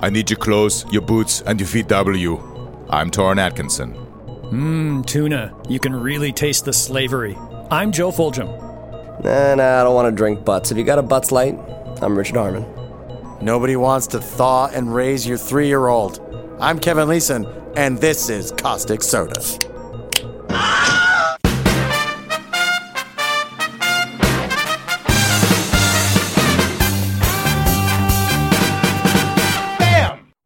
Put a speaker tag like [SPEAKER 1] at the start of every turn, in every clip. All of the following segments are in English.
[SPEAKER 1] I need your clothes, your boots, and your VW. I'm Torrin Atkinson.
[SPEAKER 2] Mmm, tuna. You can really taste the slavery. I'm Joe Foljam.
[SPEAKER 3] Nah, nah, I don't want to drink butts. Have you got a butts light? I'm Richard Harmon.
[SPEAKER 4] Nobody wants to thaw and raise your three year old. I'm Kevin Leeson, and this is Caustic Soda.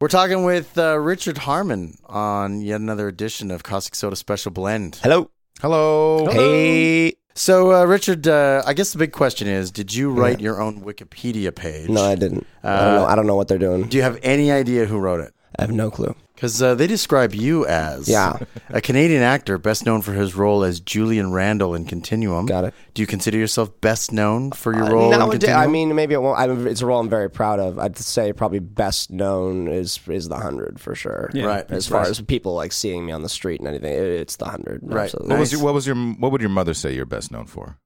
[SPEAKER 4] We're talking with uh, Richard Harmon on yet another edition of Caustic Soda Special Blend.
[SPEAKER 3] Hello.
[SPEAKER 4] Hello.
[SPEAKER 3] Hey.
[SPEAKER 4] So, uh, Richard, uh, I guess the big question is Did you write your own Wikipedia page?
[SPEAKER 3] No, I didn't. I don't know. I don't know what they're doing.
[SPEAKER 4] Do you have any idea who wrote it?
[SPEAKER 3] I have no clue.
[SPEAKER 4] Because uh, they describe you as
[SPEAKER 3] Yeah.
[SPEAKER 4] a Canadian actor best known for his role as Julian Randall in Continuum.
[SPEAKER 3] Got it. Uh,
[SPEAKER 4] Do you consider yourself best known for your role in
[SPEAKER 3] Nowadays,
[SPEAKER 4] Continuum?
[SPEAKER 3] I mean, maybe it won't, I'm, it's a role I'm very proud of. I'd say probably best known is is the hundred for sure.
[SPEAKER 4] Right.
[SPEAKER 3] As far as people like seeing me on the street and anything, it, it's the hundred.
[SPEAKER 4] Right.
[SPEAKER 3] Absolutely.
[SPEAKER 1] What was your, what was your what would your mother say you're best known for?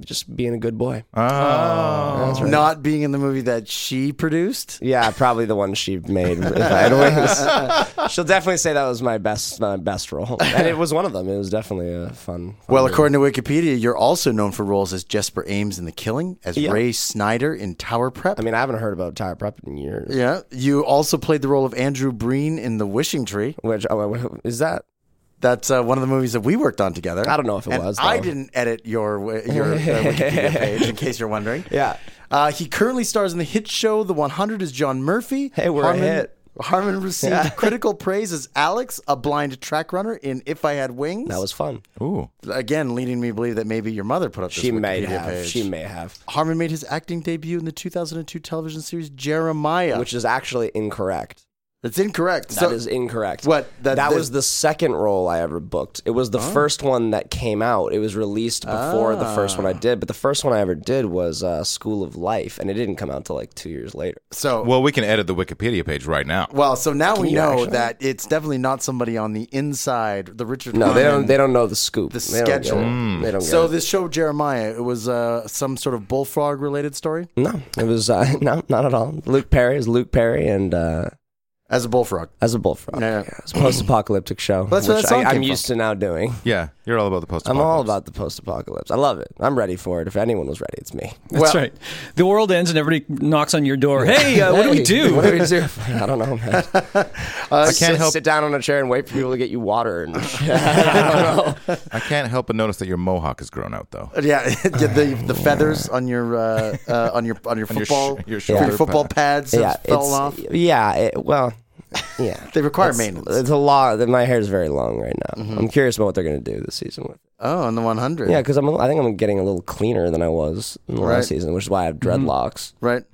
[SPEAKER 3] Just being a good boy.
[SPEAKER 1] Uh. Oh,
[SPEAKER 4] not being in the movie that she produced.
[SPEAKER 3] Yeah, probably the one she made. If I had to win. She'll definitely say that was my best my best role, and it was one of them. It was definitely a fun. fun
[SPEAKER 4] Well,
[SPEAKER 3] role.
[SPEAKER 4] according to Wikipedia, you're also known for roles as Jesper Ames in The Killing, as
[SPEAKER 3] Yeah.
[SPEAKER 4] Ray Snyder in Tower Prep.
[SPEAKER 3] I mean, I haven't heard about Tyre Prep in years.
[SPEAKER 4] yeah. You also played the role of Andrew Breen in The Wishing Tree.
[SPEAKER 3] Which oh, wait, wait, is that?
[SPEAKER 4] That's uh, one of the movies that we worked on together.
[SPEAKER 3] I don't know if it
[SPEAKER 4] And
[SPEAKER 3] was,
[SPEAKER 4] I
[SPEAKER 3] though.
[SPEAKER 4] didn't edit your wi- your uh, Wikipedia page, in case you're wondering.
[SPEAKER 3] Yeah.
[SPEAKER 4] Uh, he currently stars in the hit show The 100 as John Murphy.
[SPEAKER 3] Hey, we're a hit.
[SPEAKER 4] Harmon received
[SPEAKER 3] Yeah.
[SPEAKER 4] critical praise as Alex, a blind track runner in If I Had Wings.
[SPEAKER 3] That was fun.
[SPEAKER 1] Oh. ooh,
[SPEAKER 4] again leading me to believe that maybe your mother put up this
[SPEAKER 3] She may
[SPEAKER 4] Wikipedia
[SPEAKER 3] have.
[SPEAKER 4] page.
[SPEAKER 3] She may have.
[SPEAKER 4] Harmon made his acting debut in the 2002 television series Jeremiah,
[SPEAKER 3] Which is actually incorrect.
[SPEAKER 4] that's incorrect.
[SPEAKER 3] That
[SPEAKER 4] so
[SPEAKER 3] is incorrect.
[SPEAKER 4] What, that- Oh.
[SPEAKER 3] That,
[SPEAKER 4] that-
[SPEAKER 3] was the second role I ever booked. It was the first one that came out. It was released before the first
[SPEAKER 4] Ah.
[SPEAKER 3] one I did, but the first one I ever did was uh, School of Life, and it didn't come out till like two years later.
[SPEAKER 4] so
[SPEAKER 1] well, we can edit the Wikipedia page right now.
[SPEAKER 4] Well, so now we
[SPEAKER 3] you
[SPEAKER 4] know
[SPEAKER 3] actually?
[SPEAKER 4] that it's definitely not somebody on the inside, the Richard.
[SPEAKER 3] No, they don't.
[SPEAKER 4] Harmon.
[SPEAKER 3] They don't know the scoop.
[SPEAKER 4] The
[SPEAKER 3] They don't get
[SPEAKER 4] schedule. Mm.
[SPEAKER 3] it. They don't. Get
[SPEAKER 4] So
[SPEAKER 3] it.
[SPEAKER 4] this show Jeremiah, it was uh, some sort of bullfrog related story
[SPEAKER 3] no, it was uh, no, not at all. Luke Perry is Luke Perry, and uh,
[SPEAKER 4] as a bullfrog.
[SPEAKER 3] as a bullfrog,
[SPEAKER 4] Yeah, yeah.
[SPEAKER 3] it's a post-apocalyptic show.
[SPEAKER 4] that's where
[SPEAKER 3] which
[SPEAKER 4] that song
[SPEAKER 3] I, I'm
[SPEAKER 4] came
[SPEAKER 3] used to now doing.
[SPEAKER 1] Yeah, you're all about the post.
[SPEAKER 3] I'm all about the post-apocalypse. I love it. I'm ready for it. If anyone was ready, it's me.
[SPEAKER 2] That's right. The world ends and everybody knocks on your door. Hey, uh, what do we
[SPEAKER 3] Hey,
[SPEAKER 2] do?
[SPEAKER 3] What do we do? I don't know, man.
[SPEAKER 1] I
[SPEAKER 3] Sit-
[SPEAKER 1] can't help.
[SPEAKER 3] Sit down on a chair and wait for people to get you water and shit. I don't know.
[SPEAKER 1] I can't help but notice that your mohawk has grown out though.
[SPEAKER 4] Yeah, the, the feathers on your uh, uh, on your on your
[SPEAKER 1] your sh-
[SPEAKER 4] football
[SPEAKER 1] your
[SPEAKER 4] from
[SPEAKER 1] shoulder
[SPEAKER 4] football
[SPEAKER 1] pad.
[SPEAKER 4] pads have
[SPEAKER 3] Yeah,
[SPEAKER 4] fallen
[SPEAKER 3] it's-
[SPEAKER 4] off.
[SPEAKER 3] Yeah, it, well, yeah.
[SPEAKER 4] They require
[SPEAKER 3] It's-
[SPEAKER 4] maintenance.
[SPEAKER 3] It's a lot. My hair is very long right now. I'm curious about what they're going to do this season with.
[SPEAKER 4] oh, on the one hundred.
[SPEAKER 3] Yeah, because I'm. I think I'm getting a little cleaner than I was in the
[SPEAKER 4] Right.
[SPEAKER 3] last season, which is why I have dreadlocks.
[SPEAKER 4] right.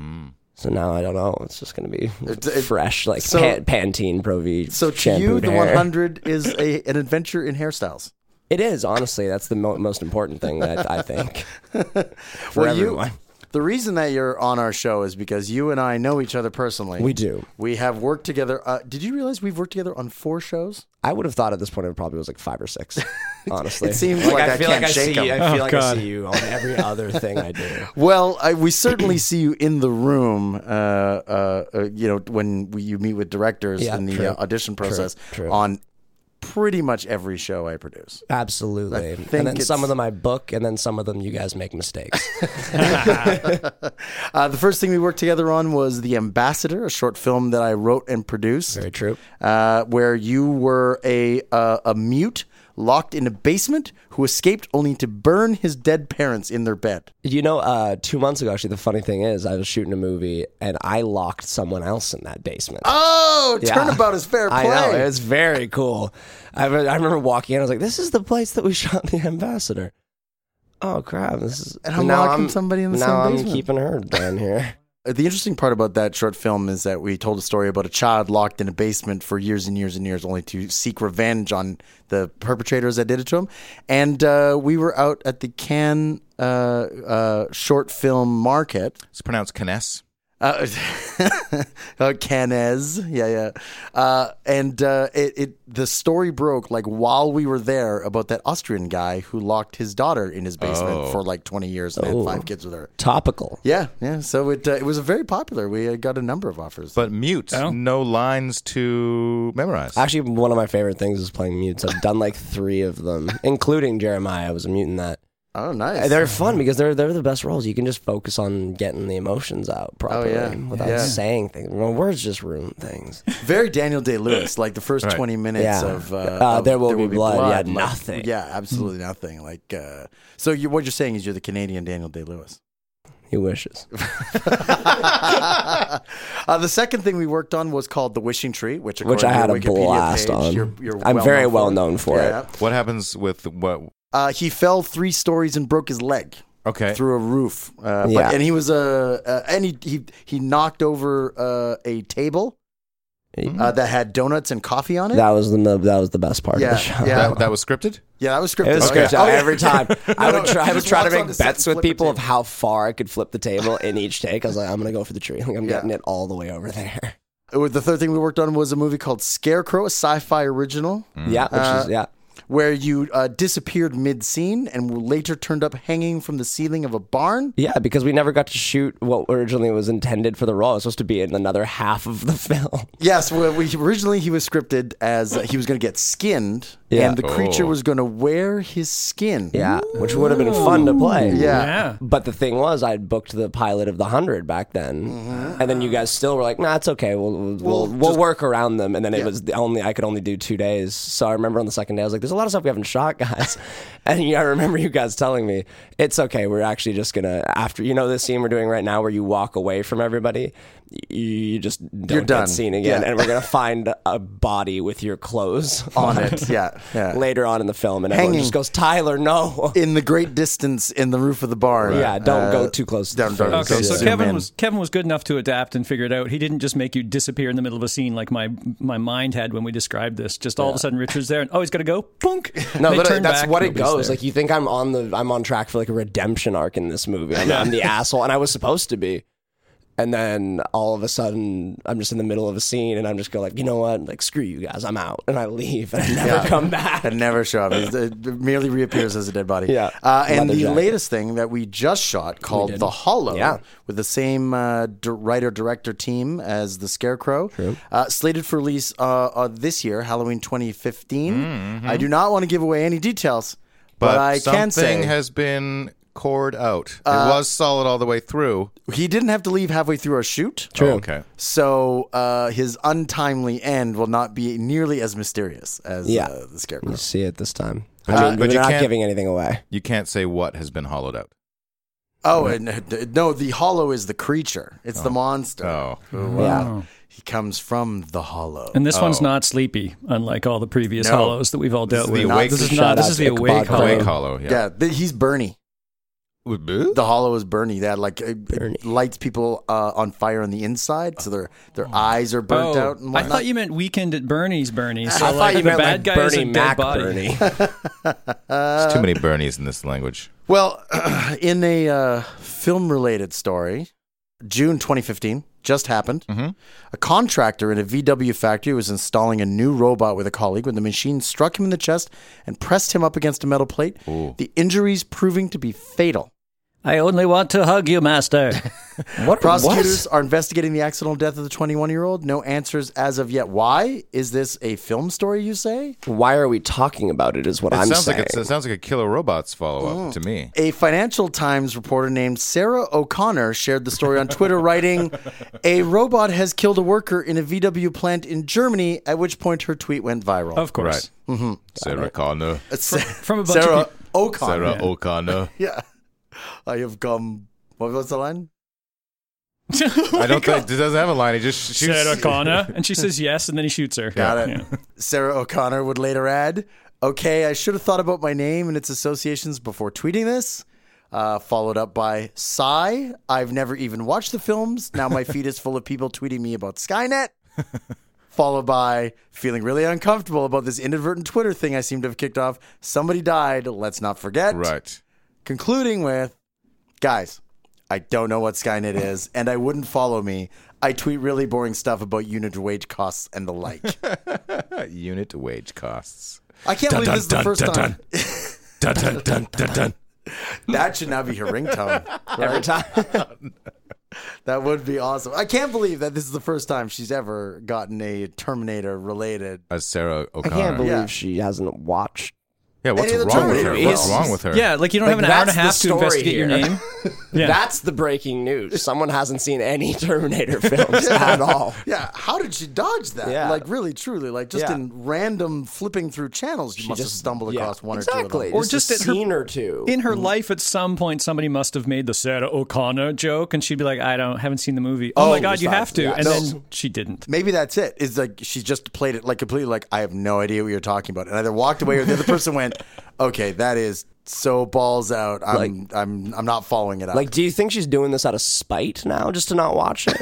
[SPEAKER 3] So now I don't know. It's just going to be
[SPEAKER 4] it-
[SPEAKER 3] fresh, like
[SPEAKER 4] so-
[SPEAKER 3] pan, Pantene Pro V.
[SPEAKER 4] So to
[SPEAKER 3] shampooed
[SPEAKER 4] you, the
[SPEAKER 3] hair.
[SPEAKER 4] one hundred is a an adventure in hairstyles.
[SPEAKER 3] It is honestly. That's the mo- most important thing that I think. For
[SPEAKER 4] Well, you-
[SPEAKER 3] everyone.
[SPEAKER 4] The reason that you're on our show is because you and I know each other personally.
[SPEAKER 3] We do.
[SPEAKER 4] We have worked together. Uh, did you realize we've worked together on four shows?
[SPEAKER 3] I would have thought at this point it probably was like five or six. Honestly,
[SPEAKER 4] It seems like, I, can't shake
[SPEAKER 3] see.
[SPEAKER 4] 'em.
[SPEAKER 3] I feel
[SPEAKER 2] Oh,
[SPEAKER 3] like
[SPEAKER 2] God.
[SPEAKER 3] I see you on every other thing I do.
[SPEAKER 4] Well, I, we certainly see you in the room. Uh, uh, uh, you know when we, you meet with directors
[SPEAKER 3] Yeah,
[SPEAKER 4] in
[SPEAKER 3] true.
[SPEAKER 4] the uh, audition process
[SPEAKER 3] true.
[SPEAKER 4] on pretty much every show I produce.
[SPEAKER 3] Absolutely.
[SPEAKER 4] think
[SPEAKER 3] And then
[SPEAKER 4] it's-
[SPEAKER 3] some of them I book, and then some of them you guys make mistakes.
[SPEAKER 4] Uh, the first thing we worked together on was The Ambassador, a short film that I wrote and produced.
[SPEAKER 3] Very true.
[SPEAKER 4] Uh, where you were a uh, a mute locked in a basement who escaped only to burn his dead parents in their bed.
[SPEAKER 3] You know, uh, two months ago, actually, the funny thing is, I was shooting a movie, and I locked someone else in that basement.
[SPEAKER 4] Oh,
[SPEAKER 3] Yeah.
[SPEAKER 4] turnabout is fair play.
[SPEAKER 3] I know it was very cool. I, re- I remember walking in. I was like, "This is the place that we shot the ambassador." Oh crap! This is
[SPEAKER 4] And I'm
[SPEAKER 3] now
[SPEAKER 4] locking somebody in the
[SPEAKER 3] now
[SPEAKER 4] same
[SPEAKER 3] I'm
[SPEAKER 4] basement.
[SPEAKER 3] keeping her down here.
[SPEAKER 4] The interesting part about that short film is that we told a story about a child locked in a basement for years and years and years, only to seek revenge on the perpetrators that did it to him. And uh, we were out at the Cannes uh, uh, short film market.
[SPEAKER 1] It's pronounced Kness.
[SPEAKER 4] Uh, uh, Canez, yeah, yeah, uh, and uh, it, it the story broke like while we were there about that Austrian guy who locked his daughter in his basement for like twenty years and had five kids with her.
[SPEAKER 3] Topical.
[SPEAKER 4] Yeah, yeah. So it uh, it was very popular. We uh, got a number of offers.
[SPEAKER 1] But mute, no lines to memorize.
[SPEAKER 3] Actually, one of my favorite things is playing mutes. I've done like three of them, including Jeremiah. I was a mute in that.
[SPEAKER 4] oh, nice.
[SPEAKER 3] They're fun because they're they're the best roles. You can just focus on getting the emotions out properly
[SPEAKER 4] Oh, yeah.
[SPEAKER 3] without
[SPEAKER 4] Yeah.
[SPEAKER 3] saying things. Well, words just ruin things.
[SPEAKER 4] very Daniel Day Lewis. Like the first twenty minutes
[SPEAKER 3] Yeah.
[SPEAKER 4] of, uh,
[SPEAKER 3] Uh,
[SPEAKER 4] of
[SPEAKER 3] There Will Be Blood, yeah,
[SPEAKER 4] like,
[SPEAKER 3] nothing. Hmm.
[SPEAKER 4] Yeah, absolutely nothing. Like uh, so, you, what you're saying is you're the Canadian Daniel Day Lewis.
[SPEAKER 3] He wishes.
[SPEAKER 4] Uh, the second thing we worked on was called the Wishing Tree, which
[SPEAKER 3] Which
[SPEAKER 4] according
[SPEAKER 3] I
[SPEAKER 4] to
[SPEAKER 3] had
[SPEAKER 4] your
[SPEAKER 3] a
[SPEAKER 4] Wikipedia
[SPEAKER 3] blast
[SPEAKER 4] page,
[SPEAKER 3] on.
[SPEAKER 4] You're, you're
[SPEAKER 3] I'm
[SPEAKER 4] well
[SPEAKER 3] very
[SPEAKER 4] known
[SPEAKER 3] well
[SPEAKER 4] for.
[SPEAKER 3] known for
[SPEAKER 4] Yeah.
[SPEAKER 3] it.
[SPEAKER 1] what happens with what?
[SPEAKER 4] Uh, he fell three stories and broke his leg.
[SPEAKER 1] Okay.
[SPEAKER 4] Through a roof, uh, but-
[SPEAKER 3] Yeah.
[SPEAKER 4] and he was a uh, and he, he he knocked over uh, a table uh, that had donuts and coffee on it.
[SPEAKER 3] That was the that was the best part of
[SPEAKER 4] yeah,
[SPEAKER 3] the show.
[SPEAKER 4] yeah,
[SPEAKER 1] That, that was scripted.
[SPEAKER 4] yeah, that was scripted.
[SPEAKER 3] It was
[SPEAKER 4] Oh, yeah.
[SPEAKER 3] scripted
[SPEAKER 4] Oh, yeah.
[SPEAKER 3] every time. I would
[SPEAKER 4] no,
[SPEAKER 3] try,
[SPEAKER 4] he
[SPEAKER 3] I would
[SPEAKER 4] just
[SPEAKER 3] try to
[SPEAKER 4] walks on
[SPEAKER 3] make
[SPEAKER 4] the set
[SPEAKER 3] bets
[SPEAKER 4] and
[SPEAKER 3] with
[SPEAKER 4] flip the
[SPEAKER 3] people of
[SPEAKER 4] table.
[SPEAKER 3] how far I could flip the table in each take. I was like, I'm gonna go for the tree. Like I'm getting it all the way over there.
[SPEAKER 4] Uh, The third thing we worked on was a movie called Scarecrow, a sci-fi original,
[SPEAKER 3] Yeah, which is yeah.
[SPEAKER 4] where you uh, disappeared mid-scene and were later turned up hanging from the ceiling of a barn.
[SPEAKER 3] Yeah, because we never got to shoot what originally was intended for the role. It was supposed to be in another half of the film.
[SPEAKER 4] Yes, well, we, originally he was scripted as uh, he was going to get skinned,
[SPEAKER 3] Yeah.
[SPEAKER 4] and the creature
[SPEAKER 1] Oh.
[SPEAKER 4] was going to wear his skin.
[SPEAKER 3] Yeah, which would have been fun to play.
[SPEAKER 4] Yeah.
[SPEAKER 2] Yeah.
[SPEAKER 3] But the thing was, I'd booked the pilot of the hundred back then, and then you guys still were like, "Nah, it's okay. We'll we'll, we'll, we'll work around them." And then it was the only I could only do two days. So I remember on the second day, I was like, "There's a lot of stuff we haven't shot, guys." and you know, I remember you guys telling me, "It's okay. We're actually just gonna after you know this scene we're doing right now, where you walk away from everybody, you, you just don't
[SPEAKER 4] You're
[SPEAKER 3] get
[SPEAKER 4] done.
[SPEAKER 3] seen again,
[SPEAKER 4] Yeah.
[SPEAKER 3] and we're gonna find a body with your clothes
[SPEAKER 4] on it. Yeah, yeah.
[SPEAKER 3] later on in the film." And everyone
[SPEAKER 4] Hanging.
[SPEAKER 3] just goes, "Tyler, no."
[SPEAKER 4] in the great distance in the roof of the barn. Uh,
[SPEAKER 3] Yeah, Uh, don't go too close to
[SPEAKER 4] Don't,
[SPEAKER 3] the
[SPEAKER 4] don't
[SPEAKER 3] fence.
[SPEAKER 2] Okay,
[SPEAKER 4] go
[SPEAKER 2] so
[SPEAKER 4] zoom
[SPEAKER 2] Kevin
[SPEAKER 4] in.
[SPEAKER 2] was Kevin was good enough to adapt and figure it out. He didn't just make you disappear in the middle of a scene like my my mind had when we described this. Just all of a sudden, Richard's there, and oh, he's got to go. Punk.
[SPEAKER 3] No, literally, that's what it goes. Like you think I'm on the I'm on track for like a redemption arc in this movie. I'm, I'm the asshole, and I was supposed to be. And then all of a sudden, I'm just in the middle of a scene, and I'm just go like, you know what? Like, screw you guys, I'm out, and I leave, and I never come back.
[SPEAKER 4] and never show up. It it merely reappears as a dead body.
[SPEAKER 3] Yeah.
[SPEAKER 4] Uh, and
[SPEAKER 3] Leather
[SPEAKER 4] the
[SPEAKER 3] jacket.
[SPEAKER 4] latest thing that we just shot called The Hollow
[SPEAKER 3] Yeah.
[SPEAKER 4] with the same uh, di- writer director team as The Scarecrow, uh, slated for release uh, uh, this year, Halloween 2015.
[SPEAKER 1] Mm-hmm.
[SPEAKER 4] I do not want to give away any details, but, I
[SPEAKER 1] something
[SPEAKER 4] can say
[SPEAKER 1] has been cored out. it was solid all the way through.
[SPEAKER 4] he didn't have to leave halfway through our shoot.
[SPEAKER 1] True. okay.
[SPEAKER 4] So uh, his untimely end will not be nearly as mysterious as
[SPEAKER 3] Yeah.
[SPEAKER 4] uh, the Scarecrow.
[SPEAKER 3] see it this time. I
[SPEAKER 1] Uh,
[SPEAKER 3] mean,
[SPEAKER 1] but
[SPEAKER 3] we're
[SPEAKER 1] you
[SPEAKER 3] not
[SPEAKER 1] can't-
[SPEAKER 3] giving anything away.
[SPEAKER 1] You can't say what has been hollowed out.
[SPEAKER 4] Oh, and, uh, d- no, the hollow is the creature. It's the monster.
[SPEAKER 1] Oh.
[SPEAKER 4] Who, uh,
[SPEAKER 3] Yeah. Oh.
[SPEAKER 4] He comes from the hollow.
[SPEAKER 2] And this one's not sleepy, unlike all the previous
[SPEAKER 4] No.
[SPEAKER 2] hollows that we've all dealt
[SPEAKER 1] is
[SPEAKER 2] with.
[SPEAKER 1] the awake-
[SPEAKER 2] this is
[SPEAKER 3] Shout
[SPEAKER 2] not. This
[SPEAKER 3] out
[SPEAKER 2] is
[SPEAKER 3] to
[SPEAKER 2] the awake
[SPEAKER 3] Ichabod Crane.
[SPEAKER 2] hollow.
[SPEAKER 1] Wake hollow. Yeah.
[SPEAKER 4] yeah, th- he's Bernie. The hollow is Bernie. That like it- it lights people uh, on fire on the inside, so their their eyes are burnt
[SPEAKER 2] Oh,
[SPEAKER 4] out. And
[SPEAKER 2] I
[SPEAKER 4] whatnot.
[SPEAKER 2] thought you meant weekend at Bernie's, Bernie. So
[SPEAKER 3] I
[SPEAKER 2] like,
[SPEAKER 3] thought you
[SPEAKER 2] the
[SPEAKER 3] meant
[SPEAKER 2] bad
[SPEAKER 3] like
[SPEAKER 2] guy is a
[SPEAKER 3] Bernie
[SPEAKER 2] dead
[SPEAKER 3] Mac
[SPEAKER 2] body.
[SPEAKER 3] Bernie.
[SPEAKER 4] Uh,
[SPEAKER 1] There's too many Bernies in this language.
[SPEAKER 4] Well, in a uh, film related story, June 2015 just happened.
[SPEAKER 2] Mm-hmm.
[SPEAKER 4] A contractor in a VW factory was installing a new robot with a colleague when the machine struck him in the chest and pressed him up against a metal plate, the injuries proving to be fatal.
[SPEAKER 2] I only want to hug you, master.
[SPEAKER 3] what?
[SPEAKER 4] Prosecutors are investigating the accidental death of the 21 year old. No answers as of yet. Why? Is this a film story, you say?
[SPEAKER 3] What? Why are we talking about it? Is what
[SPEAKER 1] It
[SPEAKER 3] I'm
[SPEAKER 1] sounds
[SPEAKER 3] saying.
[SPEAKER 1] like it's, it sounds like a Killer Robots follow up to me.
[SPEAKER 4] A Financial Times reporter named Sarah O'Connor shared the story on Twitter, writing, A robot has killed a worker in a VW plant in Germany, at which point her tweet went viral.
[SPEAKER 2] of course.
[SPEAKER 1] Right. Sarah Connor.
[SPEAKER 2] From a bunch of
[SPEAKER 4] Sarah
[SPEAKER 2] people-
[SPEAKER 4] O'Connor.
[SPEAKER 1] Sarah O'Connor.
[SPEAKER 4] Yeah. I have come. What was the line?
[SPEAKER 1] I don't think it doesn't have a line. He just shoots.
[SPEAKER 2] Sarah Connor, and she says yes, and then he shoots her.
[SPEAKER 4] Got it. Sarah O'Connor would later add, Okay, I should have thought about my name and its associations before tweeting this. Uh, followed up by Sigh. I've never even watched the films. Now my feed is full of people tweeting me about Skynet. Followed by feeling really uncomfortable about this inadvertent Twitter thing I seem to have kicked off. Somebody died. Let's not forget.
[SPEAKER 1] Right.
[SPEAKER 4] Concluding with, guys, I don't know what Skynet is, and I wouldn't follow me. I tweet really boring stuff about unit wage costs and the like.
[SPEAKER 1] Unit wage costs.
[SPEAKER 4] I can't believe
[SPEAKER 1] dun,
[SPEAKER 4] this is the
[SPEAKER 1] dun,
[SPEAKER 4] first
[SPEAKER 1] dun,
[SPEAKER 4] time.
[SPEAKER 1] Dun dun dun dun dun.
[SPEAKER 4] That should now be her ringtone.
[SPEAKER 3] every time.
[SPEAKER 4] That would be awesome. I can't believe that this is the first time she's ever gotten a Terminator related.
[SPEAKER 1] As Uh, Sarah
[SPEAKER 3] I
[SPEAKER 1] O'Connor.
[SPEAKER 3] can't believe
[SPEAKER 4] Yeah.
[SPEAKER 3] she hasn't watched.
[SPEAKER 1] yeah, what's
[SPEAKER 4] Any of the
[SPEAKER 1] wrong with her?
[SPEAKER 4] Terminators.
[SPEAKER 1] What's wrong with her?
[SPEAKER 2] Yeah, like you don't
[SPEAKER 3] Like,
[SPEAKER 2] have an hour and a
[SPEAKER 3] that's the
[SPEAKER 2] half to
[SPEAKER 3] story
[SPEAKER 2] investigate your
[SPEAKER 3] here.
[SPEAKER 2] name. Yeah.
[SPEAKER 3] That's the breaking news. Someone hasn't seen any Terminator films at all.
[SPEAKER 4] Yeah, how did she dodge that?
[SPEAKER 3] Yeah.
[SPEAKER 4] Like really, truly, like just
[SPEAKER 3] Yeah.
[SPEAKER 4] in random flipping through channels, you must have stumbled
[SPEAKER 3] yeah,
[SPEAKER 4] across one
[SPEAKER 3] exactly.
[SPEAKER 4] or two of them.
[SPEAKER 2] Or
[SPEAKER 3] Or just,
[SPEAKER 2] just
[SPEAKER 3] a
[SPEAKER 2] at her-
[SPEAKER 3] scene or two. Mm.
[SPEAKER 2] in her life at some point somebody must have made the Sarah O'Connor joke and she'd be like I don't haven't seen the movie. Oh,
[SPEAKER 4] Oh,
[SPEAKER 2] my god, you
[SPEAKER 4] stop.
[SPEAKER 2] have to.
[SPEAKER 4] Yeah,
[SPEAKER 2] and
[SPEAKER 4] no.
[SPEAKER 2] then she didn't.
[SPEAKER 4] Maybe that's it. It's like she just played it like completely like I have no idea what you're talking about, and either walked away or the other person went, "Okay, that is so balls out. I'm I'm I'm not following it up."
[SPEAKER 3] Like, do you think she's doing this out of spite now, just to not watch it?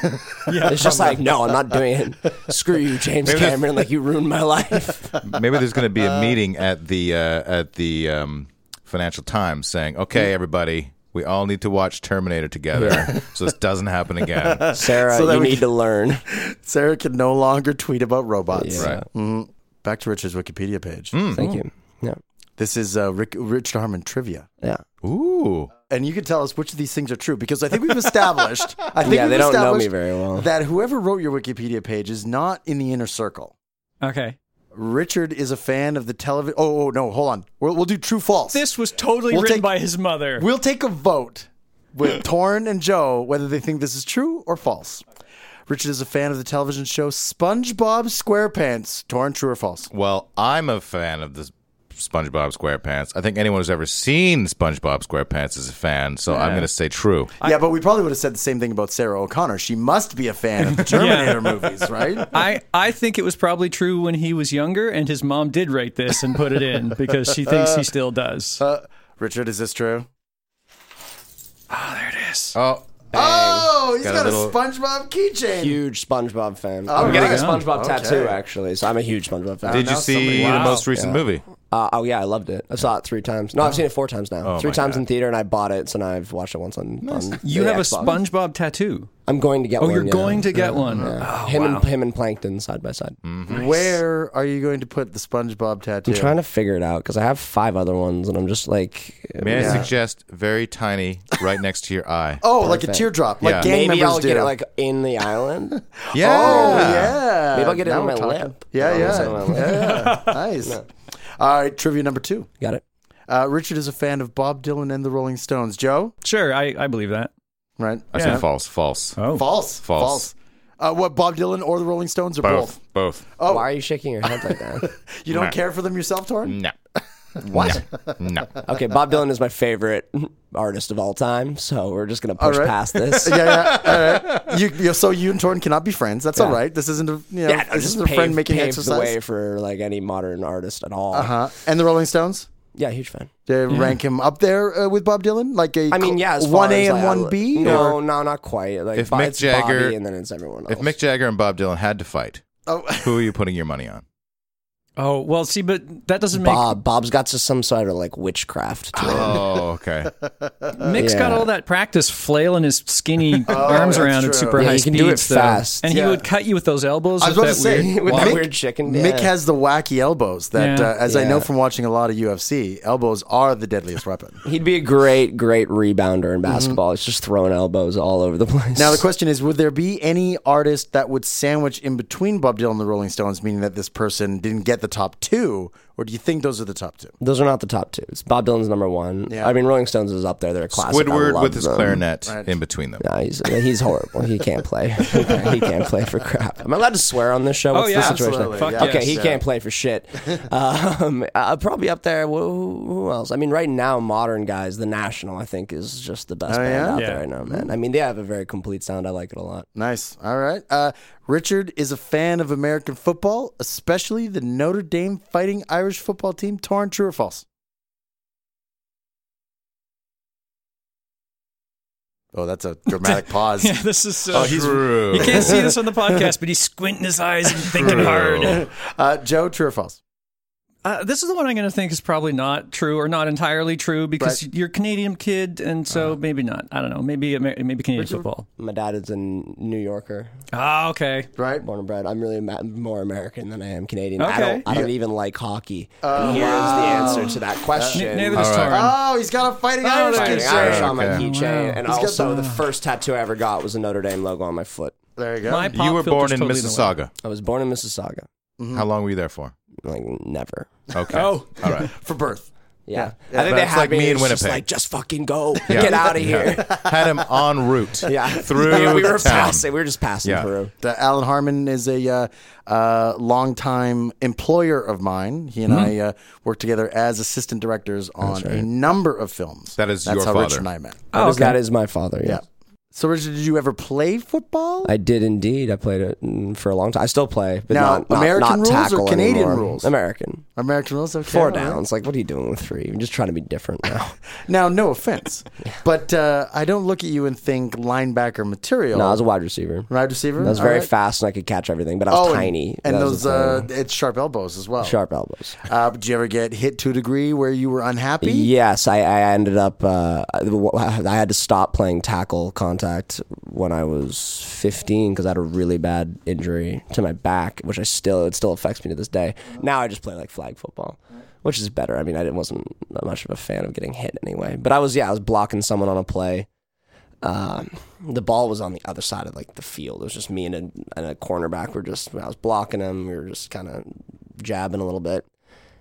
[SPEAKER 3] yeah, it's just like, no, I'm not doing it. Screw you, James
[SPEAKER 1] Maybe that's-
[SPEAKER 3] Cameron. Like, you ruined my life.
[SPEAKER 1] Maybe there's going to be a meeting at the uh, at the um, Financial Times saying, "Okay, everybody, we all need to watch Terminator together, so this doesn't happen again."
[SPEAKER 3] Sarah,
[SPEAKER 4] So that
[SPEAKER 3] you
[SPEAKER 4] we
[SPEAKER 3] need to learn.
[SPEAKER 4] Sarah can no longer tweet about robots.
[SPEAKER 3] Yeah.
[SPEAKER 1] Right.
[SPEAKER 4] Back to Richard's Wikipedia page.
[SPEAKER 3] Thank you. Yeah,
[SPEAKER 4] This is uh, Rick, Richard Harmon trivia.
[SPEAKER 3] yeah.
[SPEAKER 1] Ooh.
[SPEAKER 4] and you can tell us which of these things are true because I think we've established. I think
[SPEAKER 3] Yeah,
[SPEAKER 4] we've
[SPEAKER 3] they don't know me
[SPEAKER 4] established
[SPEAKER 3] very well.
[SPEAKER 4] That whoever wrote your Wikipedia page is not in the inner circle.
[SPEAKER 2] Okay.
[SPEAKER 4] Richard is a fan of the television. Oh, oh, no, hold on. We'll, we'll do true false.
[SPEAKER 2] This was totally
[SPEAKER 4] We'll
[SPEAKER 2] written
[SPEAKER 4] take-
[SPEAKER 2] by his mother.
[SPEAKER 4] We'll take a vote with Torn and Joe whether they think this is true or false. Richard is a fan of the television show SpongeBob SquarePants. Torn, true or false?
[SPEAKER 1] Well, I'm a fan of the SpongeBob SquarePants. I think anyone who's ever seen SpongeBob SquarePants is a fan, so I'm going to say true.
[SPEAKER 4] yeah, but we probably would have said the same thing about Sarah O'Connor. She must be a fan of the Terminator movies, right?
[SPEAKER 2] I, I think it was probably true when he was younger, and his mom did write this and put it in because she thinks he still does.
[SPEAKER 4] Uh, Richard, is this true?
[SPEAKER 2] there it is.
[SPEAKER 1] Oh,
[SPEAKER 4] Oh, he's
[SPEAKER 1] Got
[SPEAKER 4] got,
[SPEAKER 1] a
[SPEAKER 4] a,
[SPEAKER 1] little-
[SPEAKER 4] SpongeBob keychain.
[SPEAKER 3] Huge SpongeBob fan.
[SPEAKER 4] Oh,
[SPEAKER 3] I'm getting a
[SPEAKER 2] yeah.
[SPEAKER 3] SpongeBob
[SPEAKER 4] Okay.
[SPEAKER 3] tattoo actually, so I'm a huge SpongeBob fan.
[SPEAKER 1] did you
[SPEAKER 4] now
[SPEAKER 1] see
[SPEAKER 4] somebody-
[SPEAKER 1] the
[SPEAKER 2] Wow.
[SPEAKER 1] most recent movie?
[SPEAKER 3] Uh, oh yeah, I loved it. I saw it three times. No, I've seen it four times now.
[SPEAKER 4] Oh
[SPEAKER 1] my
[SPEAKER 3] Three times
[SPEAKER 1] God.
[SPEAKER 3] in theater, and I bought it, and I've watched it once on. on
[SPEAKER 2] You
[SPEAKER 3] the
[SPEAKER 2] have a
[SPEAKER 3] Xbox.
[SPEAKER 2] SpongeBob tattoo.
[SPEAKER 3] I'm going to get
[SPEAKER 2] Oh,
[SPEAKER 3] one.
[SPEAKER 2] you're
[SPEAKER 3] yeah.
[SPEAKER 2] going to get Oh, one.
[SPEAKER 3] Yeah. him and him and Plankton side by side.
[SPEAKER 4] Mm. Where are you going to put the SpongeBob tattoo?
[SPEAKER 3] I'm trying to figure it out because I have five other ones, and I'm just like,
[SPEAKER 1] May I suggest very tiny, right next to your eye?
[SPEAKER 4] Oh, like a teardrop, like
[SPEAKER 1] Yeah.
[SPEAKER 4] gang
[SPEAKER 3] maybe
[SPEAKER 4] members
[SPEAKER 3] I'll
[SPEAKER 4] do.
[SPEAKER 3] get it like in the island.
[SPEAKER 1] yeah.
[SPEAKER 4] oh yeah,
[SPEAKER 3] Maybe I'll get it
[SPEAKER 4] Now
[SPEAKER 3] on
[SPEAKER 4] we're
[SPEAKER 3] my
[SPEAKER 4] talking.
[SPEAKER 3] lip.
[SPEAKER 4] Yeah,
[SPEAKER 3] I'll get it
[SPEAKER 4] yeah,
[SPEAKER 3] on my
[SPEAKER 4] yeah. nice. All right, trivia number two.
[SPEAKER 3] Got it.
[SPEAKER 4] Uh, Richard is a fan of Bob Dylan and the Rolling Stones. Joe,
[SPEAKER 2] Sure, I, I believe that.
[SPEAKER 4] right?
[SPEAKER 1] I said false, false.
[SPEAKER 2] Oh.
[SPEAKER 4] False.
[SPEAKER 1] False.
[SPEAKER 4] Uh, what Bob Dylan or the Rolling Stones or both?
[SPEAKER 1] Both. Both. Oh.
[SPEAKER 4] Oh.
[SPEAKER 3] Why are you shaking your head like that?
[SPEAKER 4] You don't care for them yourself, Torn?
[SPEAKER 1] No. What? No.
[SPEAKER 3] okay, Bob Dylan is my favorite artist of all time, so we're just gonna push
[SPEAKER 4] right.
[SPEAKER 3] past this.
[SPEAKER 4] yeah, yeah. All right. You, you, so you and Torn cannot be friends. That's all right. This isn't a you know,
[SPEAKER 3] Yeah,
[SPEAKER 4] this
[SPEAKER 3] just
[SPEAKER 4] isn't a friend
[SPEAKER 3] paved-
[SPEAKER 4] making
[SPEAKER 3] paved
[SPEAKER 4] exercise.
[SPEAKER 3] the way for like any modern artist at all.
[SPEAKER 4] Uh-huh. And the Rolling Stones?
[SPEAKER 3] Yeah, huge fan.
[SPEAKER 4] They rank him up there uh, with Bob Dylan? Like a
[SPEAKER 3] Mm-hmm. I mean, yeah, as far
[SPEAKER 4] one A
[SPEAKER 3] as,
[SPEAKER 4] and
[SPEAKER 3] like,
[SPEAKER 4] one B?
[SPEAKER 3] No,
[SPEAKER 4] Or,
[SPEAKER 3] no, not quite. Like
[SPEAKER 1] If
[SPEAKER 3] Bo-
[SPEAKER 1] Mick
[SPEAKER 3] it's Bobby,
[SPEAKER 1] Jagger-
[SPEAKER 3] and then it's everyone else.
[SPEAKER 1] If Mick Jagger and Bob Dylan had to fight,
[SPEAKER 4] oh,
[SPEAKER 1] who are you putting your money on?
[SPEAKER 2] Oh, well, see, but that doesn't make.
[SPEAKER 3] Bob, Bob's got to some sort of like witchcraft. To it.
[SPEAKER 1] Oh, okay.
[SPEAKER 2] Mick's got
[SPEAKER 3] Yeah.
[SPEAKER 2] all that practice flailing his skinny arms
[SPEAKER 4] that's
[SPEAKER 2] around
[SPEAKER 4] true.
[SPEAKER 2] at super
[SPEAKER 3] Yeah,
[SPEAKER 2] high
[SPEAKER 3] he can do
[SPEAKER 2] speeds,
[SPEAKER 3] it
[SPEAKER 2] though.
[SPEAKER 3] fast.
[SPEAKER 2] And
[SPEAKER 4] Yeah.
[SPEAKER 2] he would cut you with those elbows.
[SPEAKER 4] I was
[SPEAKER 2] with
[SPEAKER 4] about to
[SPEAKER 2] that
[SPEAKER 4] say,
[SPEAKER 2] weird-
[SPEAKER 3] With that
[SPEAKER 4] Mick-
[SPEAKER 3] weird chicken.
[SPEAKER 4] Mick
[SPEAKER 3] yeah.
[SPEAKER 4] has the wacky elbows that,
[SPEAKER 2] Yeah.
[SPEAKER 4] uh, as I know
[SPEAKER 3] Yeah.
[SPEAKER 4] from watching a lot of UFC, elbows are the deadliest weapon.
[SPEAKER 3] He'd be a great, great rebounder in basketball. He's just throwing elbows all over the place.
[SPEAKER 4] Mm-hmm. Now the question is, would there be any artist that would sandwich in between Bob Dylan and the Rolling Stones, meaning that this person didn't get the top two, or do you think those are the top two?
[SPEAKER 3] those are not the top two. It's Bob Dylan's number one.
[SPEAKER 4] Yeah.
[SPEAKER 3] I mean, Rolling Stones is up there. They're a classic. I
[SPEAKER 1] Squidward
[SPEAKER 3] love
[SPEAKER 1] with his
[SPEAKER 3] them.
[SPEAKER 1] clarinet in between them.
[SPEAKER 3] No, he's he's horrible. He can't play. he can't play for crap. Am I allowed to swear on this show? What's
[SPEAKER 2] yeah,
[SPEAKER 3] the situation?
[SPEAKER 4] Oh, absolutely. Fuck
[SPEAKER 3] okay,
[SPEAKER 4] yes.
[SPEAKER 3] he
[SPEAKER 4] Yeah.
[SPEAKER 3] can't play for shit. Um, uh, probably up there. Who, who else? I mean, right now, modern guys, The National, I think, is just the best band
[SPEAKER 4] Oh, yeah? Mm-hmm.
[SPEAKER 3] out
[SPEAKER 2] Yeah.
[SPEAKER 3] there right now, man. I mean, they have a very complete sound. I like it a lot.
[SPEAKER 4] Nice. All right. Uh, Richard is a fan of American football, especially the Notre Dame Fighting Irish football team. Torn, true or false? Oh, that's a dramatic pause.
[SPEAKER 2] Yeah, this is so.
[SPEAKER 1] Oh, he's true.
[SPEAKER 2] You can't see this on the podcast, but he's squinting his eyes and thinking hard.
[SPEAKER 4] Uh, Joe, true or false?
[SPEAKER 2] uh, this is the one I'm going to think is probably not true or not entirely true because
[SPEAKER 4] Right. Uh-huh.
[SPEAKER 2] you're a Canadian kid, and so maybe not. I don't know. Maybe Amer- maybe Canadian football.
[SPEAKER 3] My dad is a New Yorker,
[SPEAKER 2] Ah, okay.
[SPEAKER 4] right?
[SPEAKER 3] born and bred. I'm really ma- more American than I am Canadian. I
[SPEAKER 2] Okay.
[SPEAKER 3] don't, I don't even like hockey. and here's the answer to
[SPEAKER 4] Uh,
[SPEAKER 3] that question.
[SPEAKER 2] N- neither does
[SPEAKER 1] All right.
[SPEAKER 2] Taryn.
[SPEAKER 4] Oh, he's got a fighting
[SPEAKER 2] Irish
[SPEAKER 4] Irish
[SPEAKER 2] kid.
[SPEAKER 3] Fighting
[SPEAKER 4] kid.
[SPEAKER 3] Irish
[SPEAKER 1] Okay.
[SPEAKER 3] on my keychain,
[SPEAKER 2] Oh, Wow.
[SPEAKER 3] and
[SPEAKER 4] got
[SPEAKER 3] also
[SPEAKER 4] the-
[SPEAKER 3] the first tattoo I ever got was a Notre Dame logo on my foot.
[SPEAKER 4] There you go.
[SPEAKER 2] My pop
[SPEAKER 1] you were born
[SPEAKER 2] filter's
[SPEAKER 1] in
[SPEAKER 2] totally the way.
[SPEAKER 1] Mississauga.
[SPEAKER 3] I was born in Mississauga.
[SPEAKER 1] How long were you there for?
[SPEAKER 3] Like never.
[SPEAKER 1] Okay. Oh, all right.
[SPEAKER 4] For birth.
[SPEAKER 3] Yeah.
[SPEAKER 4] Yeah.
[SPEAKER 3] I think
[SPEAKER 1] But
[SPEAKER 3] they
[SPEAKER 1] it's
[SPEAKER 3] had
[SPEAKER 1] like
[SPEAKER 3] me,
[SPEAKER 1] me in
[SPEAKER 3] it's just
[SPEAKER 1] Winnipeg.
[SPEAKER 3] like just fucking go.
[SPEAKER 1] Yeah.
[SPEAKER 3] Get out of
[SPEAKER 1] Yeah.
[SPEAKER 3] here.
[SPEAKER 1] Had him en route.
[SPEAKER 3] Yeah.
[SPEAKER 1] Through
[SPEAKER 3] Yeah, we were
[SPEAKER 1] town.
[SPEAKER 3] passing. We were just passing
[SPEAKER 1] Yeah.
[SPEAKER 3] through.
[SPEAKER 4] Uh, Alan Harmon is a uh, uh, longtime employer of mine. He
[SPEAKER 3] Mm-hmm.
[SPEAKER 4] and I uh, worked together as assistant directors on a number of films.
[SPEAKER 1] That is
[SPEAKER 4] That's
[SPEAKER 1] your
[SPEAKER 4] how
[SPEAKER 1] father.
[SPEAKER 4] Richard and I met.
[SPEAKER 2] Oh,
[SPEAKER 3] Because
[SPEAKER 2] okay.
[SPEAKER 3] That is my father.
[SPEAKER 4] Yeah.
[SPEAKER 3] Yeah.
[SPEAKER 4] So, Richard, did you ever play football?
[SPEAKER 3] I did indeed. I played it mm, for a long time. I still play, but
[SPEAKER 4] Now,
[SPEAKER 3] not, not
[SPEAKER 4] American
[SPEAKER 3] not
[SPEAKER 4] rules or
[SPEAKER 3] tackle
[SPEAKER 4] Canadian
[SPEAKER 3] anymore.
[SPEAKER 4] rules?
[SPEAKER 3] American.
[SPEAKER 4] American rules. Okay,
[SPEAKER 3] Four
[SPEAKER 4] all right.
[SPEAKER 3] downs. Like, what are you doing with three? You're just trying to be different now.
[SPEAKER 4] Now, no offense, but uh, I don't look at you and think linebacker material.
[SPEAKER 3] no, I was a wide receiver. I
[SPEAKER 4] wide receiver.
[SPEAKER 3] was
[SPEAKER 4] All
[SPEAKER 3] very
[SPEAKER 4] right. Oh,
[SPEAKER 3] fast, Oh, and I could catch everything. But I was
[SPEAKER 4] and-
[SPEAKER 3] tiny.
[SPEAKER 4] and,
[SPEAKER 3] That was
[SPEAKER 4] those
[SPEAKER 3] the
[SPEAKER 4] uh,
[SPEAKER 3] thing.
[SPEAKER 4] it's sharp elbows as well.
[SPEAKER 3] sharp elbows.
[SPEAKER 4] Uh, did you ever get hit to a degree where you were unhappy?
[SPEAKER 3] Yes, I, I ended up. Uh, I had to stop playing tackle contact when I was 15 because I had a really bad injury to my back, which I still it still affects me to this day. Now I just play like flag football, which is better. I mean, I didn't- wasn't much of a fan of getting hit anyway, but I was yeah, I was blocking someone on a play. Um, the ball was on the other side of like the field. It was just me and a, and a cornerback. We're just I was blocking him. We were just kind of jabbing a little bit.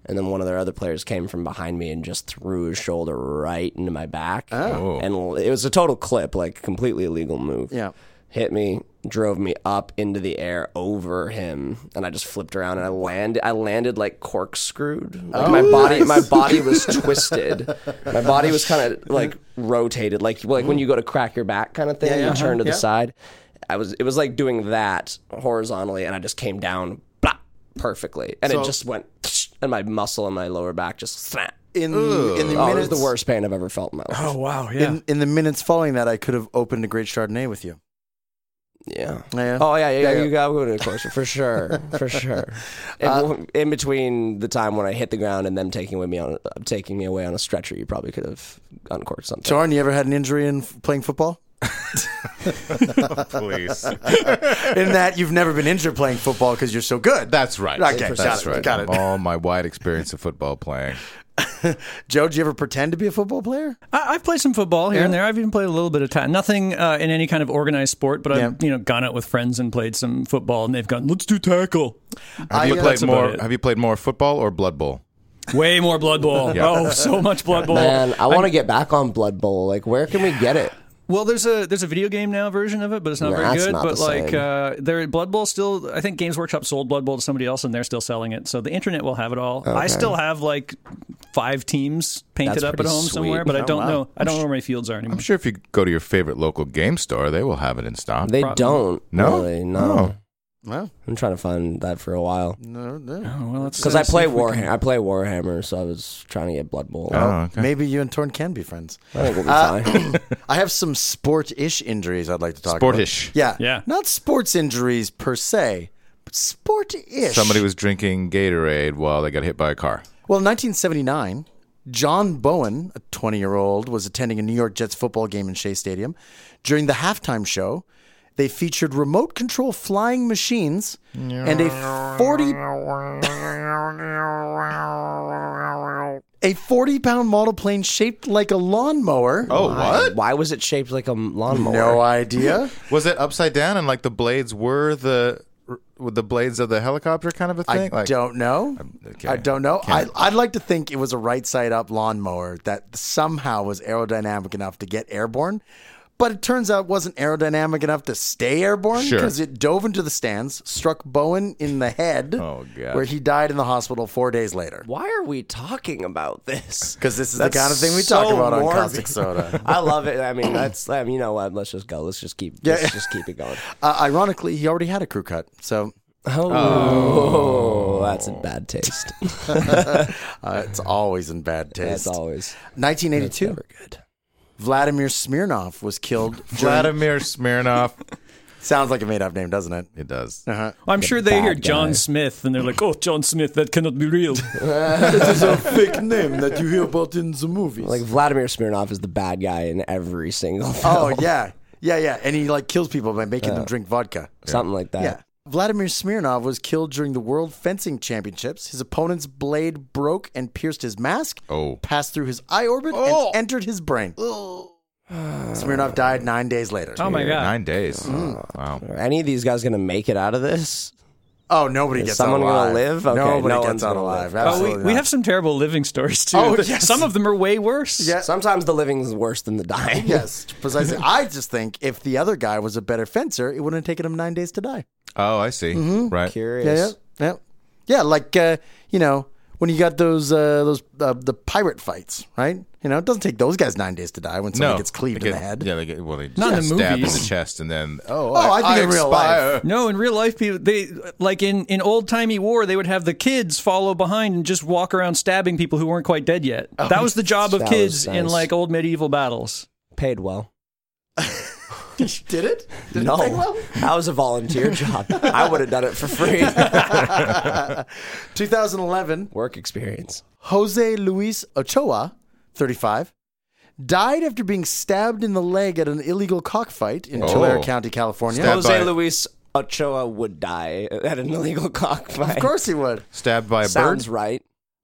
[SPEAKER 3] And then one of their other players came from behind me and just threw his shoulder right into my back.
[SPEAKER 1] Oh.
[SPEAKER 3] And l- it was a total clip, like completely illegal move.
[SPEAKER 4] Yeah.
[SPEAKER 3] Hit me, drove me up into the air over him, and I just flipped around and I landed I landed like corkscrewed. Like my body my body was twisted. My body was kind of like rotated, like like when you go to crack your back kind of thing, you turn to the side. I was it was like doing that horizontally and I just came down blah, perfectly. And it just went and my muscle in my lower back just snap.
[SPEAKER 4] In in the
[SPEAKER 3] Oh, it was
[SPEAKER 4] minutes
[SPEAKER 3] the worst pain I've ever felt in my life.
[SPEAKER 2] Oh wow, yeah.
[SPEAKER 4] in, in the minutes following that, I could have opened a great Chardonnay with you.
[SPEAKER 3] Yeah.
[SPEAKER 4] Yeah.
[SPEAKER 3] Oh yeah, yeah,
[SPEAKER 4] Yeah,
[SPEAKER 3] yeah.
[SPEAKER 4] yeah.
[SPEAKER 3] You got to closer for sure, for sure. And w- in between the time when I hit the ground and them taking with me on uh, taking me away on a stretcher, you probably could have uncorked something.
[SPEAKER 4] Jarn, you ever had an injury in f- playing football?
[SPEAKER 1] Please.
[SPEAKER 4] In that you've never been injured playing football because you're so good.
[SPEAKER 1] That's right.
[SPEAKER 4] Okay,
[SPEAKER 1] That's
[SPEAKER 4] got it,
[SPEAKER 1] right.
[SPEAKER 4] got it.
[SPEAKER 1] All my wide experience of football playing.
[SPEAKER 4] Joe, did you ever pretend to be a football player?
[SPEAKER 2] I, I've played some football here and there. I've even played a little bit of time. Nothing uh, in any kind of organized sport, but I've
[SPEAKER 4] Yeah.
[SPEAKER 2] you know gone out with friends and played some football, and they've gone, let's do tackle.
[SPEAKER 1] Have you
[SPEAKER 4] uh,
[SPEAKER 1] played
[SPEAKER 2] about
[SPEAKER 1] more?
[SPEAKER 2] it.
[SPEAKER 1] Have you played more football or Blood Bowl?
[SPEAKER 2] Way more Blood Bowl. Oh, so much Blood Bowl.
[SPEAKER 3] Man, I want to get back on Blood Bowl. Like, where can we get it?
[SPEAKER 2] Well, there's a there's a video game now version of it, but it's not
[SPEAKER 3] Yeah,
[SPEAKER 2] very
[SPEAKER 3] that's
[SPEAKER 2] good.
[SPEAKER 3] not
[SPEAKER 2] but
[SPEAKER 3] the
[SPEAKER 2] like
[SPEAKER 3] same.
[SPEAKER 2] uh, their Blood Bowl still, I think Games Workshop sold Blood Bowl to somebody else, and they're still selling it. So the internet will have it all. I still have like five teams painted
[SPEAKER 3] That's
[SPEAKER 2] up at
[SPEAKER 3] pretty
[SPEAKER 2] home
[SPEAKER 3] sweet.
[SPEAKER 2] somewhere, but I
[SPEAKER 4] Oh,
[SPEAKER 2] don't
[SPEAKER 4] wow.
[SPEAKER 2] know. I don't know where my fields are anymore.
[SPEAKER 1] I'm sure if you go to your favorite local game store, they will have it in stock.
[SPEAKER 3] They don't.
[SPEAKER 1] No?
[SPEAKER 3] really, no.
[SPEAKER 1] Oh.
[SPEAKER 4] Well,
[SPEAKER 3] I'm trying to find that for a while
[SPEAKER 4] no, no.
[SPEAKER 2] Oh, well, let's
[SPEAKER 3] because
[SPEAKER 2] uh,
[SPEAKER 3] I
[SPEAKER 2] see
[SPEAKER 3] play
[SPEAKER 2] if we
[SPEAKER 3] Warhammer.
[SPEAKER 2] can-
[SPEAKER 3] I play Warhammer, so I was trying to get Blood Bowl.
[SPEAKER 1] oh, okay.
[SPEAKER 4] Maybe you and Torn can be friends.
[SPEAKER 3] I think we'll be fine.
[SPEAKER 4] I have some sport-ish injuries I'd like to talk
[SPEAKER 1] Sport-ish.
[SPEAKER 4] about. Yeah.
[SPEAKER 2] Yeah.
[SPEAKER 4] Not sports injuries per se, but sport-ish.
[SPEAKER 1] Somebody was drinking Gatorade while they got hit by a car.
[SPEAKER 4] Well, in 1979, John Bowen, a 20 year old, was attending a New York Jets football game in Shea Stadium. During the halftime show, they featured remote control flying machines and a 40 a 40 pound model plane shaped like a lawnmower.
[SPEAKER 1] Oh, what?
[SPEAKER 3] Why was it shaped like a lawnmower?
[SPEAKER 4] no uh idea.
[SPEAKER 1] Was it upside down and like the blades were the were the blades of the helicopter kind of a
[SPEAKER 4] I
[SPEAKER 1] thing? like
[SPEAKER 4] don't know.
[SPEAKER 1] okay.
[SPEAKER 4] I don't know. I, I'd like to think it was a right side up lawnmower that somehow was aerodynamic enough to get airborne, but it turns out it wasn't aerodynamic enough to stay airborne
[SPEAKER 1] Sure.
[SPEAKER 4] because it dove into the stands, struck Bowen in the head,
[SPEAKER 1] Oh, God.
[SPEAKER 4] where he died in the hospital four days later.
[SPEAKER 3] Why are we talking about this?
[SPEAKER 4] Because this is
[SPEAKER 3] That's
[SPEAKER 4] the kind of thing we talk
[SPEAKER 3] so
[SPEAKER 4] about on
[SPEAKER 3] morbid.
[SPEAKER 4] Caustic Soda.
[SPEAKER 3] I love it. I mean, that's I mean, you know what? Let's just go. Let's just keep. Let's just keep it going.
[SPEAKER 4] uh, ironically, he already had a crew cut, so
[SPEAKER 3] Oh,
[SPEAKER 4] Oh.
[SPEAKER 3] that's a bad taste.
[SPEAKER 4] uh, it's always in bad taste.
[SPEAKER 3] That's always
[SPEAKER 4] 1982,
[SPEAKER 3] never good.
[SPEAKER 4] Vladimir Smirnov was killed during
[SPEAKER 1] Vladimir Smirnov.
[SPEAKER 4] Sounds like a made up name, doesn't it?
[SPEAKER 1] It does.
[SPEAKER 2] I'm sure they
[SPEAKER 3] bad
[SPEAKER 2] hear
[SPEAKER 3] guy.
[SPEAKER 2] John Smith and they're like, "Oh, John Smith, that cannot be real."
[SPEAKER 4] It's a fake name that you hear about in the movies.
[SPEAKER 3] Like Vladimir Smirnov is the bad guy in every single film.
[SPEAKER 4] oh yeah, yeah, yeah, and he like kills people by making them drink vodka.
[SPEAKER 3] Something like that.
[SPEAKER 4] Yeah. Vladimir Smirnov was killed during the World Fencing Championships. His opponent's blade broke and pierced his mask,
[SPEAKER 1] Oh.
[SPEAKER 4] passed through his eye orbit, and entered his brain. Smirnov died nine days later.
[SPEAKER 2] oh my god.
[SPEAKER 1] Nine days.
[SPEAKER 4] Mm-hmm.
[SPEAKER 1] Oh, Wow.
[SPEAKER 3] Are any of these guys going to make it out of this?
[SPEAKER 4] Oh, nobody
[SPEAKER 3] Is
[SPEAKER 4] gets
[SPEAKER 3] someone gonna
[SPEAKER 4] out alive.
[SPEAKER 3] live? Okay,
[SPEAKER 4] nobody
[SPEAKER 3] no
[SPEAKER 4] gets
[SPEAKER 3] one's
[SPEAKER 4] out
[SPEAKER 3] gonna
[SPEAKER 4] alive.
[SPEAKER 3] live.
[SPEAKER 2] Oh,
[SPEAKER 4] Absolutely
[SPEAKER 2] we, we
[SPEAKER 4] not.
[SPEAKER 2] have some terrible living stories too.
[SPEAKER 4] Oh,
[SPEAKER 2] The-
[SPEAKER 4] yes.
[SPEAKER 2] Some of them are way worse.
[SPEAKER 4] Yeah.
[SPEAKER 3] Sometimes the living's worse than the dying.
[SPEAKER 4] yes, precisely. I just think if the other guy was a better fencer, it wouldn't have taken him nine days to die.
[SPEAKER 1] Oh, I see.
[SPEAKER 4] Mm-hmm.
[SPEAKER 1] Right.
[SPEAKER 3] Curious.
[SPEAKER 4] Yeah, yeah, yeah, yeah. Like uh, you know, when you got those uh, those uh, the pirate fights, right? You know, it doesn't take those guys nine days to die when someone
[SPEAKER 1] No.
[SPEAKER 4] gets cleaved
[SPEAKER 1] They
[SPEAKER 4] in the
[SPEAKER 1] get-
[SPEAKER 4] head.
[SPEAKER 1] Yeah, they get, well, they
[SPEAKER 2] Not in
[SPEAKER 1] get
[SPEAKER 2] the
[SPEAKER 1] stabbed in
[SPEAKER 2] movies.
[SPEAKER 1] the chest and then, oh,
[SPEAKER 4] Oh, I think in real life.
[SPEAKER 1] expire.
[SPEAKER 2] No, in real life, people they like in in old timey war, they would have the kids follow behind and just walk around stabbing people who weren't quite dead yet.
[SPEAKER 4] Oh,
[SPEAKER 2] that was the job of
[SPEAKER 3] That
[SPEAKER 2] kids
[SPEAKER 3] was
[SPEAKER 2] in
[SPEAKER 3] nice.
[SPEAKER 2] like old medieval battles.
[SPEAKER 3] Paid well.
[SPEAKER 4] Did it? Did
[SPEAKER 3] No,
[SPEAKER 4] It pay well?
[SPEAKER 3] that was a volunteer job. I would have done it for free.
[SPEAKER 4] 2011,
[SPEAKER 3] Work experience.
[SPEAKER 4] Jose Luis Ochoa, 35, died after being stabbed in the leg at an illegal cockfight in Tulare County, California.
[SPEAKER 1] Oh. Stabbed
[SPEAKER 3] Jose
[SPEAKER 1] by-
[SPEAKER 3] Luis Ochoa would die at an illegal cockfight.
[SPEAKER 4] Of course he would.
[SPEAKER 1] Stabbed by a
[SPEAKER 3] Sounds
[SPEAKER 1] bird.
[SPEAKER 3] right.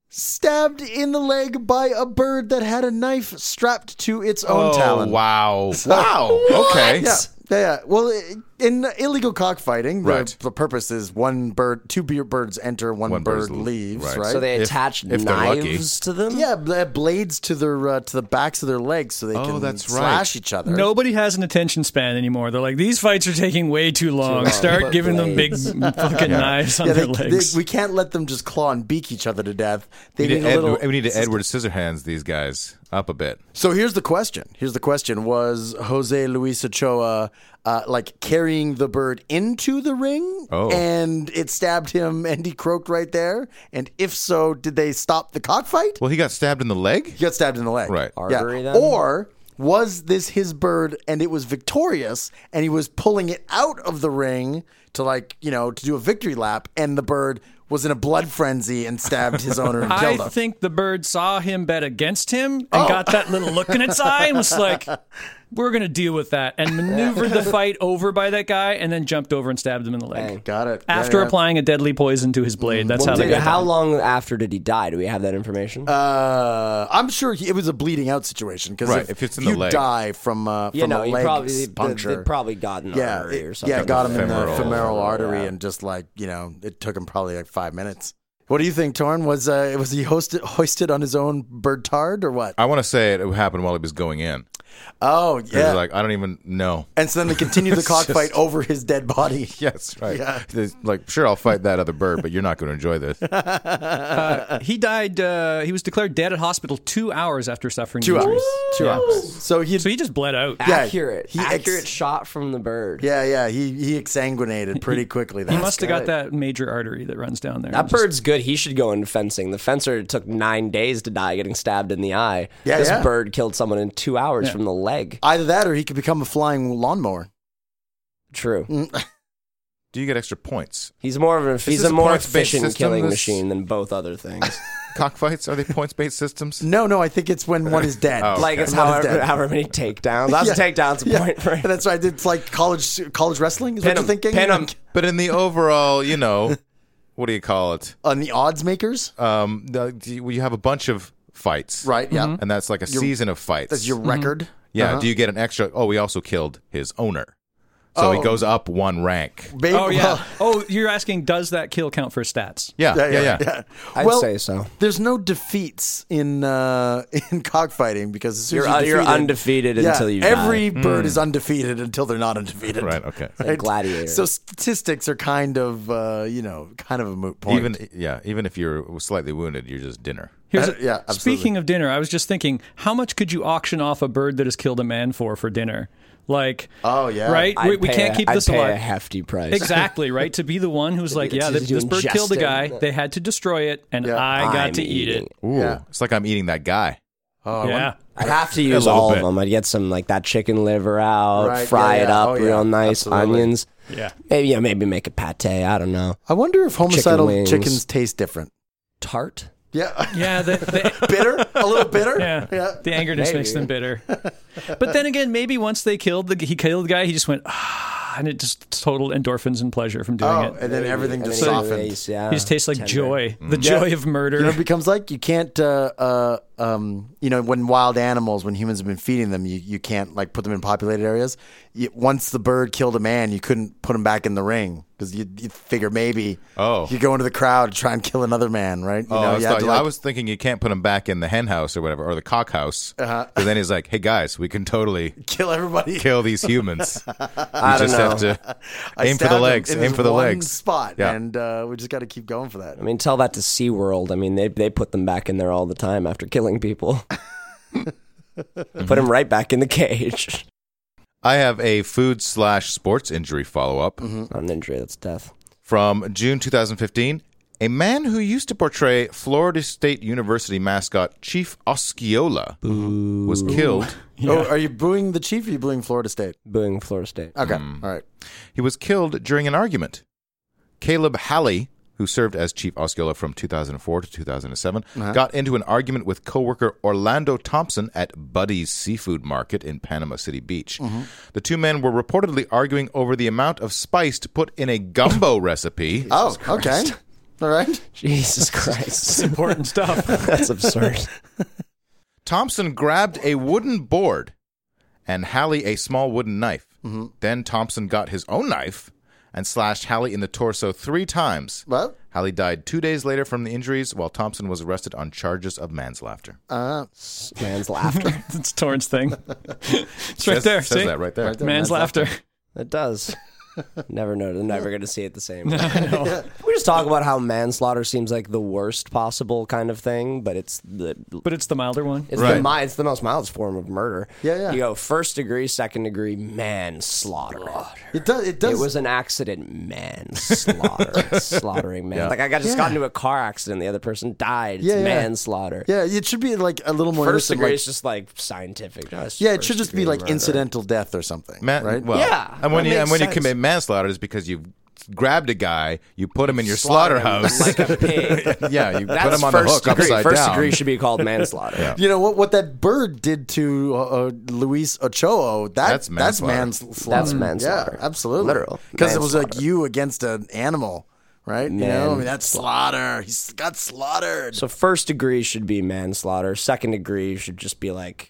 [SPEAKER 4] Stabbed in the leg by a bird that had a knife strapped to its own
[SPEAKER 1] oh,
[SPEAKER 4] talon.
[SPEAKER 1] wow. Wow. Okay.
[SPEAKER 4] Yeah, yeah, yeah. Well, i- in illegal cockfighting, the,
[SPEAKER 1] Right.
[SPEAKER 4] the purpose is one bird, two be- birds enter, one,
[SPEAKER 1] One
[SPEAKER 4] bird
[SPEAKER 1] bird's l-
[SPEAKER 4] leaves, right?
[SPEAKER 1] right.
[SPEAKER 3] So they
[SPEAKER 1] If-
[SPEAKER 3] attached
[SPEAKER 1] if they're lucky.
[SPEAKER 3] knives to them.
[SPEAKER 4] yeah, bl- blades to their uh, to the backs of their legs so they can
[SPEAKER 1] Oh, that's right.
[SPEAKER 4] slash each other.
[SPEAKER 2] Nobody has an attention span anymore. They're like, these fights are taking way too long. Start giving them big fucking knives on
[SPEAKER 4] Yeah,
[SPEAKER 2] their
[SPEAKER 4] they- they-
[SPEAKER 2] legs.
[SPEAKER 4] we can't let them just claw and beak each other to death. They
[SPEAKER 1] We need,
[SPEAKER 4] need,
[SPEAKER 1] to
[SPEAKER 4] a
[SPEAKER 1] Ed-
[SPEAKER 4] little.
[SPEAKER 1] we need to Edward Scissorhands these guys up a bit.
[SPEAKER 4] So here's the question. Here's the question: Was Jose Luis Ochoa uh, like carrying the bird into the ring,
[SPEAKER 1] Oh.
[SPEAKER 4] and it stabbed him, and he croaked right there? And if so, did they stop the cockfight?
[SPEAKER 1] Well, he got stabbed in the leg?
[SPEAKER 4] He got stabbed in the leg,
[SPEAKER 1] Right.
[SPEAKER 3] Artery
[SPEAKER 4] yeah.
[SPEAKER 3] then?
[SPEAKER 4] Or was this his bird, and it was victorious, and he was pulling it out of the ring to like you know to do a victory lap, and the bird was in a blood frenzy and stabbed his owner and
[SPEAKER 2] I
[SPEAKER 4] killed Oh. him.
[SPEAKER 2] think the bird saw him bet against him and got that little look in its eye and was like, "We're gonna deal with that," and maneuvered the fight over by that guy and then jumped over and stabbed him in the leg.
[SPEAKER 4] Got it. Yeah,
[SPEAKER 2] After
[SPEAKER 4] yeah.
[SPEAKER 2] applying a deadly poison to his blade, that's how they
[SPEAKER 3] Did-
[SPEAKER 2] got
[SPEAKER 3] how
[SPEAKER 2] down.
[SPEAKER 3] long after did he die? Do we have that information?
[SPEAKER 4] Uh, I'm sure he, it was a bleeding out situation because
[SPEAKER 1] Right,
[SPEAKER 4] if,
[SPEAKER 1] if it's in
[SPEAKER 4] you
[SPEAKER 1] the leg.
[SPEAKER 4] die from uh, from
[SPEAKER 3] you know,
[SPEAKER 4] a
[SPEAKER 3] he
[SPEAKER 4] leg
[SPEAKER 3] probably
[SPEAKER 4] s-
[SPEAKER 3] they,
[SPEAKER 4] puncture,
[SPEAKER 3] they probably got an
[SPEAKER 4] yeah,
[SPEAKER 3] artery
[SPEAKER 4] it-
[SPEAKER 3] or something.
[SPEAKER 4] yeah, got him in the
[SPEAKER 1] Femoral.
[SPEAKER 4] femoral artery
[SPEAKER 3] yeah.
[SPEAKER 4] and just like you know, it took him probably like five minutes. What do you think, Torn? Was uh, was he hosted, hoisted on his own bird tard or what?
[SPEAKER 1] I want to say it happened while he was going in.
[SPEAKER 4] Oh
[SPEAKER 1] He
[SPEAKER 4] yeah,
[SPEAKER 1] was like, I don't even know.
[SPEAKER 4] and so then they continued the cockfight over his dead body.
[SPEAKER 1] Yes, right.
[SPEAKER 4] Yeah.
[SPEAKER 1] There's- Like, sure, I'll fight that other bird, but you're not going to enjoy this.
[SPEAKER 2] He died. Uh, he was declared dead at hospital two hours after suffering
[SPEAKER 4] Two
[SPEAKER 2] the
[SPEAKER 4] hours.
[SPEAKER 2] injuries.
[SPEAKER 4] Two
[SPEAKER 2] Yeah.
[SPEAKER 4] hours. So he
[SPEAKER 2] So he just bled out.
[SPEAKER 4] Yeah,
[SPEAKER 3] accurate,
[SPEAKER 4] he ex-
[SPEAKER 3] accurate shot from the bird.
[SPEAKER 4] yeah yeah he he exsanguinated pretty quickly. That's
[SPEAKER 2] He must have got
[SPEAKER 4] good.
[SPEAKER 2] that major artery that runs down there.
[SPEAKER 3] That bird's good. He should go into fencing. The fencer took nine days to die, getting stabbed in the eye.
[SPEAKER 4] Yeah,
[SPEAKER 3] this
[SPEAKER 4] yeah.
[SPEAKER 3] bird killed someone in two hours from the leg.
[SPEAKER 4] Either that or he could become a flying lawnmower. Mm,
[SPEAKER 3] True.
[SPEAKER 1] Do you get extra points?
[SPEAKER 3] He's more of an, he's
[SPEAKER 1] this
[SPEAKER 3] a more
[SPEAKER 1] points-based
[SPEAKER 3] efficient
[SPEAKER 1] system?
[SPEAKER 3] killing
[SPEAKER 1] This-
[SPEAKER 3] machine than both other things.
[SPEAKER 1] Cockfights? Are they points based systems?
[SPEAKER 4] No, no, I think it's when one is dead.
[SPEAKER 1] Oh.
[SPEAKER 3] like
[SPEAKER 1] Okay.
[SPEAKER 3] it's
[SPEAKER 4] One is
[SPEAKER 3] however,
[SPEAKER 4] dead.
[SPEAKER 3] however many takedowns. That's a takedown's a point for
[SPEAKER 4] And That's right. It's like college college wrestling is
[SPEAKER 3] Pin
[SPEAKER 4] what
[SPEAKER 3] him.
[SPEAKER 4] you're thinking.
[SPEAKER 3] Pin him.
[SPEAKER 1] But in the overall, you know, what do you call it?
[SPEAKER 4] on the odds makers.
[SPEAKER 1] Um, the, do you, well, you have a bunch of fights,
[SPEAKER 4] Right, yeah. Mhm.
[SPEAKER 1] and that's like a season of fights.
[SPEAKER 4] That's your uh-huh. record.
[SPEAKER 1] mm-hmm. yeah. Do you get an extra? Oh, we also killed his owner, so
[SPEAKER 4] Oh.
[SPEAKER 1] he goes up one rank.
[SPEAKER 4] Ba-
[SPEAKER 2] Oh yeah.
[SPEAKER 4] well-
[SPEAKER 2] oh, you're asking, does that kill count for stats?
[SPEAKER 1] Yeah, yeah, yeah.
[SPEAKER 3] I'd
[SPEAKER 4] Well,
[SPEAKER 3] say so.
[SPEAKER 4] There's no defeats in uh, in cockfighting because as soon
[SPEAKER 3] You're,
[SPEAKER 4] as
[SPEAKER 3] un-
[SPEAKER 4] you're,
[SPEAKER 3] you're
[SPEAKER 4] defeated-
[SPEAKER 3] undefeated
[SPEAKER 4] Yeah,
[SPEAKER 3] until you
[SPEAKER 4] every
[SPEAKER 3] die.
[SPEAKER 4] bird is undefeated until they're not undefeated.
[SPEAKER 1] Mm. Right. Okay.
[SPEAKER 4] Right?
[SPEAKER 3] gladiator.
[SPEAKER 4] So statistics are kind of uh, you know kind of a moot point.
[SPEAKER 1] Even yeah, even if you're slightly wounded, you're just dinner.
[SPEAKER 2] Here's
[SPEAKER 4] Uh, yeah, absolutely.
[SPEAKER 2] Speaking of dinner, I was just thinking, how much could you auction off a bird that has killed a man for for dinner? Like,
[SPEAKER 4] Oh, yeah.
[SPEAKER 2] right?
[SPEAKER 3] I'd
[SPEAKER 2] We, we
[SPEAKER 3] pay
[SPEAKER 2] can't
[SPEAKER 3] a-
[SPEAKER 2] keep
[SPEAKER 3] I'd
[SPEAKER 2] this
[SPEAKER 3] pay a
[SPEAKER 2] alive.
[SPEAKER 3] hefty price.
[SPEAKER 2] Exactly right. To be the one who's like, yeah,
[SPEAKER 3] to
[SPEAKER 2] this,
[SPEAKER 3] do
[SPEAKER 2] this bird killed a
[SPEAKER 3] ingest
[SPEAKER 2] guy.
[SPEAKER 3] it.
[SPEAKER 2] They had to destroy it, and I got
[SPEAKER 3] I'm
[SPEAKER 2] to eat
[SPEAKER 3] eating
[SPEAKER 2] it.
[SPEAKER 1] Ooh,
[SPEAKER 4] Yeah.
[SPEAKER 1] it's like I'm eating that guy.
[SPEAKER 2] yeah.
[SPEAKER 3] I'd have to use
[SPEAKER 1] little
[SPEAKER 3] all
[SPEAKER 1] bit.
[SPEAKER 3] of them. I'd get some like that chicken liver out,
[SPEAKER 4] Right,
[SPEAKER 3] fry
[SPEAKER 4] yeah,
[SPEAKER 3] it
[SPEAKER 4] yeah.
[SPEAKER 3] up
[SPEAKER 4] Oh, yeah.
[SPEAKER 3] real nice,
[SPEAKER 4] Absolutely.
[SPEAKER 3] onions.
[SPEAKER 2] Yeah.
[SPEAKER 3] Maybe yeah, maybe make a pate. I don't know.
[SPEAKER 4] I wonder if homicidal
[SPEAKER 3] wings.
[SPEAKER 4] chickens taste different.
[SPEAKER 3] Tart.
[SPEAKER 4] Yeah.
[SPEAKER 2] Yeah, the, the,
[SPEAKER 4] bitter? A little bitter?
[SPEAKER 2] yeah, the anger just makes them bitter. But then again, maybe once they killed the he killed the guy, he just went ah, and it just total endorphins and pleasure from doing
[SPEAKER 4] Oh,
[SPEAKER 2] it.
[SPEAKER 4] and then everything
[SPEAKER 3] And
[SPEAKER 4] just
[SPEAKER 3] then you
[SPEAKER 4] softens.
[SPEAKER 3] erase, yeah.
[SPEAKER 2] He just tastes like joy, the
[SPEAKER 4] Yeah.
[SPEAKER 2] joy of murder.
[SPEAKER 4] You know, it becomes like you can't, uh, uh, um, you know, when wild animals, when humans have been feeding them, you, you can't like put them in populated areas. You, once the bird killed a man, you couldn't put him back in the ring because you, you figure maybe
[SPEAKER 1] Oh.
[SPEAKER 4] you go into the crowd to try and kill another man, right? You
[SPEAKER 1] Oh, I,
[SPEAKER 4] you
[SPEAKER 1] was
[SPEAKER 4] had
[SPEAKER 1] thought-
[SPEAKER 4] to, like-
[SPEAKER 1] I was thinking you can't put him back in the hen house or whatever, or the cock house.
[SPEAKER 4] Uh-huh.
[SPEAKER 1] uh then he's like, hey, guys, we can totally
[SPEAKER 4] kill everybody.
[SPEAKER 1] kill these humans. You
[SPEAKER 3] I don't
[SPEAKER 1] just
[SPEAKER 3] know.
[SPEAKER 1] have to
[SPEAKER 4] I
[SPEAKER 1] aim for
[SPEAKER 4] stabbed
[SPEAKER 1] the
[SPEAKER 4] him
[SPEAKER 1] legs,
[SPEAKER 4] in
[SPEAKER 1] aim
[SPEAKER 4] this
[SPEAKER 1] for the
[SPEAKER 4] one
[SPEAKER 1] legs.
[SPEAKER 4] Spot,
[SPEAKER 1] Yeah.
[SPEAKER 4] and uh, we just got to keep going for that. Oh,
[SPEAKER 3] I mean, tell that to SeaWorld. I mean, they they put them back in there all the time after killing people. put them right back in the cage.
[SPEAKER 1] I have a food slash sports injury follow up
[SPEAKER 4] Mm-hmm.
[SPEAKER 3] Not an injury. That's death.
[SPEAKER 1] from June 2015. A man who used to portray Florida State University mascot Chief Osceola was killed.
[SPEAKER 4] Oh, are you booing the chief? Or are you booing Florida State?
[SPEAKER 3] Booing Florida State.
[SPEAKER 4] Okay,
[SPEAKER 1] Hmm.
[SPEAKER 4] all right.
[SPEAKER 1] He was killed during an argument. Caleb Halley, who served as Chief Osceola from 2004 to 2007, got into an argument with coworker Orlando Thompson at Buddy's Seafood Market in Panama City Beach. The two men were reportedly arguing over the amount of spice to put in a gumbo recipe.
[SPEAKER 4] Oh, okay. All right.
[SPEAKER 3] Jesus Christ.
[SPEAKER 2] Important stuff.
[SPEAKER 3] that's absurd.
[SPEAKER 1] Thompson grabbed a wooden board and Halley a small wooden knife. Then Thompson got his own knife and slashed Halley in the torso three times.
[SPEAKER 4] Well,
[SPEAKER 1] Halley died two days later from the injuries, while Thompson was arrested on charges of manslaughter.
[SPEAKER 3] Man's laughter.
[SPEAKER 2] it's Torrance thing. It's right
[SPEAKER 1] Says-
[SPEAKER 2] there.
[SPEAKER 1] says
[SPEAKER 2] see?
[SPEAKER 1] that right there.
[SPEAKER 4] Right there.
[SPEAKER 2] Man's
[SPEAKER 4] Man's laughter.
[SPEAKER 2] laughter.
[SPEAKER 3] It does. Never know. Never going to see it the same. We just talk about how manslaughter seems like the worst possible kind of thing, but it's the
[SPEAKER 2] But it's the milder one.
[SPEAKER 3] it's the
[SPEAKER 1] Right.
[SPEAKER 3] mi- it's the most mild form of murder.
[SPEAKER 4] Yeah, yeah.
[SPEAKER 3] You go first degree, second degree manslaughter.
[SPEAKER 4] it does. It
[SPEAKER 3] It
[SPEAKER 4] does.
[SPEAKER 3] was an accident, manslaughter, slaughtering man. Like I got just got into a car accident, the other person died. It's
[SPEAKER 4] Yeah, yeah.
[SPEAKER 3] manslaughter.
[SPEAKER 4] yeah, it should be like a little more
[SPEAKER 3] First
[SPEAKER 4] innocent,
[SPEAKER 3] degree
[SPEAKER 4] like-
[SPEAKER 3] is just like scientific. No, it's
[SPEAKER 4] Yeah, it
[SPEAKER 3] first
[SPEAKER 4] should just be
[SPEAKER 3] degree
[SPEAKER 4] like
[SPEAKER 3] murder.
[SPEAKER 4] incidental death or something.
[SPEAKER 1] Man,
[SPEAKER 4] right?
[SPEAKER 1] Well,
[SPEAKER 3] Yeah,
[SPEAKER 1] and when
[SPEAKER 3] that
[SPEAKER 1] you and
[SPEAKER 3] makes
[SPEAKER 1] when you
[SPEAKER 3] sense.
[SPEAKER 1] commit manslaughter is because you grabbed a guy, you put him in your
[SPEAKER 3] Slaughter him
[SPEAKER 1] slaughterhouse.
[SPEAKER 3] like a pig.
[SPEAKER 1] yeah, you
[SPEAKER 3] That's
[SPEAKER 1] put him on the
[SPEAKER 3] first
[SPEAKER 1] hook
[SPEAKER 3] degree.
[SPEAKER 1] upside
[SPEAKER 3] first
[SPEAKER 1] down.
[SPEAKER 3] degree should be called manslaughter.
[SPEAKER 4] you know what? What that bird did to uh, uh, Luis Ochoa? That,
[SPEAKER 1] That's
[SPEAKER 4] that's
[SPEAKER 1] manslaughter.
[SPEAKER 4] manslaughter. Mm,
[SPEAKER 3] That's manslaughter.
[SPEAKER 4] Yeah, absolutely.
[SPEAKER 3] Literal
[SPEAKER 4] Because it was like
[SPEAKER 3] manslaughter.
[SPEAKER 4] you against an animal, right? You know, I mean that's slaughter. He s- got slaughtered.
[SPEAKER 3] So first degree should be manslaughter. Second degree should just be like,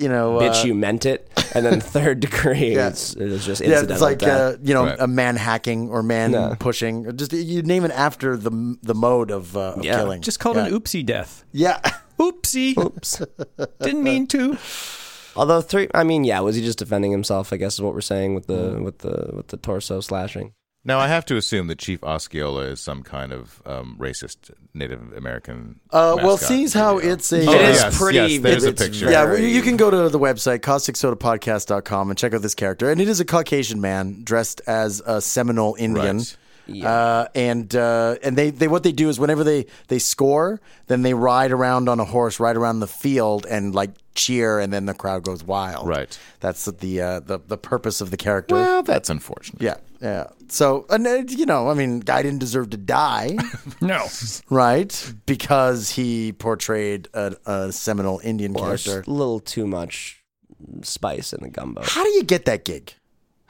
[SPEAKER 4] you know,
[SPEAKER 3] bitch,
[SPEAKER 4] uh,
[SPEAKER 3] you meant it. And then third degree,
[SPEAKER 4] Yeah.
[SPEAKER 3] it's, it's just
[SPEAKER 4] Yeah,
[SPEAKER 3] incidental
[SPEAKER 4] it's like
[SPEAKER 3] death.
[SPEAKER 4] uh, you know
[SPEAKER 1] Right.
[SPEAKER 4] a man hacking or man
[SPEAKER 3] No.
[SPEAKER 4] pushing, or just you name it after the the mode of, uh, of
[SPEAKER 3] Yeah.
[SPEAKER 4] killing.
[SPEAKER 2] Just called
[SPEAKER 4] yeah.
[SPEAKER 2] an oopsie death.
[SPEAKER 4] Yeah.
[SPEAKER 2] Oopsie.
[SPEAKER 3] Oops.
[SPEAKER 2] Didn't mean to.
[SPEAKER 3] Although three, I mean, yeah, was he just defending himself? I guess is what we're saying with
[SPEAKER 4] Mm.
[SPEAKER 3] the with the with the torso slashing.
[SPEAKER 1] Now I have to assume that Chief Osceola is some kind of um, racist Native American.
[SPEAKER 4] Uh, well,
[SPEAKER 1] mascot.
[SPEAKER 4] seeing as how it's a uh,
[SPEAKER 1] Oh,
[SPEAKER 3] It is
[SPEAKER 1] yes,
[SPEAKER 3] pretty-
[SPEAKER 1] Yes, there's a
[SPEAKER 3] it's
[SPEAKER 1] picture.
[SPEAKER 3] very-
[SPEAKER 4] Yeah, well, you can go to the website, causticsodapodcast.com, and check out this character. And it is a Caucasian man dressed as a Seminole Indian.
[SPEAKER 1] Right.
[SPEAKER 4] Uh, and uh, and they, they what they do is whenever they, they score, then they ride around on a horse, ride around the field, and like cheer, and then the crowd goes wild.
[SPEAKER 1] Right.
[SPEAKER 4] That's the uh, the, the purpose of the character.
[SPEAKER 1] Well, that's unfortunate.
[SPEAKER 4] yeah, yeah. So and uh, you know, I mean, guy didn't deserve to die,
[SPEAKER 2] No.
[SPEAKER 4] right? Because he portrayed a, a Seminole Indian
[SPEAKER 3] There's
[SPEAKER 4] character.
[SPEAKER 3] a little too much spice in the gumbo.
[SPEAKER 4] How do you get that gig?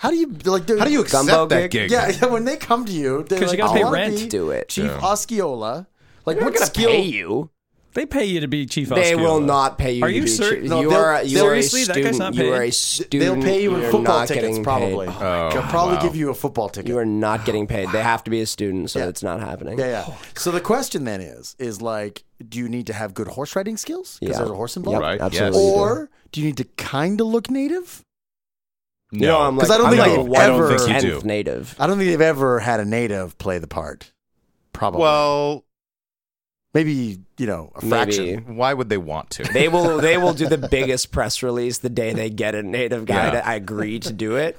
[SPEAKER 4] How do you like?
[SPEAKER 1] How do you accept
[SPEAKER 3] Gumbo
[SPEAKER 1] that
[SPEAKER 3] gig?
[SPEAKER 1] gig?
[SPEAKER 4] Yeah, yeah, when they come to you, they're
[SPEAKER 2] 'Cause
[SPEAKER 4] like,
[SPEAKER 2] you gotta
[SPEAKER 4] "I
[SPEAKER 2] pay
[SPEAKER 4] wanna
[SPEAKER 2] rent.
[SPEAKER 4] be
[SPEAKER 3] Do it.
[SPEAKER 4] Chief
[SPEAKER 1] Yeah.
[SPEAKER 4] Osceola. Like,
[SPEAKER 3] They're
[SPEAKER 4] what
[SPEAKER 3] not gonna
[SPEAKER 4] skill?
[SPEAKER 3] pay you.
[SPEAKER 2] They pay you to be chief.
[SPEAKER 3] They
[SPEAKER 2] Osceola.
[SPEAKER 3] will not pay you.
[SPEAKER 2] Are
[SPEAKER 3] to
[SPEAKER 2] you
[SPEAKER 3] be
[SPEAKER 2] ser-
[SPEAKER 3] chi-
[SPEAKER 2] no,
[SPEAKER 3] you
[SPEAKER 4] they'll-
[SPEAKER 3] are a- you are a
[SPEAKER 2] seriously? That guy's
[SPEAKER 3] student.
[SPEAKER 2] not
[SPEAKER 3] You are
[SPEAKER 2] paying?
[SPEAKER 3] a
[SPEAKER 2] They'll
[SPEAKER 3] student.
[SPEAKER 4] They'll pay you in
[SPEAKER 3] You're
[SPEAKER 4] football
[SPEAKER 3] not
[SPEAKER 4] tickets,
[SPEAKER 3] getting
[SPEAKER 4] probably.
[SPEAKER 3] paid. Oh,
[SPEAKER 4] They'll probably give you a football ticket.
[SPEAKER 3] You are not getting paid. They have to be a student, so
[SPEAKER 4] Yeah.
[SPEAKER 3] it's not happening.
[SPEAKER 4] yeah, yeah. so the question then is, is like, do you need to have good horse riding skills because
[SPEAKER 3] Yeah.
[SPEAKER 4] there's a horse involved,
[SPEAKER 1] Right,
[SPEAKER 3] Absolutely.
[SPEAKER 1] yes.
[SPEAKER 4] or do you need to kind of look native?
[SPEAKER 1] No,
[SPEAKER 3] you know, I'm like,
[SPEAKER 4] 'Cause I don't
[SPEAKER 3] I'm
[SPEAKER 4] think
[SPEAKER 3] like
[SPEAKER 4] they've
[SPEAKER 3] one
[SPEAKER 1] I don't
[SPEAKER 4] ever-
[SPEAKER 1] think you do.
[SPEAKER 3] tenth native.
[SPEAKER 4] I don't think they've ever had a native play the part. Probably.
[SPEAKER 1] Well,
[SPEAKER 4] maybe you know a fraction.
[SPEAKER 3] Maybe
[SPEAKER 1] why would they want to?
[SPEAKER 3] they will. They will do the biggest press release the day they get a native guy
[SPEAKER 1] Yeah.
[SPEAKER 3] to I agree to do it.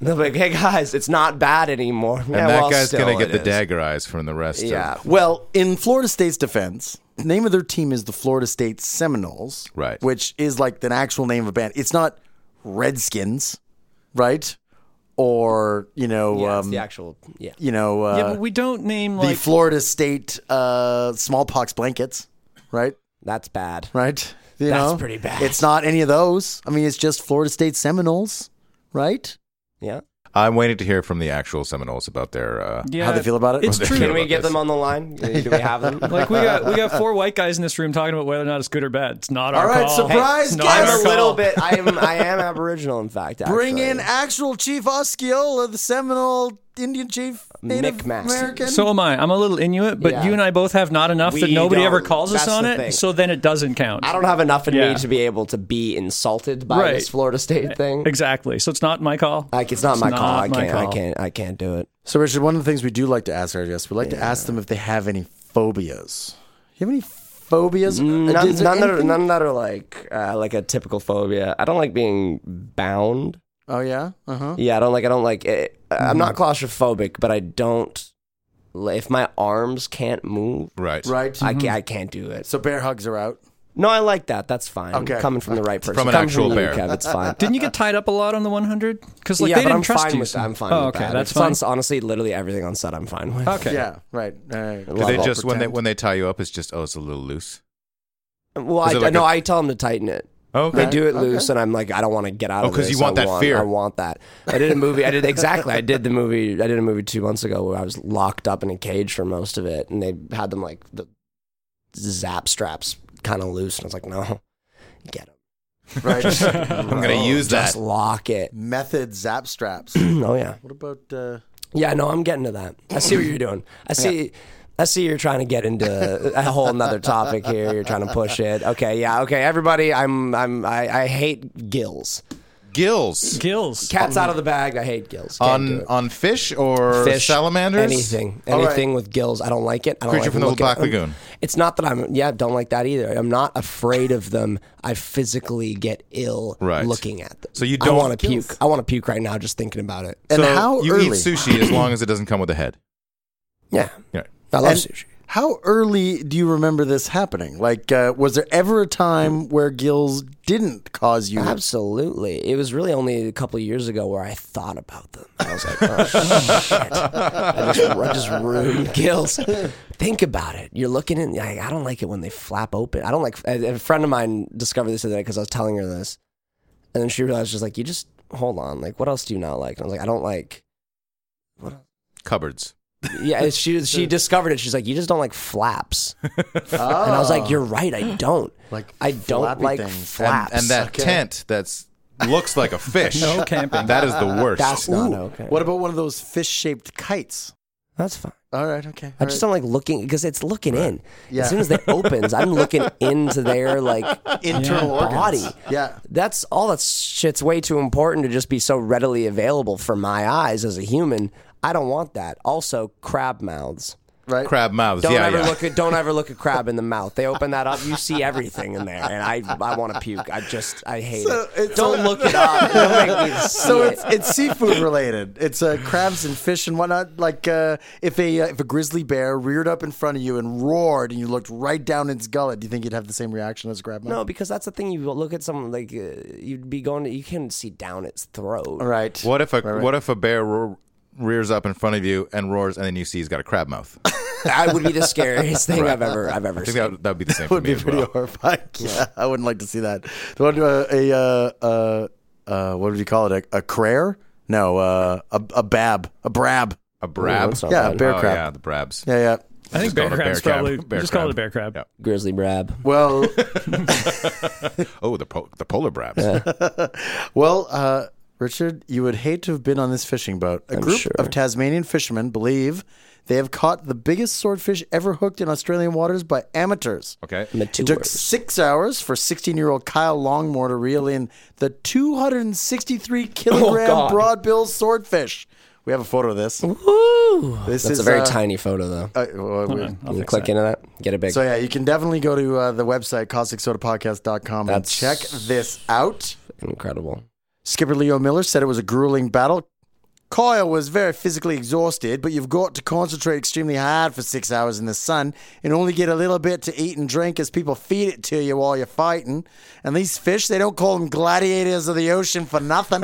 [SPEAKER 3] They'll be like, "Hey guys, it's not bad anymore."
[SPEAKER 1] and that guy's gonna get the dagger eyes from the rest.
[SPEAKER 3] Yeah,
[SPEAKER 1] Of,
[SPEAKER 4] Well, in Florida State's defense, name of their team is the Florida State Seminoles,
[SPEAKER 1] Right.
[SPEAKER 4] Which is like an actual name of a band. It's not Redskins, right? Or you know,
[SPEAKER 3] Yeah, it's
[SPEAKER 4] um,
[SPEAKER 3] the actual. Yeah.
[SPEAKER 4] you know, uh,
[SPEAKER 2] yeah, but we don't name
[SPEAKER 4] the
[SPEAKER 2] like
[SPEAKER 4] Florida State uh, smallpox blankets, right?
[SPEAKER 3] That's bad.
[SPEAKER 4] Right. You
[SPEAKER 3] That's
[SPEAKER 4] know?
[SPEAKER 3] pretty bad.
[SPEAKER 4] It's not any of those. I mean, it's just Florida State Seminoles, right?
[SPEAKER 3] Yeah.
[SPEAKER 1] I'm waiting to hear from the actual Seminoles about their. Uh,
[SPEAKER 2] yeah,
[SPEAKER 4] how they feel about it?
[SPEAKER 2] It's
[SPEAKER 1] Well,
[SPEAKER 2] true.
[SPEAKER 1] they
[SPEAKER 3] Can we
[SPEAKER 1] about
[SPEAKER 3] get
[SPEAKER 1] this.
[SPEAKER 3] them on the line? Do we have them?
[SPEAKER 2] Like we got we got four white guys in this room talking about whether or not it's good or bad. It's not our
[SPEAKER 4] All right,
[SPEAKER 2] call.
[SPEAKER 4] surprise
[SPEAKER 2] It's not
[SPEAKER 4] guest!
[SPEAKER 2] our
[SPEAKER 3] I'm a
[SPEAKER 2] call.
[SPEAKER 3] little bit. I am. I am Aboriginal. In fact, actually.
[SPEAKER 4] Bring in actual Chief Osceola, the Seminole Indian Chief, Native
[SPEAKER 3] Micmac.
[SPEAKER 4] American.
[SPEAKER 2] So am I. I'm a little Inuit, but
[SPEAKER 3] Yeah.
[SPEAKER 2] you and I both have not enough that
[SPEAKER 3] We
[SPEAKER 2] nobody
[SPEAKER 3] don't.
[SPEAKER 2] ever calls us
[SPEAKER 3] That's
[SPEAKER 2] on
[SPEAKER 3] the
[SPEAKER 2] it.
[SPEAKER 3] thing.
[SPEAKER 2] So then it doesn't count.
[SPEAKER 3] I don't have enough in
[SPEAKER 2] Yeah.
[SPEAKER 3] me to be able to be insulted by
[SPEAKER 2] Right.
[SPEAKER 3] this Florida State thing.
[SPEAKER 2] exactly. So it's not my call.
[SPEAKER 3] Like it's not my call.
[SPEAKER 2] not
[SPEAKER 3] I
[SPEAKER 2] my
[SPEAKER 3] can't.
[SPEAKER 2] call.
[SPEAKER 3] I can't. I can't do it.
[SPEAKER 4] So, Richard, one of the things we do like to ask our guests, we like to ask them if they have any phobias. You have any phobias? Uh,
[SPEAKER 3] Mm, None,
[SPEAKER 4] is there
[SPEAKER 3] none, that are,
[SPEAKER 4] anything-
[SPEAKER 3] none that are like uh, like a typical phobia. I don't like being bound.
[SPEAKER 4] Oh yeah. Uh huh.
[SPEAKER 3] Yeah, I don't like. I don't like. It.
[SPEAKER 4] Mm-hmm.
[SPEAKER 3] I'm not claustrophobic, but I don't. li- If my arms can't move,
[SPEAKER 1] Right.
[SPEAKER 4] Right.
[SPEAKER 3] I can't. I can't do it.
[SPEAKER 4] so bear hugs are out.
[SPEAKER 3] No, I like that. That's fine.
[SPEAKER 4] Okay.
[SPEAKER 3] coming from the right person.
[SPEAKER 1] From an
[SPEAKER 3] Coming
[SPEAKER 1] actual
[SPEAKER 3] you,
[SPEAKER 1] bear.
[SPEAKER 3] Kev, it's fine.
[SPEAKER 2] Didn't you get tied up a lot on the 100? Because like
[SPEAKER 3] yeah,
[SPEAKER 2] they
[SPEAKER 3] but
[SPEAKER 2] didn't
[SPEAKER 3] I'm
[SPEAKER 2] trust
[SPEAKER 3] fine
[SPEAKER 2] you.
[SPEAKER 3] with
[SPEAKER 2] so-
[SPEAKER 3] that. I'm fine.
[SPEAKER 2] Oh,
[SPEAKER 3] with
[SPEAKER 2] okay,
[SPEAKER 3] that.
[SPEAKER 2] that's
[SPEAKER 3] It's on-
[SPEAKER 2] fine.
[SPEAKER 3] honestly, literally everything on set, I'm fine
[SPEAKER 1] Uh,
[SPEAKER 3] with.
[SPEAKER 2] Okay.
[SPEAKER 4] Yeah. Right. All right.
[SPEAKER 1] Do they
[SPEAKER 3] Love, I'll
[SPEAKER 1] just when they
[SPEAKER 4] pretend.
[SPEAKER 1] when they tie you up? It's just oh, it's a little loose.
[SPEAKER 3] Well, I,
[SPEAKER 1] Is it like
[SPEAKER 3] no,
[SPEAKER 1] a-
[SPEAKER 3] I tell them to tighten it.
[SPEAKER 1] Okay.
[SPEAKER 3] They do it loose, and I'm like, I don't want to get out
[SPEAKER 1] Oh,
[SPEAKER 3] of
[SPEAKER 1] 'cause
[SPEAKER 3] this.
[SPEAKER 1] you want
[SPEAKER 3] I
[SPEAKER 1] that fear.
[SPEAKER 3] I want that. I did a movie. I did exactly. I did the movie. I did a movie two months ago where I was locked up in a cage for most of it, and they had them like the zap straps kind of loose, and I was like, no, get them.
[SPEAKER 4] Right.
[SPEAKER 1] I'm gonna use that.
[SPEAKER 3] Just lock it.
[SPEAKER 4] Method zap straps.
[SPEAKER 3] Oh yeah.
[SPEAKER 4] What about? Uh,
[SPEAKER 3] Yeah, no, I'm getting to that. I see what you're doing. I see. I see you're trying to get into a whole nother topic here. You're trying to push it. Okay, yeah, okay, everybody. I'm, I'm, I, I hate gills.
[SPEAKER 1] Gills
[SPEAKER 2] Gills.
[SPEAKER 3] Cat's out of the bag. I hate gills. Can't do
[SPEAKER 1] on
[SPEAKER 3] it.
[SPEAKER 1] on fish or
[SPEAKER 3] fish,
[SPEAKER 1] salamanders.
[SPEAKER 3] anything,
[SPEAKER 4] right.
[SPEAKER 3] anything with gills. I don't like it. I don't
[SPEAKER 1] Creature
[SPEAKER 3] like
[SPEAKER 1] from the
[SPEAKER 3] looking
[SPEAKER 1] Black
[SPEAKER 3] at them.
[SPEAKER 1] Lagoon.
[SPEAKER 3] It's not that I'm yeah, don't like that either. I'm not afraid of them. I physically get ill
[SPEAKER 1] Right.
[SPEAKER 3] looking at them.
[SPEAKER 1] So you
[SPEAKER 3] I
[SPEAKER 1] don't-
[SPEAKER 3] want to puke. I want to puke right now just thinking about it.
[SPEAKER 4] and
[SPEAKER 1] so
[SPEAKER 4] how
[SPEAKER 1] you
[SPEAKER 4] early?
[SPEAKER 1] eat sushi as long as it doesn't come with a head.
[SPEAKER 3] Yeah,
[SPEAKER 1] Yeah.
[SPEAKER 3] I love
[SPEAKER 4] And
[SPEAKER 3] sushi.
[SPEAKER 4] How early do you remember this happening? Like, uh, was there ever a time where gills didn't cause you?
[SPEAKER 3] Absolutely. It was really only a couple years ago where I thought about them. I was like, oh, shit. I just, I just ruined gills. Think about it. You're looking in, like, I don't like it when they flap open. I don't like, a, a friend of mine discovered this the other day because I was telling her this. And then she realized, she's like, you just, hold on. Like, what else do you not like? And I was like, I don't like,
[SPEAKER 1] Cupboards.
[SPEAKER 3] yeah, and she, she discovered it. She's like, you just don't like flaps.
[SPEAKER 4] Oh.
[SPEAKER 3] And I was like, you're right. I don't.
[SPEAKER 4] Like
[SPEAKER 3] I don't
[SPEAKER 4] flappy
[SPEAKER 3] like
[SPEAKER 4] things. And-
[SPEAKER 1] And,
[SPEAKER 3] flaps.
[SPEAKER 1] and that tent that's looks like a fish.
[SPEAKER 2] No camping.
[SPEAKER 1] That is the worst.
[SPEAKER 3] That's not
[SPEAKER 4] Ooh,
[SPEAKER 3] okay.
[SPEAKER 4] What about one of those fish-shaped kites?
[SPEAKER 3] That's fine.
[SPEAKER 4] All right, okay.
[SPEAKER 3] I just don't like looking because it's looking in.
[SPEAKER 4] Yeah.
[SPEAKER 3] As soon as it opens, I'm looking into their like
[SPEAKER 4] internal organs.
[SPEAKER 3] body.
[SPEAKER 4] Yeah.
[SPEAKER 3] That's all that shit's way too important to just be so readily available for my eyes as a human. I don't want that. Also, crab mouths.
[SPEAKER 4] Right.
[SPEAKER 1] crab mouths.
[SPEAKER 3] Don't
[SPEAKER 1] yeah,
[SPEAKER 3] ever
[SPEAKER 1] yeah.
[SPEAKER 3] look at don't ever look a crab in the mouth. They open that up, you see everything in there, and I I want to puke. I just I hate
[SPEAKER 4] So
[SPEAKER 3] it.
[SPEAKER 4] it's-
[SPEAKER 3] Don't look it up. Don't make me see
[SPEAKER 4] So
[SPEAKER 3] it.
[SPEAKER 4] it's it's seafood related. It's uh, crabs and fish and whatnot. Like uh, if a uh, if a grizzly bear reared up in front of you and roared, and you looked right down its gullet, do you think you'd have the same reaction as a crab? mouth?
[SPEAKER 3] No, because that's the thing. You look at someone like uh, you'd be going. To, you can't see down its throat.
[SPEAKER 4] Right.
[SPEAKER 1] What if a what if a bear roar, rears up in front of you and roars, and then you see he's got a crab mouth? I
[SPEAKER 3] I would be the scariest thing I've ever I've ever
[SPEAKER 1] think
[SPEAKER 3] seen.
[SPEAKER 1] that that would be the same.
[SPEAKER 4] would
[SPEAKER 1] for me
[SPEAKER 4] be
[SPEAKER 1] as
[SPEAKER 4] pretty
[SPEAKER 1] well.
[SPEAKER 4] horrifying. Yeah. I wouldn't like to see that. The one uh, a uh, uh, uh, what would you call it? A, a crayer? No, uh, a a bab, a brab.
[SPEAKER 1] A brab.
[SPEAKER 3] that's not
[SPEAKER 4] Yeah, a
[SPEAKER 3] bad.
[SPEAKER 4] bear
[SPEAKER 1] oh,
[SPEAKER 4] crab.
[SPEAKER 1] yeah, the brabs.
[SPEAKER 4] Yeah, yeah.
[SPEAKER 2] I think
[SPEAKER 1] Just call
[SPEAKER 2] bear
[SPEAKER 1] it a bear
[SPEAKER 2] crab's
[SPEAKER 1] crab.
[SPEAKER 2] probably
[SPEAKER 1] Bear
[SPEAKER 2] just call it a
[SPEAKER 1] crab.
[SPEAKER 2] bear crab.
[SPEAKER 1] Yeah.
[SPEAKER 3] Grizzly Brab.
[SPEAKER 4] Well,
[SPEAKER 1] Oh, the po- the polar brabs.
[SPEAKER 4] well, uh, Richard, you would hate to have been on this fishing boat. A group
[SPEAKER 3] sure.
[SPEAKER 4] of Tasmanian fishermen believe they have caught the biggest swordfish ever hooked in Australian waters by amateurs.
[SPEAKER 1] Okay.
[SPEAKER 4] It
[SPEAKER 3] Mature.
[SPEAKER 4] took six hours for 16 year old Kyle Longmore to reel in the 263 kilogram
[SPEAKER 3] Oh, God.
[SPEAKER 4] broadbill swordfish. We have a photo of this.
[SPEAKER 3] Ooh,
[SPEAKER 4] This
[SPEAKER 3] that's
[SPEAKER 4] is,
[SPEAKER 3] a very
[SPEAKER 4] uh,
[SPEAKER 3] tiny photo though.
[SPEAKER 4] Uh, well, we-
[SPEAKER 2] I'll
[SPEAKER 3] Can you
[SPEAKER 2] fix
[SPEAKER 3] click
[SPEAKER 2] that.
[SPEAKER 3] into that? Get it big.
[SPEAKER 4] so, yeah, you can definitely go to uh, the website, causticsodapodcast.com, and
[SPEAKER 3] That's-
[SPEAKER 4] check this out.
[SPEAKER 3] Incredible.
[SPEAKER 4] Skipper Leo Miller said it was a grueling battle. Kyle was very physically exhausted, but you've got to concentrate extremely hard for six hours in the sun and only get a little bit to eat and drink as people feed it to you while you're fighting. And these fish, they don't call them gladiators of the ocean for nothing.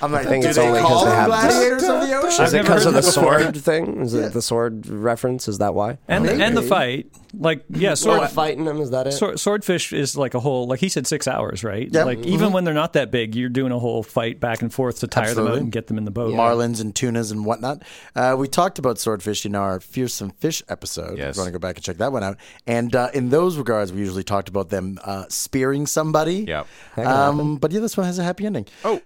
[SPEAKER 4] I'm like,
[SPEAKER 3] think
[SPEAKER 4] do
[SPEAKER 3] it's
[SPEAKER 4] they
[SPEAKER 3] only 'cause
[SPEAKER 4] call
[SPEAKER 3] they
[SPEAKER 4] them
[SPEAKER 3] have
[SPEAKER 4] gladiators of the ocean?
[SPEAKER 3] Is it
[SPEAKER 2] never
[SPEAKER 3] because
[SPEAKER 2] heard
[SPEAKER 3] of the
[SPEAKER 2] that before.
[SPEAKER 3] sword thing? Is it the sword reference? Is that why?
[SPEAKER 2] and and the fight, like yeah,
[SPEAKER 3] Sword
[SPEAKER 2] sword,
[SPEAKER 3] fighting him? Is that it?
[SPEAKER 2] sword swordfish is like a whole like he said six hours, right?
[SPEAKER 4] Yeah.
[SPEAKER 2] Like even when they're not that big, you're doing a whole fight back and forth to tire them
[SPEAKER 4] Absolutely.
[SPEAKER 2] out and get them in the boat.
[SPEAKER 4] marlins and tunas and whatnot. Uh, we talked about swordfish in our fearsome fish episode.
[SPEAKER 1] Yes.
[SPEAKER 4] If you want to go back and check that one out. And uh, in those regards, we usually talked about them uh, spearing somebody.
[SPEAKER 1] Yeah.
[SPEAKER 4] Um, but yeah, this one has a happy ending. Oh.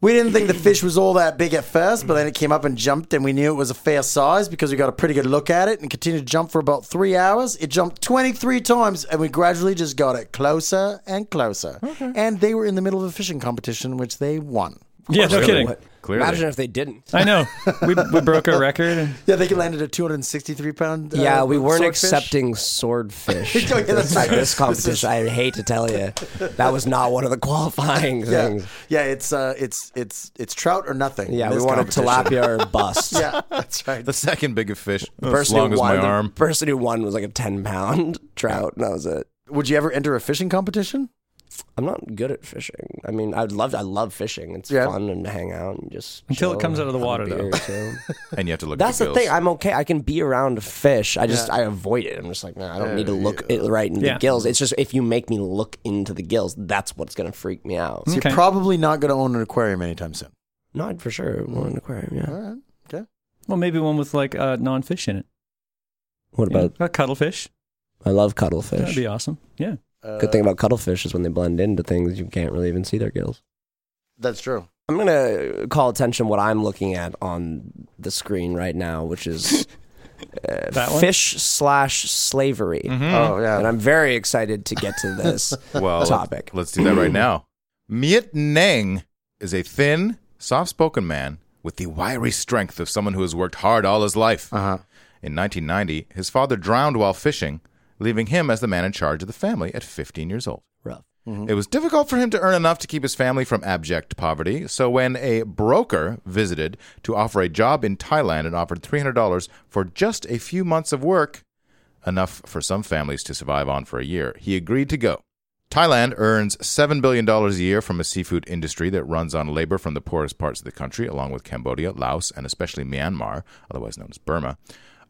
[SPEAKER 4] We didn't think the fish was all that big at first, but then it came up and jumped, and we knew it was a fair size because we got a pretty good look at it and continued to jump for about three hours. It jumped 23 times, and we gradually just got it closer and closer. And they were in the middle of a fishing competition, which they won.
[SPEAKER 2] Yeah, no kidding.
[SPEAKER 3] What?
[SPEAKER 1] Clearly.
[SPEAKER 3] Imagine if they didn't.
[SPEAKER 2] I know. We, we broke a record. And,
[SPEAKER 4] Yeah, they landed a 263 pound. uh,
[SPEAKER 3] Yeah, we weren't
[SPEAKER 4] swordfish.
[SPEAKER 3] accepting swordfish.
[SPEAKER 4] Oh, yeah, that's
[SPEAKER 3] This-
[SPEAKER 4] right. This
[SPEAKER 3] This
[SPEAKER 4] is-
[SPEAKER 3] competition, I hate to tell you, that was not one of the qualifying
[SPEAKER 4] Yeah,
[SPEAKER 3] things.
[SPEAKER 4] yeah, it's uh, it's it's it's trout or nothing.
[SPEAKER 3] Yeah,
[SPEAKER 4] in
[SPEAKER 3] we
[SPEAKER 4] this
[SPEAKER 3] wanted
[SPEAKER 4] competition.
[SPEAKER 3] tilapia or bust.
[SPEAKER 4] Yeah, that's right.
[SPEAKER 1] the second biggest fish, as
[SPEAKER 3] Person who
[SPEAKER 1] long as my
[SPEAKER 3] won- the
[SPEAKER 1] arm.
[SPEAKER 3] person who won was like a ten pound trout, and that was it.
[SPEAKER 4] Would you ever enter a fishing competition?
[SPEAKER 3] I'm not good at fishing. I mean, I'd love I love fishing. It's
[SPEAKER 4] Yeah.
[SPEAKER 3] fun and to hang out and just
[SPEAKER 2] Until it
[SPEAKER 3] chill
[SPEAKER 2] comes out
[SPEAKER 3] and
[SPEAKER 2] of the
[SPEAKER 3] have a
[SPEAKER 2] water, though.
[SPEAKER 3] beer or two.
[SPEAKER 1] And you have to look
[SPEAKER 3] That's
[SPEAKER 1] at
[SPEAKER 3] the
[SPEAKER 1] gills.
[SPEAKER 3] thing. I'm okay. I can be around fish. I just I avoid it. I'm just like, nah, I don't need to look it right into
[SPEAKER 2] Yeah.
[SPEAKER 3] the gills. It's just if you make me look into the gills, that's what's gonna freak me out.
[SPEAKER 1] Hmm.
[SPEAKER 2] okay.
[SPEAKER 4] Probably not going to own an aquarium anytime soon.
[SPEAKER 3] No, I'd for sure want
[SPEAKER 1] Hmm.
[SPEAKER 3] an aquarium. Yeah.
[SPEAKER 4] All right. Okay.
[SPEAKER 2] well, maybe one with like uh, non-fish in it.
[SPEAKER 3] What about?
[SPEAKER 2] a cuttlefish?
[SPEAKER 3] I love
[SPEAKER 2] That'd
[SPEAKER 3] cuttlefish.
[SPEAKER 2] be awesome. Yeah.
[SPEAKER 4] Uh,
[SPEAKER 3] Good thing about cuttlefish is when they blend into things, you can't really even see their gills.
[SPEAKER 4] That's true.
[SPEAKER 3] I'm gonna call attention what I'm looking at on the screen right now, which is uh,
[SPEAKER 2] That one?
[SPEAKER 3] fish slash slavery,
[SPEAKER 4] Oh yeah.
[SPEAKER 3] and I'm very excited to get to this.
[SPEAKER 1] well, let-
[SPEAKER 3] topic.
[SPEAKER 1] Let's do that right now. Miet Neng is a thin, soft spoken man with the wiry strength of someone who has worked hard all his life.
[SPEAKER 4] Uh-huh.
[SPEAKER 1] In 1990, his father drowned while fishing, leaving him as the man in charge of the family at 15 years old.
[SPEAKER 3] Rough.
[SPEAKER 1] Mm-hmm. It was difficult for him to earn enough to keep his family from abject poverty, so when a broker visited to offer a job in Thailand and offered $300 for just a few months of work, enough for some families to survive on for a year, he agreed to go. Thailand earns $7 billion a year from a seafood industry that runs on labor from the poorest parts of the country, along with Cambodia, Laos, and especially Myanmar, otherwise known as Burma.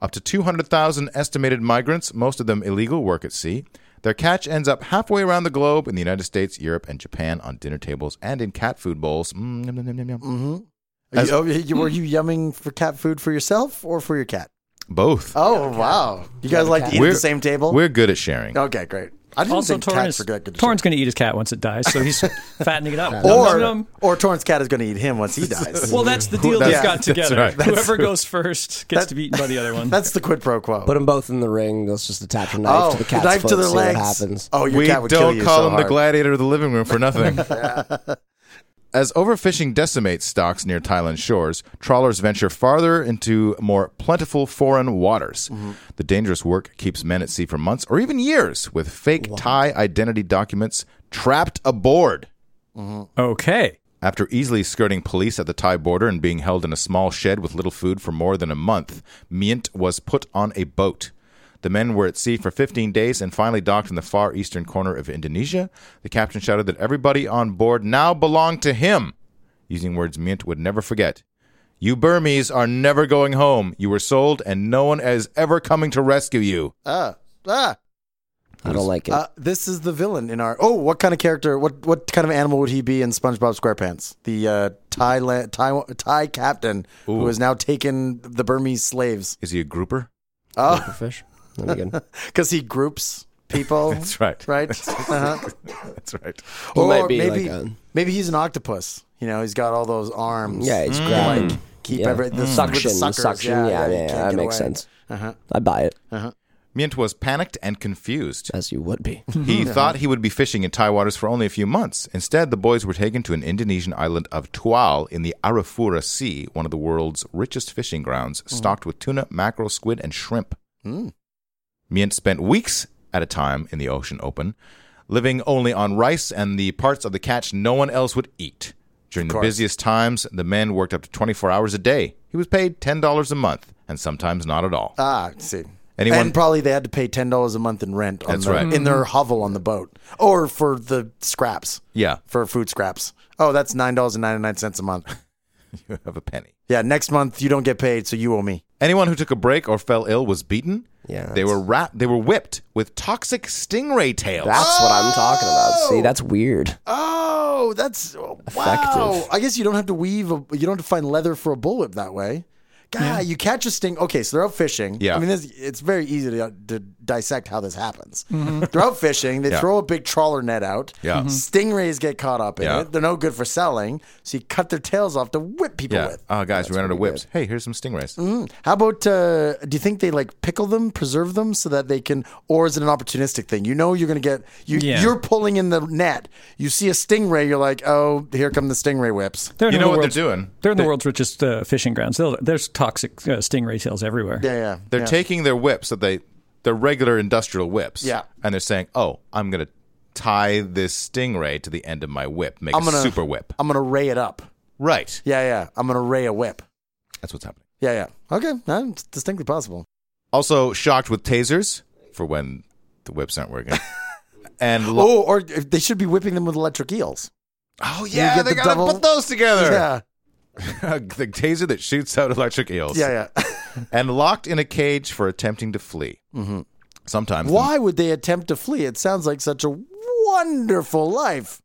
[SPEAKER 1] Up to 200,000 estimated migrants, most of them illegal, work at sea. Their catch ends up halfway around the globe in the United States, Europe, and Japan on dinner tables and in cat food bowls. Mm, yum, yum, yum, yum, yum.
[SPEAKER 4] Are
[SPEAKER 1] As-
[SPEAKER 4] you, oh, you-
[SPEAKER 3] Hmm.
[SPEAKER 4] were you yumming for cat food for yourself or for your cat?
[SPEAKER 1] Both.
[SPEAKER 4] Oh wow! You guys like to eat at
[SPEAKER 1] We're-
[SPEAKER 4] the same table?
[SPEAKER 1] We're good at sharing.
[SPEAKER 4] okay, great. I didn't
[SPEAKER 2] Also,
[SPEAKER 4] think cats
[SPEAKER 2] Torrin's,
[SPEAKER 4] were that good. to
[SPEAKER 2] Torrin's going to eat his cat once it dies, so he's fattening it up.
[SPEAKER 4] share.
[SPEAKER 2] Nom,
[SPEAKER 4] or
[SPEAKER 2] nom, nom.
[SPEAKER 4] or Torrin's cat is going to eat him once he dies.
[SPEAKER 2] Well, that's the deal
[SPEAKER 1] that's- yeah,
[SPEAKER 2] they've got
[SPEAKER 1] that's
[SPEAKER 2] together.
[SPEAKER 1] right. That's
[SPEAKER 2] Whoever goes first gets to be eaten by the other one.
[SPEAKER 4] that's the quid pro quo.
[SPEAKER 3] Put them both in the ring. Let's just attach a knife to the cat's
[SPEAKER 4] Oh, knife
[SPEAKER 3] foot.
[SPEAKER 4] to their
[SPEAKER 3] see
[SPEAKER 4] legs.
[SPEAKER 3] what happens.
[SPEAKER 4] Oh, your
[SPEAKER 1] we
[SPEAKER 4] cat would
[SPEAKER 1] don't
[SPEAKER 4] kill you
[SPEAKER 1] call
[SPEAKER 4] so
[SPEAKER 1] him the
[SPEAKER 4] hard.
[SPEAKER 1] gladiator of the living room for nothing. As overfishing decimates stocks near Thailand shores, trawlers venture farther into more plentiful foreign waters.
[SPEAKER 4] Mm-hmm.
[SPEAKER 1] The dangerous work keeps men at sea for months or even years with fake Thai identity documents trapped aboard.
[SPEAKER 2] okay.
[SPEAKER 1] After easily skirting police at the Thai border and being held in a small shed with little food for more than a month, Mient was put on a boat. The men were at sea for 15 days and finally docked in the far eastern corner of Indonesia. The captain shouted that everybody on board now belonged to him, using words Mient would never forget. You Burmese are never going home. You were sold, and no one is ever coming to rescue you.
[SPEAKER 4] Ah, ah.
[SPEAKER 3] I don't like it.
[SPEAKER 4] Uh, this is the villain in our. Oh, what kind of character? What what kind of animal would he be in SpongeBob SquarePants? The uh, Thai, la- Thai Thai captain who has now taken the Burmese slaves.
[SPEAKER 1] Is he a grouper?
[SPEAKER 4] Oh,
[SPEAKER 3] fish. That'd be good.
[SPEAKER 4] because he groups people.
[SPEAKER 1] That's right.
[SPEAKER 4] Right. Uh-huh.
[SPEAKER 1] That's right.
[SPEAKER 3] He
[SPEAKER 4] or
[SPEAKER 3] might be
[SPEAKER 4] maybe
[SPEAKER 3] like a-
[SPEAKER 4] maybe he's an octopus. You know, he's got all those arms.
[SPEAKER 3] Yeah, it's
[SPEAKER 4] to,
[SPEAKER 3] grab.
[SPEAKER 4] Like Mm. keep
[SPEAKER 3] Yeah. Mm.
[SPEAKER 4] every the with the
[SPEAKER 3] Suction,
[SPEAKER 4] suckers.
[SPEAKER 3] suction. Yeah, yeah,
[SPEAKER 4] you can't
[SPEAKER 3] that
[SPEAKER 4] get
[SPEAKER 3] makes
[SPEAKER 4] away.
[SPEAKER 3] sense.
[SPEAKER 4] Uh-huh.
[SPEAKER 3] I buy it,
[SPEAKER 1] Mient was panicked and confused.
[SPEAKER 3] as you would be.
[SPEAKER 1] He thought he would be fishing in Thai waters for only a few months. Instead, the boys were taken to an Indonesian island of Tual in the Arafura Sea, one of the world's richest fishing grounds, stocked with tuna, mackerel, squid, and shrimp. Mient spent weeks at a time in the ocean open, living only on rice and the parts of the catch no one else would eat. During the busiest times, the man worked up to 24 hours a day. He was paid $10 a month, and sometimes not at all.
[SPEAKER 4] Ah, see.
[SPEAKER 1] Anyone-
[SPEAKER 4] and probably they had to pay ten dollars a month in rent. On
[SPEAKER 1] That's
[SPEAKER 4] the-
[SPEAKER 1] right.
[SPEAKER 4] in their hovel on the boat, or for the scraps.
[SPEAKER 1] Yeah.
[SPEAKER 4] for food scraps. Oh, that's nine dollars and ninety nine cents a month.
[SPEAKER 1] you have a penny.
[SPEAKER 4] Yeah, next month you don't get paid, so you owe me.
[SPEAKER 1] Anyone who took a break or fell ill was beaten.
[SPEAKER 3] Yeah,
[SPEAKER 1] They
[SPEAKER 3] that's-
[SPEAKER 1] were rat- they were whipped with toxic stingray tails.
[SPEAKER 3] That's what I'm talking about. See, that's weird.
[SPEAKER 4] Oh, that's wow!
[SPEAKER 3] Effective.
[SPEAKER 4] I guess you don't have to weave. A, you don't have to find leather for a bullet that way. God, you catch a sting. Okay, so they're out fishing.
[SPEAKER 1] Yeah.
[SPEAKER 4] I mean, this, it's very easy to, to dissect how this happens. They're out fishing. They
[SPEAKER 1] Mm-hmm. Yeah.
[SPEAKER 4] throw a big trawler net out. Mm-hmm.
[SPEAKER 1] Yeah. Mhm.
[SPEAKER 4] Stingrays get caught up in
[SPEAKER 1] Yeah.
[SPEAKER 4] it. They're no good for selling, so you cut their tails off to whip people
[SPEAKER 1] yeah.
[SPEAKER 4] with.
[SPEAKER 1] Oh, guys, we ran out of whips. Hey, here's some stingrays.
[SPEAKER 2] Mm-hmm.
[SPEAKER 4] How about uh, do you think they like pickle them, preserve them so that they can or is it an opportunistic thing? You know you're gonna get you
[SPEAKER 2] Yeah.
[SPEAKER 4] you're pulling in the net. You see a stingray, you're like, Oh, here come the stingray whips.
[SPEAKER 2] They're in
[SPEAKER 1] You
[SPEAKER 2] the
[SPEAKER 1] know what they're
[SPEAKER 2] world's-
[SPEAKER 1] doing?
[SPEAKER 2] They're in the world's richest uh, fishing grounds. They'll, there's toxic uh, stingray tails everywhere.
[SPEAKER 4] Yeah, yeah.
[SPEAKER 1] They're
[SPEAKER 4] yeah.
[SPEAKER 1] taking their whips that they their regular industrial whips.
[SPEAKER 4] Yeah.
[SPEAKER 1] And they're saying, "Oh, I'm going to tie this stingray to the end of my whip, make
[SPEAKER 4] I'm
[SPEAKER 1] a
[SPEAKER 4] gonna
[SPEAKER 1] super whip."
[SPEAKER 4] I'm gonna ray it up.
[SPEAKER 1] right.
[SPEAKER 4] Yeah, yeah. I'm gonna ray a whip.
[SPEAKER 1] That's what's happening.
[SPEAKER 4] Yeah, yeah. Okay. That's distinctly possible.
[SPEAKER 1] Also shocked with tasers for when the whips aren't working. and lo-
[SPEAKER 4] Oh, or they should be whipping them with electric eels.
[SPEAKER 1] oh
[SPEAKER 4] get the double-
[SPEAKER 1] those together.
[SPEAKER 4] Yeah.
[SPEAKER 1] the taser that shoots out electric eels.
[SPEAKER 4] Yeah, yeah.
[SPEAKER 1] and locked in a cage for attempting to flee. Mm-hmm. Sometimes, the-
[SPEAKER 4] Why would they attempt to flee? It sounds like such a wonderful life.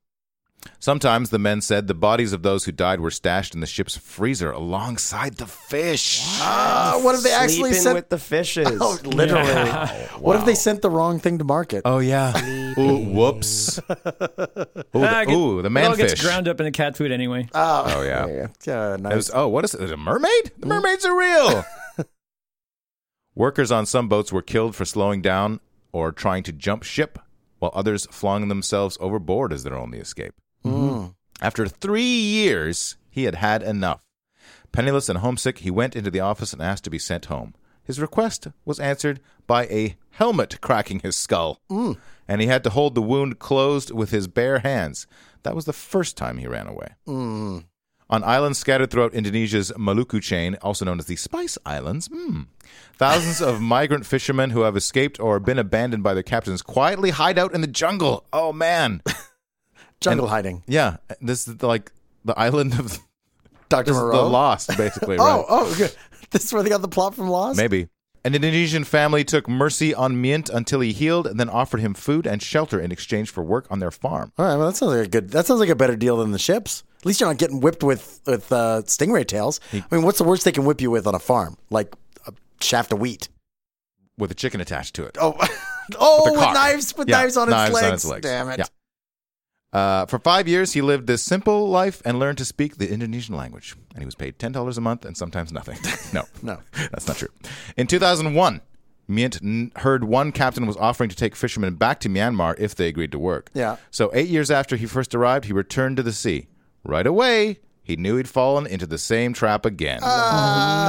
[SPEAKER 1] sometimes the men said the bodies of those who died were stashed in the ship's freezer alongside the fish.
[SPEAKER 4] Uh, what if they actually
[SPEAKER 3] Sleeping
[SPEAKER 4] sent
[SPEAKER 3] with the fishes.
[SPEAKER 4] Oh, literally. What if they sent the wrong thing to market?
[SPEAKER 1] Oh yeah. Ooh, whoops. Ooh,
[SPEAKER 2] Ah,
[SPEAKER 1] the,
[SPEAKER 2] it get-
[SPEAKER 1] ooh, the
[SPEAKER 2] It all
[SPEAKER 1] man
[SPEAKER 2] gets
[SPEAKER 1] fish.
[SPEAKER 2] ground up in the cat food anyway.
[SPEAKER 1] Oh yeah.
[SPEAKER 4] Yeah,
[SPEAKER 1] It
[SPEAKER 4] nice.
[SPEAKER 1] was, oh, what is it? Is it a mermaid? The mermaids are real. Workers on some boats were killed for slowing down or trying to jump ship, while others flung themselves overboard as their only escape. After three years, he had had enough. Penniless and homesick, he went into the office and asked to be sent home. His request was answered by a helmet cracking his skull, and he had to hold the wound closed with his bare hands. That was the first time he ran away. On islands scattered throughout Indonesia's Maluku chain, also known as the Spice Islands, hmm, thousands of migrant fishermen who have escaped or been abandoned by their captains quietly hide out in the jungle. Oh man,
[SPEAKER 4] Jungle hiding.
[SPEAKER 1] yeah, this is like the island of this
[SPEAKER 4] Dr.
[SPEAKER 1] is the
[SPEAKER 4] Moreau.
[SPEAKER 1] lost, basically.
[SPEAKER 4] Oh,
[SPEAKER 1] right?
[SPEAKER 4] oh, good. This is where they got the plot from Lost?
[SPEAKER 1] maybe. An Indonesian family took mercy on Mint until he healed, and then offered him food and shelter in exchange for work on their farm.
[SPEAKER 4] All right, well, that sounds like a good, that sounds like a better deal than the ships. At least you're not getting whipped with, with uh, stingray tails. I mean, what's the worst they can whip you with on a farm? Like a shaft of wheat.
[SPEAKER 1] with a chicken attached to it.
[SPEAKER 4] Oh, oh
[SPEAKER 1] With
[SPEAKER 4] with,
[SPEAKER 1] a cock.
[SPEAKER 4] knives, with
[SPEAKER 1] Yeah,
[SPEAKER 4] knives, on,
[SPEAKER 1] knives
[SPEAKER 4] its
[SPEAKER 1] on
[SPEAKER 4] legs.
[SPEAKER 1] its legs.
[SPEAKER 4] Damn it.
[SPEAKER 1] Yeah. Uh, for five years, he lived this simple life and learned to speak the Indonesian language. And he was paid $10 a month and sometimes nothing. no,
[SPEAKER 4] No.
[SPEAKER 1] that's not true. In 2001, Mint n- heard one captain was offering to take fishermen back to Myanmar if they agreed to work.
[SPEAKER 4] Yeah.
[SPEAKER 1] So, eight years after he first arrived, he returned to the sea. Right away, he knew he'd fallen into the same trap again.
[SPEAKER 4] Ah,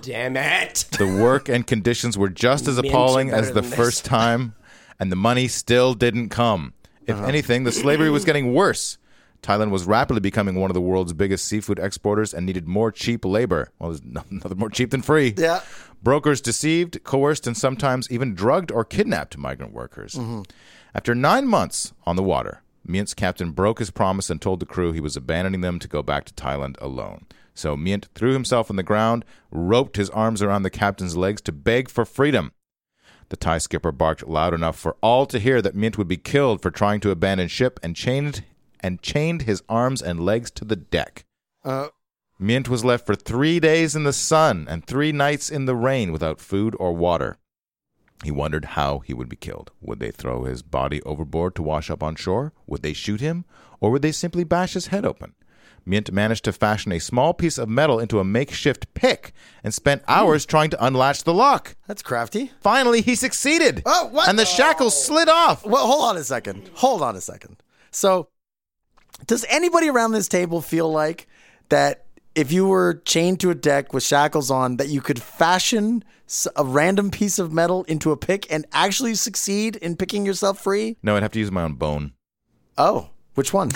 [SPEAKER 3] Damn it.
[SPEAKER 1] The work and conditions were just as
[SPEAKER 3] are
[SPEAKER 1] appalling
[SPEAKER 3] better
[SPEAKER 1] as the
[SPEAKER 3] than this.
[SPEAKER 1] first time, and the money still didn't come. If
[SPEAKER 3] Uh-huh.
[SPEAKER 1] anything, the slavery was getting worse. Thailand was rapidly becoming one of the world's biggest seafood exporters and needed more cheap labor. Well, there's no- nothing more cheap than free.
[SPEAKER 4] Yeah.
[SPEAKER 1] Brokers deceived, coerced, and sometimes even drugged or kidnapped migrant workers. After nine months on the water, Mint's captain broke his promise and told the crew he was abandoning them to go back to Thailand alone. So Mint threw himself on the ground, roped his arms around the captain's legs to beg for freedom. The Thai skipper barked loud enough for all to hear that Mint would be killed for trying to abandon ship and chained and chained his arms and legs to the deck.
[SPEAKER 4] Uh,
[SPEAKER 1] Mint was left for three days in the sun and three nights in the rain without food or water. He wondered how he would be killed. Would they throw his body overboard to wash up on shore? Would they shoot him? Or would they simply bash his head open? Mint managed to fashion a small piece of metal into a makeshift pick and spent
[SPEAKER 4] Hmm.
[SPEAKER 1] hours trying to unlatch the lock.
[SPEAKER 4] that's crafty.
[SPEAKER 1] Finally, he succeeded.
[SPEAKER 4] Oh, what?
[SPEAKER 1] And the shackles slid off.
[SPEAKER 4] Well, hold on a second. Hold on a second. So, does anybody around this table feel like that if you were chained to a deck with shackles on, that you could fashion s- a random piece of metal into a pick and actually succeed in picking yourself free?
[SPEAKER 1] No, I'd have to use my own bone.
[SPEAKER 4] Oh, which one?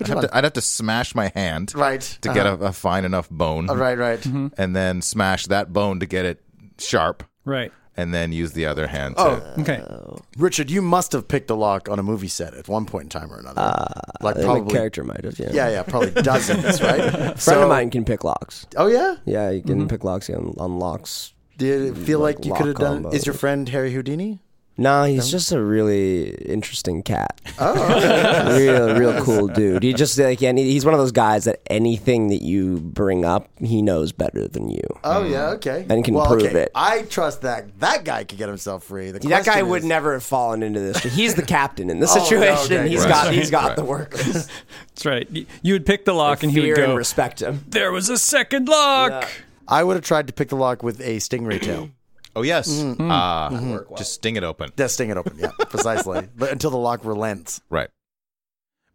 [SPEAKER 1] I'd have, to, I'd have to smash my hand
[SPEAKER 4] Right.
[SPEAKER 1] to get a, Mm-hmm. a fine enough bone,
[SPEAKER 4] Uh-huh. Right, right.
[SPEAKER 1] and then smash that bone to get it sharp,
[SPEAKER 2] Right.
[SPEAKER 1] and then use the other hand. to,
[SPEAKER 2] Okay.
[SPEAKER 4] Oh, Richard, you must have picked a lock on a movie set at one point in time or another. like
[SPEAKER 3] The
[SPEAKER 4] probably.
[SPEAKER 3] Uh, character might have. Yeah.
[SPEAKER 4] Yeah, yeah, probably dozens, right?
[SPEAKER 3] A friend of mine can pick locks.
[SPEAKER 4] Oh yeah.
[SPEAKER 3] Yeah, you can pick locks on, on locks.
[SPEAKER 4] Do you feel like,
[SPEAKER 3] Like
[SPEAKER 4] you
[SPEAKER 3] lock
[SPEAKER 4] could have done?
[SPEAKER 3] combo.
[SPEAKER 4] Is your friend Harry Houdini?
[SPEAKER 3] No, he's just a really interesting cat. Oh, real, real cool dude. He just like yeah, he's one of those guys that anything that you bring up, he knows better than you.
[SPEAKER 4] Oh yeah, okay.
[SPEAKER 3] And Mm. can
[SPEAKER 4] well,
[SPEAKER 3] prove
[SPEAKER 4] okay.
[SPEAKER 3] it.
[SPEAKER 4] I trust that that guy could get himself free. The
[SPEAKER 3] that guy
[SPEAKER 4] question
[SPEAKER 3] would
[SPEAKER 4] is-
[SPEAKER 3] never have fallen into this. He's the captain in this
[SPEAKER 4] Oh, no,
[SPEAKER 3] situation.
[SPEAKER 4] okay,
[SPEAKER 3] He's
[SPEAKER 4] right.
[SPEAKER 3] got he's got
[SPEAKER 1] Right.
[SPEAKER 3] the workers.
[SPEAKER 2] That's right. Y- You would pick the lock and he
[SPEAKER 3] Fear
[SPEAKER 2] would go,
[SPEAKER 3] and respect him.
[SPEAKER 2] there was a second lock.
[SPEAKER 4] I would have tried to pick the lock with a stingray tail.
[SPEAKER 1] oh yes, Ah, just sting it open.
[SPEAKER 4] Just sting it open. Yeah, precisely. But until the lock relents.
[SPEAKER 1] Right.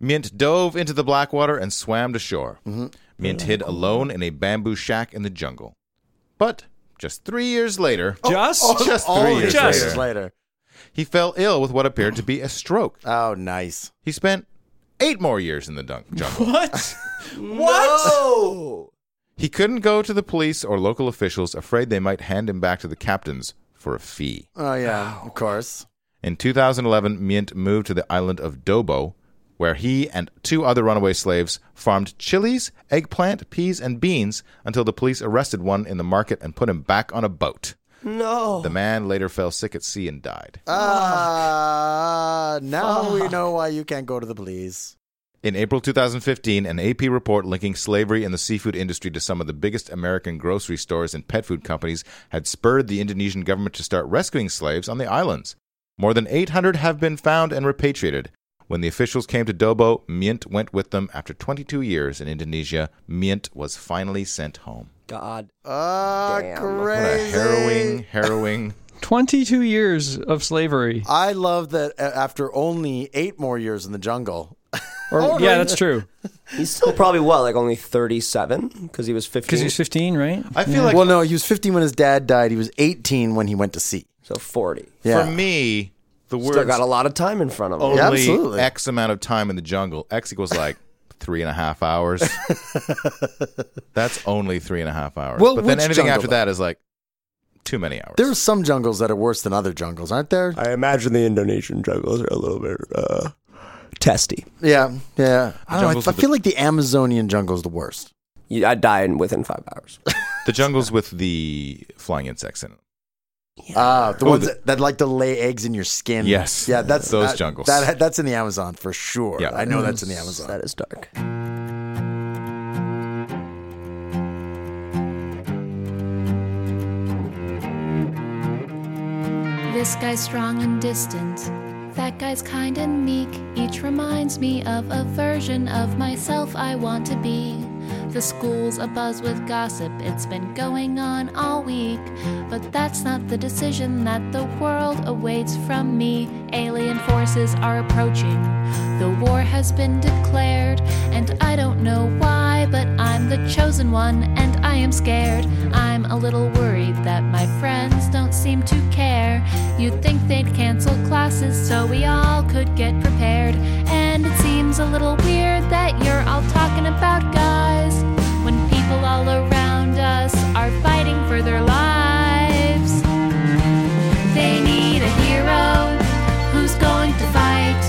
[SPEAKER 1] Mint dove into the black water and swam to shore. Mint hid alone in a bamboo shack in the jungle. But just three years later,
[SPEAKER 2] Just?
[SPEAKER 1] just
[SPEAKER 4] All
[SPEAKER 1] three years
[SPEAKER 4] these
[SPEAKER 2] Oh, Just-
[SPEAKER 4] years
[SPEAKER 1] later,
[SPEAKER 4] later.
[SPEAKER 1] he fell ill with what appeared to be a stroke.
[SPEAKER 4] Oh, nice.
[SPEAKER 1] He spent eight more years in the dun- jungle.
[SPEAKER 2] What?
[SPEAKER 3] What?
[SPEAKER 1] He couldn't go to the police or local officials, afraid they might hand him back to the captains for a fee.
[SPEAKER 4] Oh yeah, of course.
[SPEAKER 1] In 2011, Mint moved to the island of Dobo, where he and two other runaway slaves farmed chilies, eggplant, peas, and beans until the police arrested one in the market and put him back on a boat.
[SPEAKER 3] No.
[SPEAKER 1] The man later fell sick at sea and died.
[SPEAKER 4] Uh, now we know why you can't go to the police.
[SPEAKER 1] In April 2015, an AP report linking slavery in the seafood industry to some of the biggest American grocery stores and pet food companies had spurred the Indonesian government to start rescuing slaves on the islands. More than 800 have been found and repatriated. When the officials came to Dobo, Mint went with them. After 22 years in Indonesia, Mint was finally sent home.
[SPEAKER 3] God.
[SPEAKER 4] Ah,
[SPEAKER 3] Damn.
[SPEAKER 1] What a
[SPEAKER 4] crazy.
[SPEAKER 1] harrowing, harrowing.
[SPEAKER 2] 22 years of slavery.
[SPEAKER 4] I love that uh, after only eight more years in the jungle.
[SPEAKER 2] Or, yeah, that's true.
[SPEAKER 3] He's still probably what, like only thirty-seven because he was fifteen.
[SPEAKER 2] Because he's 15, right?
[SPEAKER 1] I feel like
[SPEAKER 4] well, no, he was 15 when his dad died. He was 18 when he went to sea.
[SPEAKER 3] so forty.
[SPEAKER 4] Yeah.
[SPEAKER 1] for me, the
[SPEAKER 3] Still
[SPEAKER 1] word
[SPEAKER 3] got a lot of time in front of him.
[SPEAKER 1] only
[SPEAKER 4] Yeah, absolutely.
[SPEAKER 1] X amount of time in the jungle. X equals like three and a half hours. That's only three and a half hours.
[SPEAKER 4] Well,
[SPEAKER 1] but then
[SPEAKER 4] which
[SPEAKER 1] anything
[SPEAKER 4] jungle,
[SPEAKER 1] after that is like too many hours.
[SPEAKER 4] There are some jungles that are worse than other jungles, aren't there?
[SPEAKER 3] I imagine the Indonesian jungles are a little bit uh, testy.
[SPEAKER 4] Yeah, yeah. I, don't
[SPEAKER 1] jungles
[SPEAKER 4] know, I, I
[SPEAKER 1] with the-
[SPEAKER 4] feel like the Amazonian jungle is the worst.
[SPEAKER 3] You, I'd die in, within five hours.
[SPEAKER 1] the jungles with the flying insects in them.
[SPEAKER 4] Ah, the
[SPEAKER 1] Oh,
[SPEAKER 4] ones
[SPEAKER 1] the-
[SPEAKER 4] that, that like to lay eggs in your skin.
[SPEAKER 1] Yes.
[SPEAKER 4] yeah, that's
[SPEAKER 1] Those
[SPEAKER 4] that-
[SPEAKER 1] jungles.
[SPEAKER 4] That, that's in the Amazon for sure.
[SPEAKER 1] Yeah.
[SPEAKER 4] I know that's in the Amazon.
[SPEAKER 3] that is dark.
[SPEAKER 5] This guy's strong and distant. That guy's kind and meek. Each reminds me of a version of myself I want to be. The school's abuzz with gossip, it's been going on all week. But that's not the decision that the world awaits from me. Alien forces are approaching. The war has been declared, and I don't know why, but I'm the chosen one, and I am scared. I'm a little worried that my friends don't seem to care. You'd think they'd cancel classes so we all could get prepared. And it seems a little weird that you're all talking about guys when people all around us are fighting for their lives. They need a hero who's going to fight.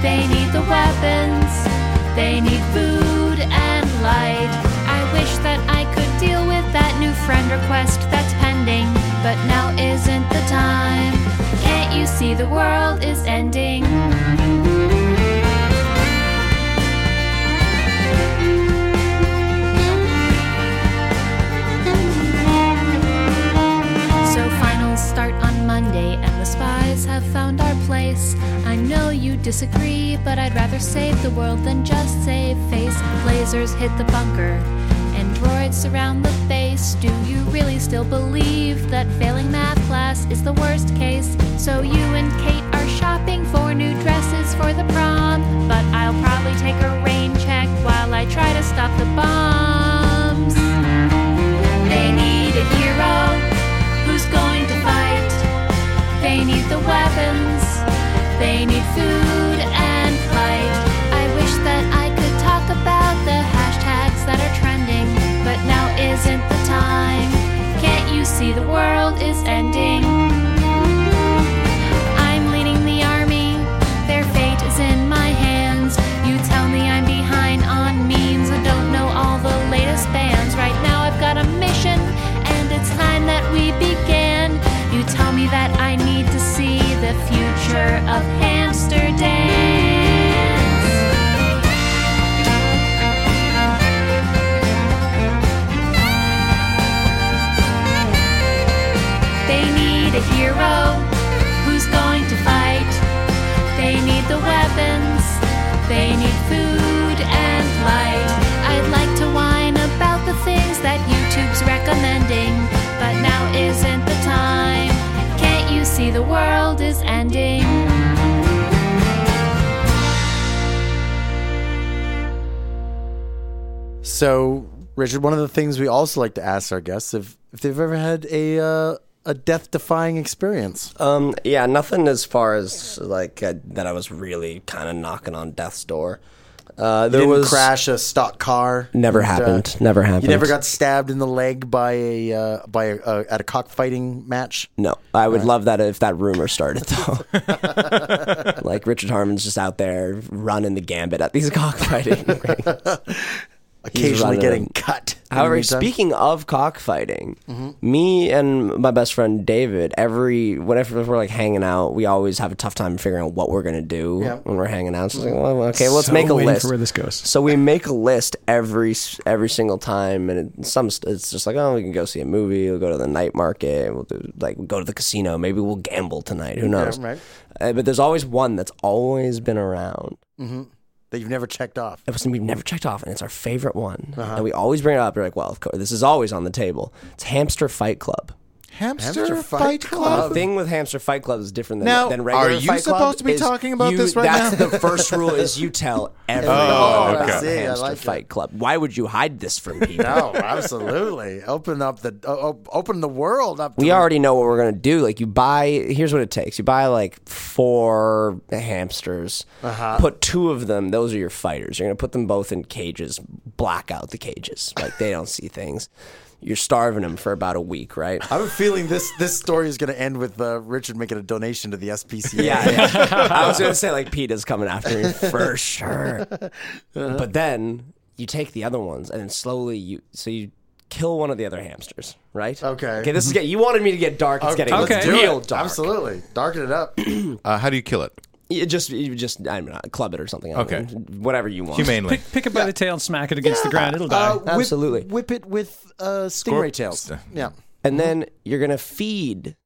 [SPEAKER 5] They need the weapons. They need food and light. I wish that I could deal with that new friend request that's pending, but now isn't the time. Can't you see the world is ending? So finals start on Monday, and the spies have found our place. I know you disagree, but I'd rather save the world than just save face. Lasers hit the bunker, and droids surround the base. Do you really still believe that failing math class is the worst case? So you and Kate are shopping for new dresses for the prom, but I'll probably take a rain check while I try to stop the bombs. They need a hero who's going to fight. They need the weapons. They need food and light. I wish that I could
[SPEAKER 4] So, Richard, one of the things we also like to ask our guests if if they've ever had a uh, a death defying experience.
[SPEAKER 3] Um, yeah, nothing as far as like uh, that. I was really kind of knocking on death's door. Uh, there
[SPEAKER 4] Didn't
[SPEAKER 3] was
[SPEAKER 4] crash a stock car.
[SPEAKER 3] Never
[SPEAKER 4] And, uh,
[SPEAKER 3] happened. Never happened.
[SPEAKER 4] You never got stabbed in the leg by a uh, by a, uh, at a cockfighting match.
[SPEAKER 3] No, I would love that if that rumor started though. like Richard Harmon's just out there running the gambit at these cockfighting. rings.
[SPEAKER 4] Occasionally
[SPEAKER 3] running
[SPEAKER 4] getting
[SPEAKER 3] them.
[SPEAKER 4] cut. in the
[SPEAKER 3] However,
[SPEAKER 4] meantime.
[SPEAKER 3] speaking of cockfighting,
[SPEAKER 2] Mm-hmm.
[SPEAKER 3] me and my best friend David, every whenever we're like hanging out, we always have a tough time figuring out what we're gonna do
[SPEAKER 4] Yeah.
[SPEAKER 3] when we're hanging out. So it's like, well, okay, let's
[SPEAKER 2] So
[SPEAKER 3] make a
[SPEAKER 2] waiting
[SPEAKER 3] list.
[SPEAKER 2] for where this goes.
[SPEAKER 3] So we make a list every every single time, and it, some it's just like, oh, we can go see a movie. We'll go to the night market. We'll do like we'll go to the casino. Maybe we'll gamble tonight. Who knows?
[SPEAKER 4] right.
[SPEAKER 3] Uh, but there's always one that's always been around.
[SPEAKER 4] that you've never checked off.
[SPEAKER 3] It was we've never checked off, and it's our favorite one.
[SPEAKER 1] Uh-huh.
[SPEAKER 3] And we always bring it up. We're like, well, of course, this is always on the table. It's Hamster Fight Club.
[SPEAKER 1] Hamster,
[SPEAKER 4] Hamster
[SPEAKER 1] Fight,
[SPEAKER 4] Fight
[SPEAKER 1] Club.
[SPEAKER 3] The thing with Hamster Fight Club is different than,
[SPEAKER 1] Oh. Now,
[SPEAKER 3] than regular
[SPEAKER 1] are you
[SPEAKER 3] Fight Club
[SPEAKER 1] supposed to be
[SPEAKER 3] is
[SPEAKER 1] talking about
[SPEAKER 3] you-
[SPEAKER 1] this right
[SPEAKER 3] that's
[SPEAKER 1] now?
[SPEAKER 3] the first rule is you tell everyone
[SPEAKER 1] Oh,
[SPEAKER 3] about
[SPEAKER 1] okay.
[SPEAKER 4] I see, I
[SPEAKER 3] Hamster
[SPEAKER 4] like it.
[SPEAKER 3] Fight Club. Why would you hide this from people?
[SPEAKER 4] No, absolutely. open up the o- o- open the world up. To
[SPEAKER 3] we
[SPEAKER 4] the-
[SPEAKER 3] already know what we're gonna do. Like you buy, here's what it takes: you buy like four hamsters, put two of them. Those are your fighters. You're gonna put them both in cages, black out the cages, like they don't see things. You're starving them for about a week, right?
[SPEAKER 4] I have a feeling this this story is going to end with uh, Richard making a donation to the SPCA.
[SPEAKER 3] Yeah, yeah. I was gonna say like Peter's coming after me for sure, but then you take the other ones and then slowly you so you kill one of the other hamsters, right?
[SPEAKER 4] Okay.
[SPEAKER 3] Okay, this is get you wanted me to get dark. It's getting
[SPEAKER 2] let's
[SPEAKER 3] okay.
[SPEAKER 2] do
[SPEAKER 3] real dark.
[SPEAKER 4] Absolutely, darken it up.
[SPEAKER 1] Uh, how do you kill it?
[SPEAKER 3] You just you just I don't know, club it or something. I don't
[SPEAKER 1] Okay.
[SPEAKER 3] know, whatever you want.
[SPEAKER 1] Humanely.
[SPEAKER 2] Pick, pick it by the tail and smack it against the ground. It'll die.
[SPEAKER 4] Uh, whip-
[SPEAKER 3] Absolutely.
[SPEAKER 4] whip, it with uh, stingray tails.
[SPEAKER 1] Scorp-
[SPEAKER 4] Yeah,
[SPEAKER 3] And then you're gonna feed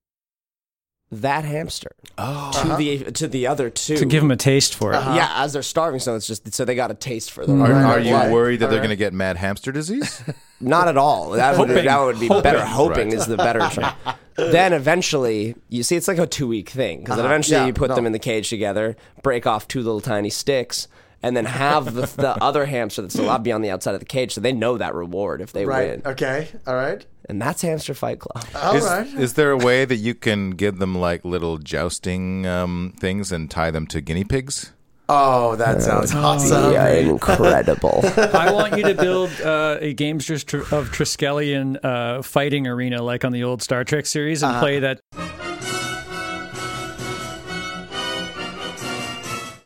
[SPEAKER 3] that hamster to the
[SPEAKER 4] Uh-huh.
[SPEAKER 3] to the other two
[SPEAKER 2] To give them a taste for it.
[SPEAKER 3] Yeah, as they're starving, so it's just so they got a taste for them.
[SPEAKER 1] Are,
[SPEAKER 4] Right.
[SPEAKER 1] are you
[SPEAKER 4] Right.
[SPEAKER 1] worried that they're
[SPEAKER 4] Alright.
[SPEAKER 1] going to get mad hamster disease?
[SPEAKER 3] Not at all. That would,
[SPEAKER 2] Hoping.
[SPEAKER 3] that would be better. Hoping
[SPEAKER 1] Right.
[SPEAKER 3] is the better term. then eventually, you see, it's like a two week thing because then eventually
[SPEAKER 4] Uh-huh. Yeah,
[SPEAKER 3] you put
[SPEAKER 4] no.
[SPEAKER 3] them in the cage together, break off two little tiny sticks, and then have the, the other hamster that's allowed to be on the outside of the cage, so they know that reward if they
[SPEAKER 4] right.
[SPEAKER 3] win.
[SPEAKER 4] Okay, all right,
[SPEAKER 3] And that's Hamster Fight Club.
[SPEAKER 4] all right.
[SPEAKER 1] is, is there a way that you can give them like little jousting um, things and tie them to guinea pigs?
[SPEAKER 4] Oh, that sounds awesome.
[SPEAKER 3] Yeah, incredible.
[SPEAKER 2] I want you to build uh, a Gamesters tr- of Triskelion uh, fighting arena like on the old Star Trek series
[SPEAKER 4] Uh-huh.
[SPEAKER 2] and play that.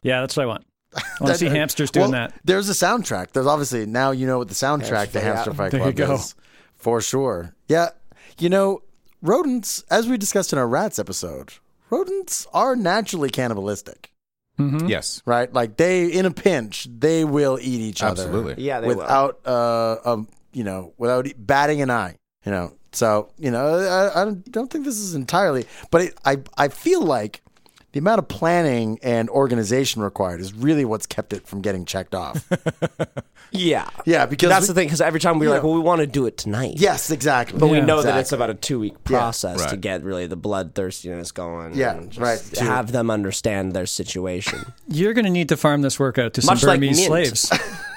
[SPEAKER 2] Yeah, that's what I want. I want to see hamsters doing
[SPEAKER 4] Well,
[SPEAKER 2] that.
[SPEAKER 4] There's a soundtrack. There's obviously now you know what the soundtrack
[SPEAKER 3] Hamster-
[SPEAKER 4] to
[SPEAKER 3] yeah.
[SPEAKER 4] Hamster Fight
[SPEAKER 2] There you
[SPEAKER 4] Club
[SPEAKER 2] go.
[SPEAKER 4] is for sure. Yeah, you know, rodents, as we discussed in our rats episode, rodents are naturally cannibalistic,
[SPEAKER 1] Yes.
[SPEAKER 4] right? Like they, in a pinch, they will eat each other.
[SPEAKER 1] Absolutely.
[SPEAKER 3] Yeah, they will.
[SPEAKER 4] without uh, um, you know, without e- batting an eye, you know. So you know, I, I don't- don't think this is entirely, but it, I I feel like the amount of planning and organization required is really what's kept it from getting checked off.
[SPEAKER 3] Yeah.
[SPEAKER 4] Yeah, because
[SPEAKER 3] that's
[SPEAKER 4] we-
[SPEAKER 3] the thing. Because every time we were like, well, we want to do it tonight.
[SPEAKER 4] yes, exactly.
[SPEAKER 3] But we
[SPEAKER 2] Yeah.
[SPEAKER 3] know that it's about a two week process to
[SPEAKER 1] Right.
[SPEAKER 3] get really the bloodthirstiness going.
[SPEAKER 4] Yeah,
[SPEAKER 3] and just
[SPEAKER 4] right.
[SPEAKER 3] To have them understand their situation.
[SPEAKER 2] You're going to need to farm this workout to some
[SPEAKER 3] Much like
[SPEAKER 2] Burmese
[SPEAKER 3] mint.
[SPEAKER 2] slaves.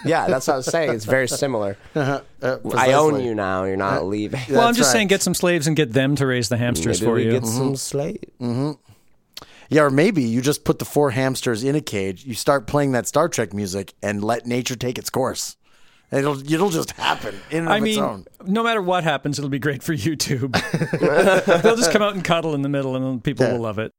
[SPEAKER 3] yeah, that's what I was saying. It's very similar. uh, I own you now. You're
[SPEAKER 4] Uh,
[SPEAKER 3] not leaving.
[SPEAKER 2] well, I'm just
[SPEAKER 4] right.
[SPEAKER 2] saying get some slaves and get them to raise the hamsters
[SPEAKER 3] Maybe
[SPEAKER 2] for
[SPEAKER 3] we
[SPEAKER 2] you.
[SPEAKER 3] get
[SPEAKER 4] Mm-hmm.
[SPEAKER 3] some slate.
[SPEAKER 4] Yeah, or maybe you just put the four hamsters in a cage, you start playing that Star Trek music, and let nature take its course. And It'll it'll just happen in and
[SPEAKER 2] I
[SPEAKER 4] of its
[SPEAKER 2] mean,
[SPEAKER 4] own.
[SPEAKER 2] no matter what happens, it'll be great for YouTube. They'll just come out and cuddle in the middle, and then people
[SPEAKER 4] Yeah.
[SPEAKER 2] will love it.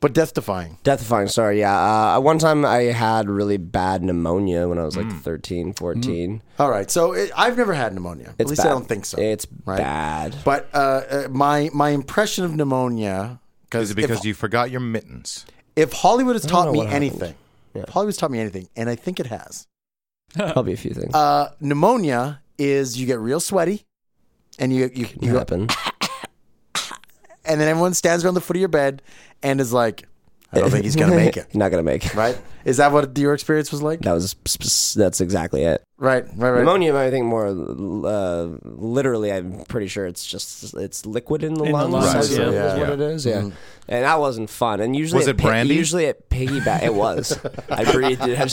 [SPEAKER 4] But death defying.
[SPEAKER 3] Death defying, sorry. Yeah. Uh, one time I had really bad pneumonia when I was like 13, 14.
[SPEAKER 4] All right, so it, I've never had pneumonia. Mm. At
[SPEAKER 3] It's
[SPEAKER 4] least
[SPEAKER 3] bad.
[SPEAKER 4] I don't think so.
[SPEAKER 3] It's
[SPEAKER 4] right?
[SPEAKER 3] bad.
[SPEAKER 4] But uh, uh, my my impression of pneumonia,
[SPEAKER 1] Is
[SPEAKER 4] because
[SPEAKER 1] it because you forgot your mittens?
[SPEAKER 4] if Hollywood has taught
[SPEAKER 3] know
[SPEAKER 4] me
[SPEAKER 3] what happened.
[SPEAKER 4] anything,
[SPEAKER 3] Yeah.
[SPEAKER 4] if Hollywood's taught me anything, and I think it has.
[SPEAKER 3] Probably a few things.
[SPEAKER 4] Uh, pneumonia is you get real sweaty, and you you,
[SPEAKER 3] Can
[SPEAKER 4] you go,
[SPEAKER 3] happen.
[SPEAKER 4] and then everyone stands around the foot of your bed and is like, I don't think he's gonna make it,
[SPEAKER 3] Not gonna make it.
[SPEAKER 4] right? Is that what your experience was like?
[SPEAKER 3] That was sp- sp- that's exactly it.
[SPEAKER 4] Right, right, right.
[SPEAKER 3] Pneumonia, I think more uh, literally. I'm pretty sure it's just it's liquid in the
[SPEAKER 2] In the
[SPEAKER 3] lungs.
[SPEAKER 2] lungs,
[SPEAKER 3] is,
[SPEAKER 2] yeah.
[SPEAKER 3] is
[SPEAKER 1] Yeah.
[SPEAKER 3] what it is. Yeah, and that wasn't fun. And usually
[SPEAKER 1] Was it
[SPEAKER 3] pi-
[SPEAKER 1] brandy?
[SPEAKER 3] usually it piggyback. It was. I breathed. It, had-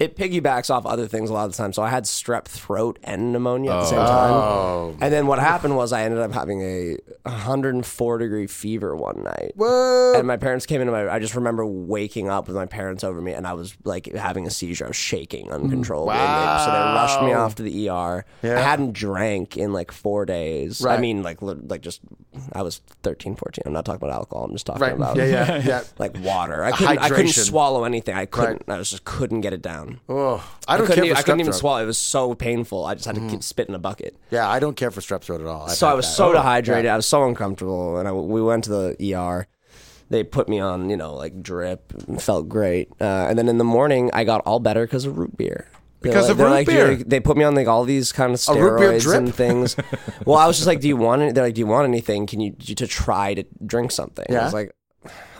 [SPEAKER 3] it piggybacks off other things a lot of the time. So I had strep throat and pneumonia at the same time. And then what happened was I ended up having a 104 degree fever one night.
[SPEAKER 4] Whoa.
[SPEAKER 3] And my parents came into my. I just remember waking up with my parents over me, and I was like having a seizure. I was shaking
[SPEAKER 4] Mm.
[SPEAKER 3] uncontrollably. And they- so they rushed me off to the ER. I hadn't drank in like four days. I
[SPEAKER 4] Right.
[SPEAKER 3] mean, like li- like just I was 13, 14. I'm not talking about alcohol. I'm just talking
[SPEAKER 4] Right.
[SPEAKER 3] about
[SPEAKER 4] Yeah, yeah, yeah.
[SPEAKER 3] like water. I couldn't, I couldn't
[SPEAKER 4] Hydration.
[SPEAKER 3] swallow anything. I couldn't. I was just couldn't get it down.
[SPEAKER 4] Oh, I
[SPEAKER 3] I,
[SPEAKER 4] don't
[SPEAKER 3] couldn't,
[SPEAKER 4] care
[SPEAKER 3] even,
[SPEAKER 4] for
[SPEAKER 3] I
[SPEAKER 4] strep
[SPEAKER 3] couldn't even
[SPEAKER 4] throat. Mm.
[SPEAKER 3] swallow. It was so painful. I just had to keep spit in a bucket.
[SPEAKER 4] Yeah, I don't care for strep throat at all. I've
[SPEAKER 3] So I
[SPEAKER 4] had
[SPEAKER 3] was
[SPEAKER 4] that. Oh,
[SPEAKER 3] so dehydrated. I was so uncomfortable, and I, we went to the ER. They put me on, you know, like drip. and Felt great, uh, and then in the morning I got all better because of root beer. They're
[SPEAKER 1] Because
[SPEAKER 3] like-
[SPEAKER 1] of
[SPEAKER 3] they're
[SPEAKER 1] root
[SPEAKER 3] like,
[SPEAKER 1] beer?
[SPEAKER 3] you're- they put me on like all these kind of
[SPEAKER 4] A root beer
[SPEAKER 3] steroids
[SPEAKER 4] drip?
[SPEAKER 3] and things. well, I was just like, "Do you want it?" They're like, "Do you want anything? Can you to try to drink something?" I
[SPEAKER 4] Yeah.
[SPEAKER 3] was like,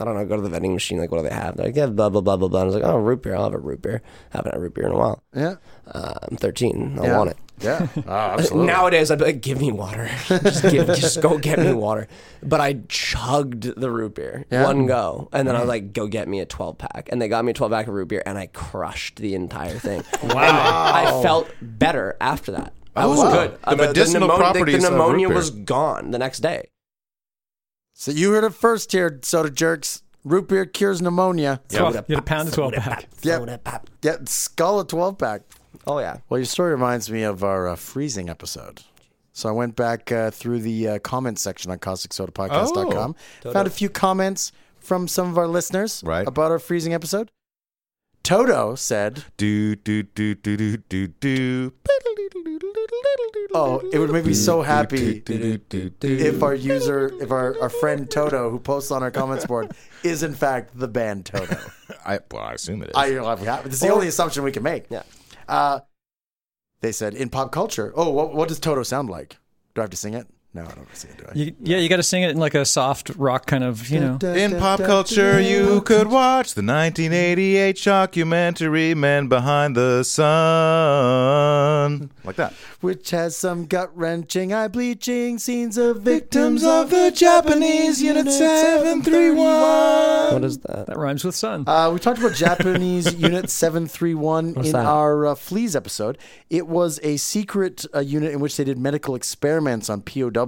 [SPEAKER 3] I don't know, go to the vending machine. Like, what do they have? They're like, yeah, blah, blah, blah, blah, blah. And I was like, oh, root beer. I'll have a root beer. I haven't had root beer in a while.
[SPEAKER 4] Yeah.
[SPEAKER 3] Uh, I'm 13. I
[SPEAKER 4] yeah.
[SPEAKER 3] want it.
[SPEAKER 4] Yeah. Oh, absolutely.
[SPEAKER 3] Nowadays, I'd be like, give me water. just, give, just go get me water. But I chugged the root beer,
[SPEAKER 4] Yeah.
[SPEAKER 3] one go. And then I was like, go get me a 12 pack. And they got me a 12 pack of root beer, and I crushed the entire thing. wow. I felt better after that. I was
[SPEAKER 1] Oh, wow.
[SPEAKER 3] good.
[SPEAKER 1] The medicinal
[SPEAKER 3] pneumonia,
[SPEAKER 1] properties
[SPEAKER 3] The,
[SPEAKER 1] of root
[SPEAKER 3] pneumonia
[SPEAKER 1] beer.
[SPEAKER 3] was gone the next day.
[SPEAKER 4] so you heard it first here, soda jerks. Root beer cures pneumonia.
[SPEAKER 2] Twelve- you had a pound of 12 pack.
[SPEAKER 4] Yep.
[SPEAKER 3] Soda pop.
[SPEAKER 4] Yeah, skull a 12 pack.
[SPEAKER 3] Oh, yeah.
[SPEAKER 4] Well, your story reminds me of our uh, freezing episode. So I went back uh, through the uh, comments section on causticsodapodcast.com, found a few comments from some of our listeners
[SPEAKER 1] Right.
[SPEAKER 4] about our freezing episode. Toto said,
[SPEAKER 1] Do do do do do do do.
[SPEAKER 4] "Oh, it would make me so happy
[SPEAKER 1] if
[SPEAKER 4] if our user, if our, our friend Toto, who posts on our comments board, is in fact the band Toto."
[SPEAKER 1] I, well, I assume it is.
[SPEAKER 4] I don't know if we have. It's the only assumption we can make.
[SPEAKER 3] Yeah.
[SPEAKER 4] Uh, they said in pop culture. Oh, what, what does Toto sound like? Do I have to sing it? No, I don't have to sing it. Do I?
[SPEAKER 2] You, yeah, you got to sing it in like a soft rock kind of, you know.
[SPEAKER 1] In pop culture, you could watch the 1988 documentary "Men Behind the Sun," like that.
[SPEAKER 4] which has some gut wrenching, eye bleaching scenes of
[SPEAKER 1] Victims of the Japanese Unit 731.
[SPEAKER 3] What is that?
[SPEAKER 2] That rhymes with sun.
[SPEAKER 4] Uh, we talked about Japanese Unit 731 in
[SPEAKER 3] that?
[SPEAKER 4] our uh, Fleas episode. It was a secret uh, unit in which they did medical experiments on POWs.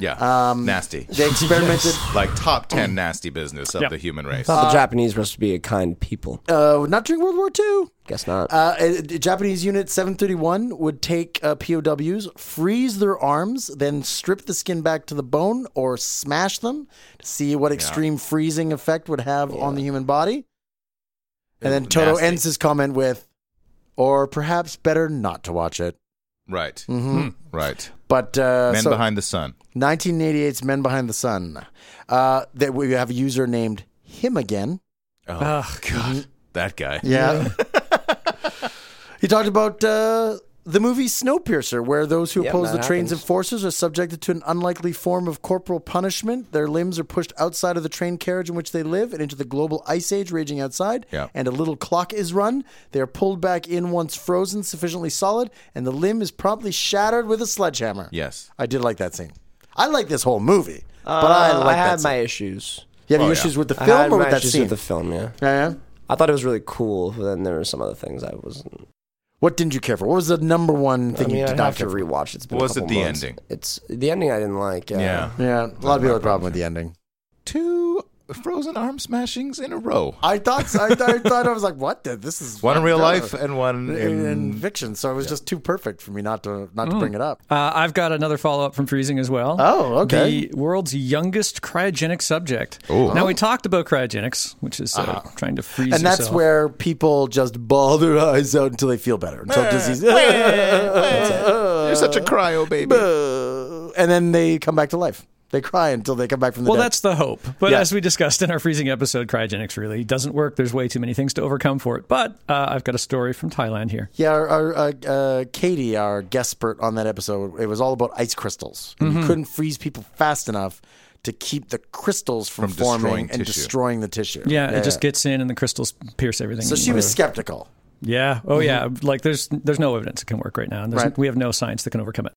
[SPEAKER 1] Yeah,
[SPEAKER 4] Um,
[SPEAKER 1] nasty.
[SPEAKER 4] They experimented.
[SPEAKER 1] Like top ten nasty business of
[SPEAKER 2] Yep.
[SPEAKER 1] the human race.
[SPEAKER 3] Thought the Japanese were supposed to be a kind people.
[SPEAKER 4] Uh, not during World War II.
[SPEAKER 3] Guess not.
[SPEAKER 4] Uh, a- a Japanese Unit 731 would take uh, POWs, freeze their arms, then strip the skin back to the bone or smash them to see what extreme freezing effect would have on the human body. And then Toto
[SPEAKER 1] Nasty.
[SPEAKER 4] ends his comment with, or perhaps better not to watch it.
[SPEAKER 1] Right, Hmm,
[SPEAKER 4] Mhm.
[SPEAKER 1] right.
[SPEAKER 4] But uh,
[SPEAKER 1] Men
[SPEAKER 4] so
[SPEAKER 1] Behind the Sun.
[SPEAKER 4] 1988's Men Behind the Sun. Uh, that we have a user named him again.
[SPEAKER 1] Oh
[SPEAKER 2] Ugh.
[SPEAKER 1] God, that guy.
[SPEAKER 4] Yeah. he talked about uh, the movie Snowpiercer, where those who
[SPEAKER 3] Yep,
[SPEAKER 4] oppose the
[SPEAKER 3] that
[SPEAKER 4] train's
[SPEAKER 3] happens.
[SPEAKER 4] enforcers are subjected to an unlikely form of corporal punishment. Their limbs are pushed outside of the train carriage in which they live and into the global ice age raging outside.
[SPEAKER 1] Yeah.
[SPEAKER 4] And a little clock is run. They are pulled back in once frozen sufficiently solid, and the limb is promptly shattered with a sledgehammer.
[SPEAKER 1] Yes.
[SPEAKER 4] I did like that scene. I like this whole movie, but I
[SPEAKER 3] Uh,
[SPEAKER 4] like
[SPEAKER 3] had
[SPEAKER 4] that.
[SPEAKER 3] my
[SPEAKER 4] scene.
[SPEAKER 3] issues.
[SPEAKER 4] You have
[SPEAKER 1] Oh,
[SPEAKER 4] any
[SPEAKER 1] yeah.
[SPEAKER 4] issues with the
[SPEAKER 3] I
[SPEAKER 4] film
[SPEAKER 3] had
[SPEAKER 4] or
[SPEAKER 3] my
[SPEAKER 4] with that
[SPEAKER 3] issues
[SPEAKER 4] scene?
[SPEAKER 3] with the film, yeah.
[SPEAKER 4] yeah. yeah.
[SPEAKER 3] I thought it was really cool, but then there were some other things I wasn't.
[SPEAKER 4] What didn't you care for? What was the number one
[SPEAKER 3] I
[SPEAKER 4] thing
[SPEAKER 3] mean,
[SPEAKER 4] you
[SPEAKER 3] I
[SPEAKER 4] did not
[SPEAKER 3] have to
[SPEAKER 4] care for?
[SPEAKER 3] rewatch. It's been
[SPEAKER 1] Was
[SPEAKER 3] a
[SPEAKER 1] it
[SPEAKER 3] couple
[SPEAKER 1] the
[SPEAKER 3] months.
[SPEAKER 1] ending?
[SPEAKER 3] It's the ending I didn't like. Yeah.
[SPEAKER 1] Yeah.
[SPEAKER 4] Yeah, a lot of people have a problem with the ending.
[SPEAKER 1] Two frozen arm smashings in a row.
[SPEAKER 4] I thought I, thought- I thought I was like, what? the- This is
[SPEAKER 1] One in real
[SPEAKER 4] fucked
[SPEAKER 1] life
[SPEAKER 4] up.
[SPEAKER 1] and one
[SPEAKER 4] in, in
[SPEAKER 1] in. Hmm.
[SPEAKER 4] fiction. So it was just too perfect for me not to not to bring it up.
[SPEAKER 2] Uh, I've got another follow up from freezing as well.
[SPEAKER 4] Oh, okay.
[SPEAKER 2] The world's youngest cryogenic subject.
[SPEAKER 1] Oh.
[SPEAKER 2] Now we talked about cryogenics, which is uh, trying to freeze.
[SPEAKER 4] Uh-huh. And that's
[SPEAKER 2] yourself.
[SPEAKER 4] where people just ball their eyes out until they feel better, until disease, and
[SPEAKER 1] uh, You're such a cryo baby.
[SPEAKER 4] then they come back to life. They cry until they come back from the
[SPEAKER 2] Well,
[SPEAKER 4] dead.
[SPEAKER 2] that's the hope. But
[SPEAKER 4] Yeah.
[SPEAKER 2] as we discussed in our freezing episode, cryogenics really doesn't work. There's way too many things to overcome for it. But uh, I've got a story from Thailand here.
[SPEAKER 4] Yeah, our, our uh, uh, Katie, our guest expert on that episode, it was all about ice crystals. And You couldn't freeze people fast enough to keep the crystals from,
[SPEAKER 1] From
[SPEAKER 4] forming
[SPEAKER 1] destroying
[SPEAKER 4] and
[SPEAKER 1] tissue.
[SPEAKER 4] destroying the tissue.
[SPEAKER 2] Yeah, it just gets in and the crystals pierce everything.
[SPEAKER 4] So she was skeptical.
[SPEAKER 2] Yeah. Oh, yeah. Like there's there's no evidence it can work right now, and there's
[SPEAKER 4] Mm-hmm. Right.
[SPEAKER 2] we have no science that can overcome it.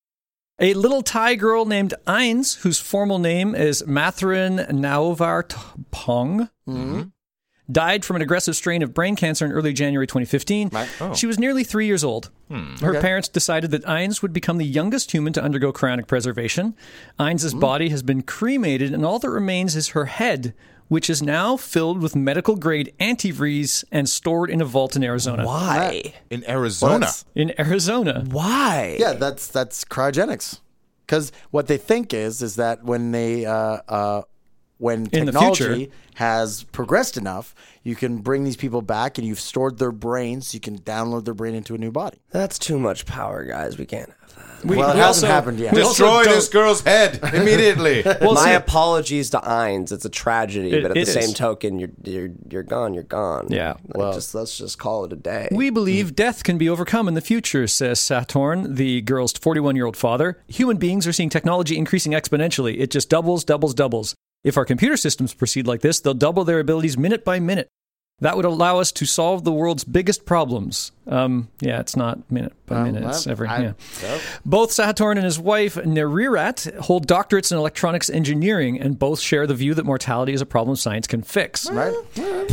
[SPEAKER 2] A little Thai girl named Eins, whose formal name is Matherin Naovart Pong,
[SPEAKER 4] Mm-hmm.
[SPEAKER 2] mm-hmm, died from an aggressive strain of brain cancer in early January 2015.
[SPEAKER 1] Oh.
[SPEAKER 2] She was nearly three years old. Her
[SPEAKER 4] Hmm. Okay.
[SPEAKER 2] parents decided that Eins would become the youngest human to undergo cryonic preservation.
[SPEAKER 4] Hmm.
[SPEAKER 2] Eins's body has been cremated, and all that remains is her head, which is now filled with medical grade antifreeze and stored in a vault in Arizona.
[SPEAKER 3] Why?
[SPEAKER 1] in Arizona.
[SPEAKER 4] What?
[SPEAKER 2] in Arizona.
[SPEAKER 3] Why?
[SPEAKER 4] Yeah, that's that's cryogenics. Because what they think is is that when they uh, uh, when
[SPEAKER 2] In the
[SPEAKER 4] technology
[SPEAKER 2] future.
[SPEAKER 4] has progressed enough, you can bring these people back, and you've stored their brains. you can download their brain into a new body.
[SPEAKER 3] That's too much power, guys. We can't have that.
[SPEAKER 2] We,
[SPEAKER 4] Well, it
[SPEAKER 2] we
[SPEAKER 4] hasn't happened yet.
[SPEAKER 2] we also
[SPEAKER 1] Destroy
[SPEAKER 2] don't-
[SPEAKER 1] this girl's head immediately.
[SPEAKER 2] Well,
[SPEAKER 3] My
[SPEAKER 2] see-
[SPEAKER 3] apologies to Ainz. It's a tragedy,
[SPEAKER 2] It-
[SPEAKER 3] but at the
[SPEAKER 2] it
[SPEAKER 3] same
[SPEAKER 2] is.
[SPEAKER 3] token, you're you're you're gone. You're gone.
[SPEAKER 2] Yeah.
[SPEAKER 3] Like, just let's just call it a day.
[SPEAKER 2] we believe death can be overcome in the future, says Saturn, the girl's 41 year old father. Human beings are seeing technology increasing exponentially. It just doubles, doubles, doubles. If our computer systems proceed like this, they'll double their abilities minute by minute. That would allow us to solve the world's biggest problems. Um, yeah, it's not minute by minute. It's every, yeah. Both Sahatorn and his wife Nerirat hold doctorates in electronics engineering, and both share the view that mortality is a problem science can fix.
[SPEAKER 4] Right,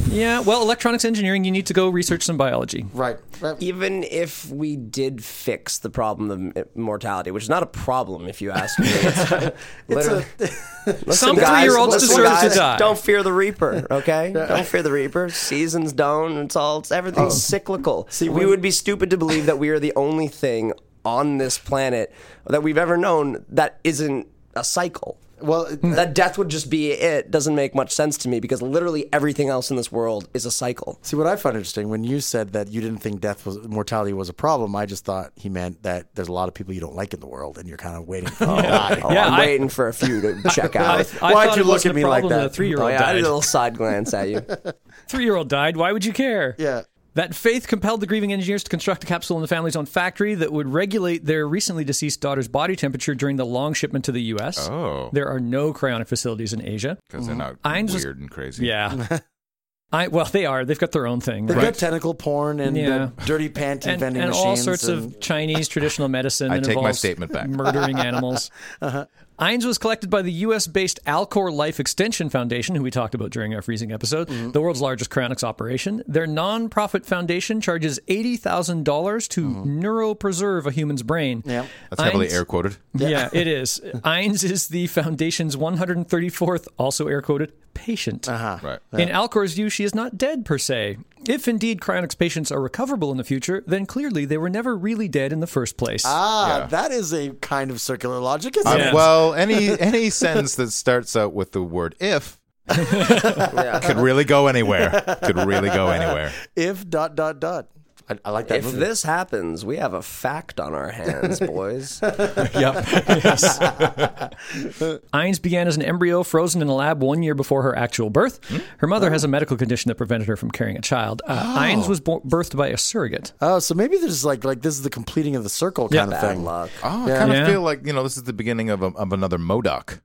[SPEAKER 2] Yeah, well, electronics engineering, you need to go research some biology.
[SPEAKER 4] right, right.
[SPEAKER 3] even if we did fix the problem of mortality, which is not a problem if you ask me. It's, literally,
[SPEAKER 2] Some
[SPEAKER 3] Listen, guys,
[SPEAKER 2] three-year-olds
[SPEAKER 3] listen,
[SPEAKER 2] deserve
[SPEAKER 3] guys,
[SPEAKER 2] to die.
[SPEAKER 3] Don't fear the reaper, okay? Don't fear the reaper. Seasons don't. It's all. It's,
[SPEAKER 4] Oh.
[SPEAKER 3] everything's cyclical. we would be stupid to believe that we are the only thing on this planet that we've ever known that isn't a cycle.
[SPEAKER 4] Well, it-
[SPEAKER 3] That death would just be it doesn't make much sense to me because literally everything else in this world is a cycle.
[SPEAKER 4] see what I found interesting when you said that you didn't think death was mortality was a problem. I just thought he meant that there's a lot of people you don't like in the world, and you're kind of waiting for them to die.
[SPEAKER 3] Oh,
[SPEAKER 2] Yeah,
[SPEAKER 3] I'm
[SPEAKER 2] I-
[SPEAKER 3] waiting for a few to check out.
[SPEAKER 2] I
[SPEAKER 4] Why'd
[SPEAKER 2] thought
[SPEAKER 4] you
[SPEAKER 2] it
[SPEAKER 4] look
[SPEAKER 2] wasn't
[SPEAKER 4] at
[SPEAKER 2] a
[SPEAKER 4] me like
[SPEAKER 2] problem
[SPEAKER 4] that?
[SPEAKER 2] A three-year-old
[SPEAKER 3] Oh, yeah, I
[SPEAKER 2] died.
[SPEAKER 3] did a little side glance at you.
[SPEAKER 2] Three-year-old died. Why would you care?
[SPEAKER 4] Yeah.
[SPEAKER 2] That faith compelled the grieving engineers to construct a capsule in the family's own factory that would regulate their recently deceased daughter's body temperature during the long shipment to the U.S.
[SPEAKER 1] Oh.
[SPEAKER 2] There are no cryonic facilities in Asia.
[SPEAKER 1] Because they're not
[SPEAKER 2] Ainz was-
[SPEAKER 1] weird and crazy.
[SPEAKER 2] Yeah. I, well, they are. They've got their own thing.
[SPEAKER 4] They've
[SPEAKER 2] right?
[SPEAKER 4] got tentacle porn and
[SPEAKER 2] Yeah.
[SPEAKER 4] uh, dirty panty
[SPEAKER 2] and,
[SPEAKER 4] vending
[SPEAKER 2] and
[SPEAKER 4] machines.
[SPEAKER 2] all sorts
[SPEAKER 4] and-
[SPEAKER 2] of Chinese traditional medicine.
[SPEAKER 1] I
[SPEAKER 2] that
[SPEAKER 1] take my
[SPEAKER 2] involves
[SPEAKER 1] statement back.
[SPEAKER 2] Murdering animals.
[SPEAKER 4] Uh-huh.
[SPEAKER 2] Eines was collected by the U.S.-based Alcor Life Extension Foundation, who we talked about during our freezing episode,
[SPEAKER 4] Mm-hmm.
[SPEAKER 2] the world's largest cryonics operation. Their nonprofit foundation charges eighty thousand dollars to neuropreserve a human's brain.
[SPEAKER 4] Mm-hmm. Yeah.
[SPEAKER 1] That's heavily
[SPEAKER 2] Ainz-
[SPEAKER 1] air quoted.
[SPEAKER 2] Yeah, it is. Eines is the foundation's 134th, also air quoted, patient.
[SPEAKER 4] Uh-huh.
[SPEAKER 1] Right.
[SPEAKER 2] In Alcor's view, she is not dead per se. If indeed cryonics patients are recoverable in the future, then clearly they were never really dead in the first place.
[SPEAKER 4] Ah,
[SPEAKER 1] Yeah.
[SPEAKER 4] that is a kind of circular logic, isn't
[SPEAKER 1] Um,
[SPEAKER 4] it?
[SPEAKER 2] Yeah.
[SPEAKER 1] Well, any any sentence that starts out with the word if could really go anywhere. Could really go anywhere.
[SPEAKER 4] If dot dot dot. I, I like that
[SPEAKER 3] If
[SPEAKER 4] movie.
[SPEAKER 3] this happens, we have a fact on our hands, boys.
[SPEAKER 2] yep. yes. Eines began as an embryo frozen in a lab one year before her actual birth. Her mother
[SPEAKER 4] Hmm?
[SPEAKER 2] has a medical condition that prevented her from carrying a child. Uh, Eines was bo- birthed by a surrogate.
[SPEAKER 4] oh, so maybe there's like like this is the completing of the circle
[SPEAKER 2] Yeah.
[SPEAKER 4] kind of
[SPEAKER 3] Bad
[SPEAKER 4] thing.
[SPEAKER 3] luck.
[SPEAKER 1] Oh, I kind of
[SPEAKER 2] Yeah.
[SPEAKER 1] feel like you know this is the beginning of a, of another Modoc.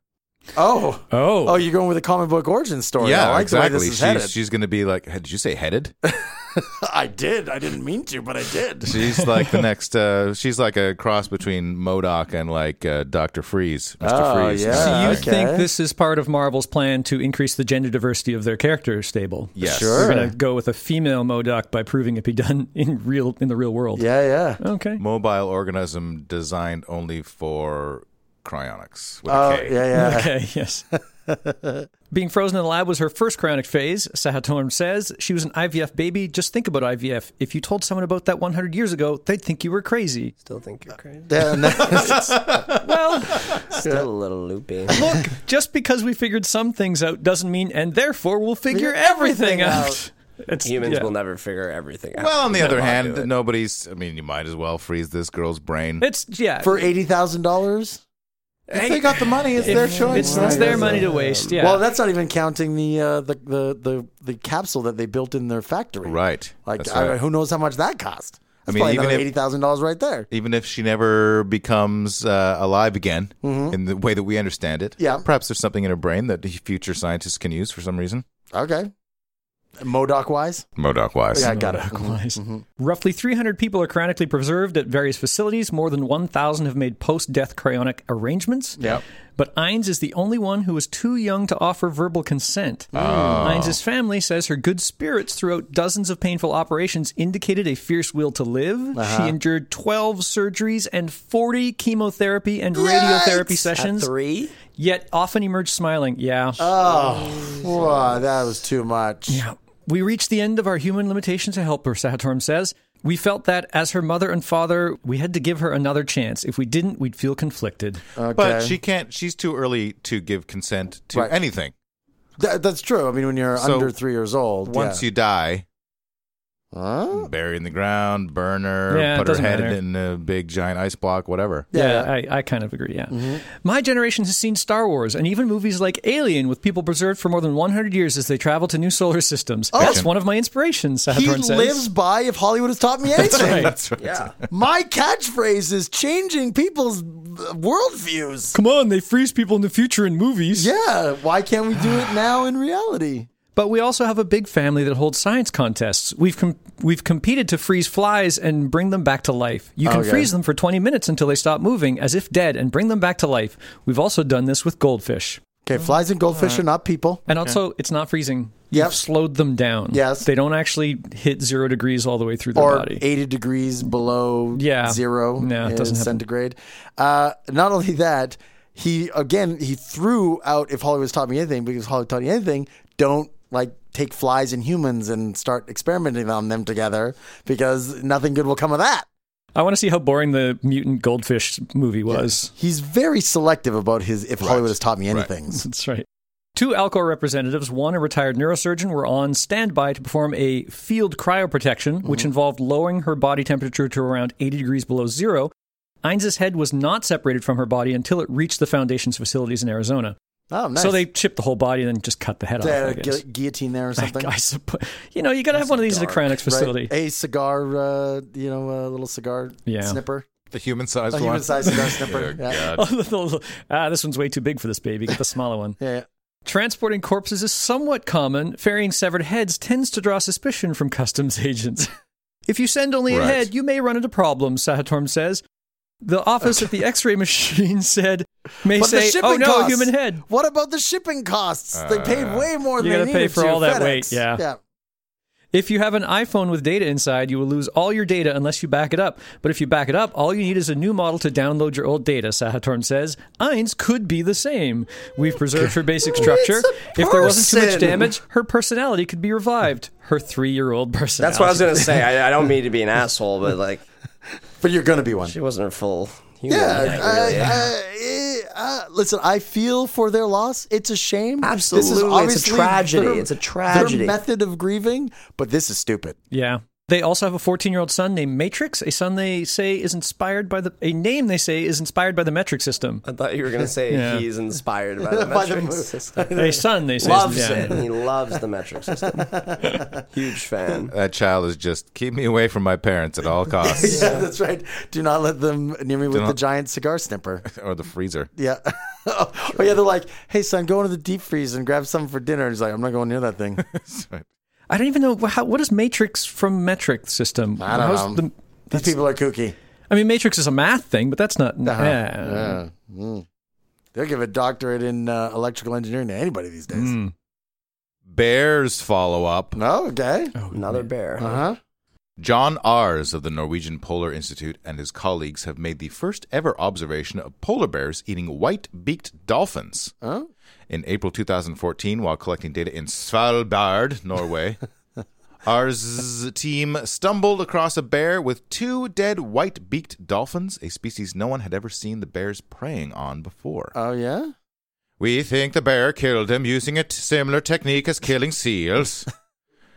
[SPEAKER 4] Oh.
[SPEAKER 2] Oh.
[SPEAKER 4] Oh, you're going with a comic book origin story. Oh, I like the way this is headed.
[SPEAKER 1] She's, she's going to be like, did you say headed?
[SPEAKER 4] I did. I didn't mean to, but I did.
[SPEAKER 1] She's like the next. Uh, she's like a cross between Modoc and like uh, Doctor Freeze, Mister
[SPEAKER 4] Oh,
[SPEAKER 1] Freeze.
[SPEAKER 2] Do
[SPEAKER 4] yeah.
[SPEAKER 2] you
[SPEAKER 4] okay.
[SPEAKER 2] think this is part of Marvel's plan to increase the gender diversity of their character stable?
[SPEAKER 1] Yes.
[SPEAKER 4] Sure.
[SPEAKER 2] We're gonna go with a female Modoc by proving it be done in real in the real world.
[SPEAKER 4] Yeah, yeah.
[SPEAKER 2] Okay.
[SPEAKER 1] Mobile organism designed only for cryonics. With
[SPEAKER 4] Oh,
[SPEAKER 1] a K.
[SPEAKER 4] yeah, yeah.
[SPEAKER 2] Okay. Yes. Being frozen in the lab was her first chronic phase, Sahatorn says. She was an IVF baby. Just think about IVF. If you told someone about that 100 years ago, they'd think you were crazy.
[SPEAKER 3] Still think you're crazy.
[SPEAKER 4] Yeah, no.
[SPEAKER 3] Still a little loopy.
[SPEAKER 2] Look, just because we figured some things out doesn't mean, and therefore we'll figure everything out. It's,
[SPEAKER 3] Humans
[SPEAKER 2] yeah.
[SPEAKER 3] will never figure everything out.
[SPEAKER 1] Well, on the other
[SPEAKER 3] I'll
[SPEAKER 1] hand,
[SPEAKER 3] do it.
[SPEAKER 1] nobody's. I mean, you might as well freeze this girl's brain.
[SPEAKER 2] It's yeah.
[SPEAKER 4] For eighty thousand dollars.
[SPEAKER 1] if they got the money, it's
[SPEAKER 2] If-
[SPEAKER 1] their choice.
[SPEAKER 2] It's, it's their money to waste. Yeah.
[SPEAKER 4] Well, that's not even counting the, uh, the the the the capsule that they built in their factory.
[SPEAKER 1] Right.
[SPEAKER 4] Like,
[SPEAKER 1] That's
[SPEAKER 4] I-
[SPEAKER 1] right.
[SPEAKER 4] who knows how much that cost?
[SPEAKER 1] I
[SPEAKER 4] Probably
[SPEAKER 1] mean, even
[SPEAKER 4] another
[SPEAKER 1] if
[SPEAKER 4] eighty thousand dollars right there.
[SPEAKER 1] even if she never becomes uh, alive again in the way that we understand it.
[SPEAKER 4] Mm-hmm. Yeah.
[SPEAKER 1] Perhaps there's something in her brain that the future scientists can use for some reason.
[SPEAKER 4] Okay. Modoc wise,
[SPEAKER 1] Modoc wise.
[SPEAKER 4] yeah, I got it.
[SPEAKER 2] Likewise. Roughly 300 people are chronically preserved at various facilities. More than 1,000 have made post death cryonic arrangements.
[SPEAKER 4] Yep.
[SPEAKER 2] But Ines is the only one who was too young to offer verbal consent. Ines' family says her good spirits throughout dozens of painful operations indicated a fierce will to live. She endured 12 surgeries and 40 chemotherapy and radiotherapy sessions,
[SPEAKER 3] Three.
[SPEAKER 2] yet often emerged smiling. Yeah.
[SPEAKER 4] Uh.
[SPEAKER 1] Oh,
[SPEAKER 4] Wow, Oh, that was too much.
[SPEAKER 2] Yeah. We reached the end of our human limitation to help her, Sahatorm says. We felt that as her mother and father, we had to give her another chance. If we didn't, we'd feel conflicted.
[SPEAKER 1] But she can't, she's too early to give consent to
[SPEAKER 4] Right.
[SPEAKER 1] anything.
[SPEAKER 4] That, that's true. I mean, when you're
[SPEAKER 1] So,
[SPEAKER 4] under three years old,
[SPEAKER 1] Once you die,
[SPEAKER 4] you, huh?
[SPEAKER 1] bury in the ground, burn her,
[SPEAKER 2] Yeah, it
[SPEAKER 1] put her
[SPEAKER 2] doesn't
[SPEAKER 1] head
[SPEAKER 2] matter.
[SPEAKER 1] in a big giant ice block, whatever.
[SPEAKER 4] Yeah. Mm-hmm.
[SPEAKER 2] I, I kind of agree. Yeah. My generation has seen Star Wars and even movies like Alien with people preserved for more than 100 years as they travel to new solar systems. That's one of my inspirations,
[SPEAKER 4] Oh. he
[SPEAKER 2] Sahatorm says.
[SPEAKER 4] lives by if Hollywood has taught me anything.
[SPEAKER 1] That's right.
[SPEAKER 4] My catchphrase is changing people's uh, worldviews.
[SPEAKER 2] Come on, they freeze people in the future in movies.
[SPEAKER 4] Yeah, why can't we do it now in reality?
[SPEAKER 2] But we also have a big family that holds science contests. We've com- we've competed to freeze flies and bring them back to life. You can
[SPEAKER 4] Okay.
[SPEAKER 2] freeze them for 20 minutes until they stop moving as if dead and bring them back to life. We've also done this with goldfish.
[SPEAKER 4] Okay, flies and goldfish are not people.
[SPEAKER 2] And also, it's not freezing.
[SPEAKER 4] Yep.
[SPEAKER 2] You've slowed them down.
[SPEAKER 4] Yes.
[SPEAKER 2] They don't actually hit zero degrees all the way through their
[SPEAKER 4] Or
[SPEAKER 2] body.
[SPEAKER 4] 80 degrees below
[SPEAKER 2] Yeah.
[SPEAKER 4] zero
[SPEAKER 2] No, it
[SPEAKER 4] uh,
[SPEAKER 2] doesn't happen.
[SPEAKER 4] centigrade. Uh, not only that, he again he threw out if Hollywood's taught me anything because Hollywood taught me anything. Don't like take flies and humans and start experimenting on them together because nothing good will come of that.
[SPEAKER 2] I want to see how boring the mutant goldfish movie was.
[SPEAKER 4] He's very selective about his if Hollywood has taught me anything.
[SPEAKER 2] That's right. Two Alcor representatives, one a retired neurosurgeon, were on standby to perform a field cryoprotection,
[SPEAKER 4] Mm-hmm.
[SPEAKER 2] which involved lowering her body temperature to around 80 degrees below zero. Ines' head was not separated from her body until it reached the foundation's facilities in Arizona.
[SPEAKER 4] Oh, nice.
[SPEAKER 2] So they chipped the whole body and then just cut the head
[SPEAKER 4] They had
[SPEAKER 2] off. I
[SPEAKER 4] a gu-
[SPEAKER 2] guess.
[SPEAKER 4] guillotine there or something.
[SPEAKER 2] I, suppose. You know, you got to have one of these at a cryonics facility.
[SPEAKER 4] Right? A cigar, uh, you know, a little cigar
[SPEAKER 2] Yeah.
[SPEAKER 4] snipper.
[SPEAKER 1] The human sized
[SPEAKER 4] A
[SPEAKER 1] one.
[SPEAKER 4] human sized cigar snipper.
[SPEAKER 1] Good
[SPEAKER 4] Yeah.
[SPEAKER 1] God.
[SPEAKER 2] ah, this one's way too big for this baby. Get the smaller one.
[SPEAKER 4] Yeah, yeah.
[SPEAKER 2] Transporting corpses is somewhat common. Ferrying severed heads tends to draw suspicion from customs agents. if you send only a
[SPEAKER 1] Right.
[SPEAKER 2] head, you may run into problems, Sahatorm says. The office at the x ray machine said, may
[SPEAKER 4] But
[SPEAKER 2] say,
[SPEAKER 4] the shipping
[SPEAKER 2] oh no,
[SPEAKER 4] costs.
[SPEAKER 2] human head.
[SPEAKER 4] What about the shipping costs? they
[SPEAKER 3] Uh,
[SPEAKER 4] paid way more than
[SPEAKER 2] you
[SPEAKER 4] they
[SPEAKER 2] gotta pay
[SPEAKER 4] needed
[SPEAKER 2] for
[SPEAKER 4] to.
[SPEAKER 2] all that
[SPEAKER 4] FedEx.
[SPEAKER 2] weight, yeah.
[SPEAKER 4] yeah.
[SPEAKER 2] If you have an iPhone with data inside, you will lose all your data unless you back it up. But if you back it up, all you need is a new model to download your old data, Sahatorn says. Eins could be the same. We've preserved her basic structure. If there wasn't too much
[SPEAKER 4] person.
[SPEAKER 2] damage, her personality could be revived. Her three year old personality.
[SPEAKER 3] That's what I was gonna say. I, I don't mean to be an asshole, but like
[SPEAKER 4] But you're going to be one.
[SPEAKER 3] she wasn't her full human.
[SPEAKER 4] Yeah.
[SPEAKER 3] like, really.
[SPEAKER 4] I, I, uh, listen, I feel for their loss. It's a shame.
[SPEAKER 3] Absolutely.
[SPEAKER 4] This
[SPEAKER 3] It's
[SPEAKER 4] is
[SPEAKER 3] a
[SPEAKER 4] obviously
[SPEAKER 3] tragedy.
[SPEAKER 4] their-
[SPEAKER 3] It's a tragedy.
[SPEAKER 4] Their method of grieving, but this is stupid.
[SPEAKER 2] Yeah. They also have a 14 year old son named Matrix, a son they say is inspired by the, a name they say is inspired by the metric system.
[SPEAKER 3] I thought you were gonna say
[SPEAKER 2] Yeah.
[SPEAKER 3] he's inspired by the
[SPEAKER 4] By the
[SPEAKER 3] metric
[SPEAKER 4] mo-
[SPEAKER 3] system.
[SPEAKER 2] A son they say. is-
[SPEAKER 3] loves
[SPEAKER 2] yeah.
[SPEAKER 3] it. He loves the metric system. Huge fan.
[SPEAKER 1] that child is just keep me away from my parents at all costs
[SPEAKER 4] Yeah, that's right. Do not let them near me with
[SPEAKER 1] not-
[SPEAKER 4] the giant cigar snipper.
[SPEAKER 1] or the freezer.
[SPEAKER 4] Yeah. oh, yeah, they're like, hey, son, go into the deep freeze and grab something for dinner. And he's like, I'm not going near that thing.
[SPEAKER 2] I don't even know. How, what is Matrix from metric system?
[SPEAKER 4] I don't
[SPEAKER 2] How's
[SPEAKER 4] know.
[SPEAKER 2] the-
[SPEAKER 4] These people are kooky.
[SPEAKER 2] I mean, Matrix is a math thing, but that's not. eh.
[SPEAKER 4] Uh-huh. Yeah. Mm. They'll give a doctorate in uh, electrical engineering to anybody these days.
[SPEAKER 1] Bears follow up.
[SPEAKER 4] No, Oh, okay.
[SPEAKER 2] Oh,
[SPEAKER 3] Another bear.
[SPEAKER 4] Uh huh.
[SPEAKER 1] John Ars of the Norwegian Polar Institute and his colleagues have made the first ever observation of polar bears eating white beaked dolphins.
[SPEAKER 4] Oh.
[SPEAKER 1] In April 2014, while collecting data in Svalbard, Norway, Ars' team stumbled across a bear with two dead white beaked dolphins, a species no one had ever seen the bears preying on before.
[SPEAKER 4] Oh, yeah?
[SPEAKER 1] We think the bear killed him using a t- similar technique as killing seals.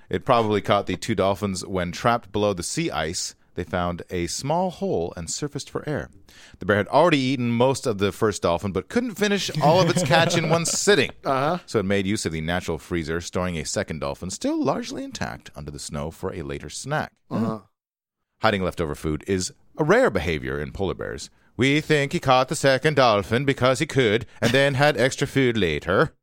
[SPEAKER 1] it probably caught the two dolphins when trapped below the sea ice. They found a small hole and surfaced for air. The bear had already eaten most of the first dolphin, but couldn't finish all of its catch in one sitting. Uh-huh. So it made use of the natural freezer,
[SPEAKER 4] Uh-huh.
[SPEAKER 1] storing a second dolphin, still largely intact, under the snow for a later snack. Hiding leftover food is a rare behavior in polar bears. We think he caught the second dolphin because he could and then had extra food later,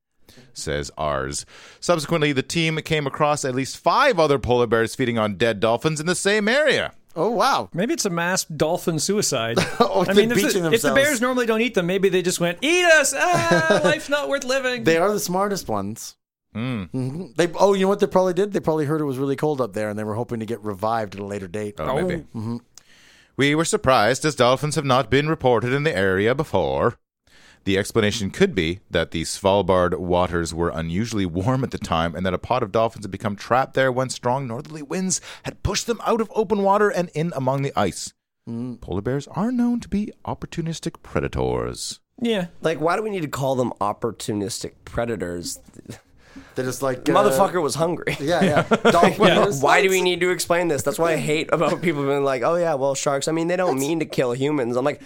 [SPEAKER 1] says Ars. Subsequently, the team came across at least five other polar bears feeding on dead dolphins in the same area.
[SPEAKER 4] Oh wow.
[SPEAKER 2] Maybe it's a mass dolphin suicide.
[SPEAKER 4] Oh,
[SPEAKER 2] I
[SPEAKER 4] they're
[SPEAKER 2] mean, if
[SPEAKER 4] beaching
[SPEAKER 2] the, if the
[SPEAKER 4] themselves.
[SPEAKER 2] bears normally don't eat them, maybe they just went, eat us! Ah, life's not worth living.
[SPEAKER 4] They are the smartest ones. hmm They oh, you know what they probably did? They probably heard it was really cold up there, and they were hoping to get revived at a later date.
[SPEAKER 1] Oh, maybe. We were surprised as dolphins have not been reported in the area before. The explanation could be that the Svalbard waters were unusually warm at the time and that a pod of dolphins had become trapped there when strong northerly winds had pushed them out of open water and in among the ice. Polar bears are known to be opportunistic predators.
[SPEAKER 2] yeah.
[SPEAKER 3] Like, why do we need to call them opportunistic predators?
[SPEAKER 4] They're just like
[SPEAKER 3] The
[SPEAKER 4] uh,
[SPEAKER 3] motherfucker was hungry.
[SPEAKER 4] Yeah, yeah. Dolphin is-
[SPEAKER 3] Why do we need to explain this? That's what I hate about people being like, "Oh yeah, well sharks. I mean, they don't mean to kill humans." I'm like,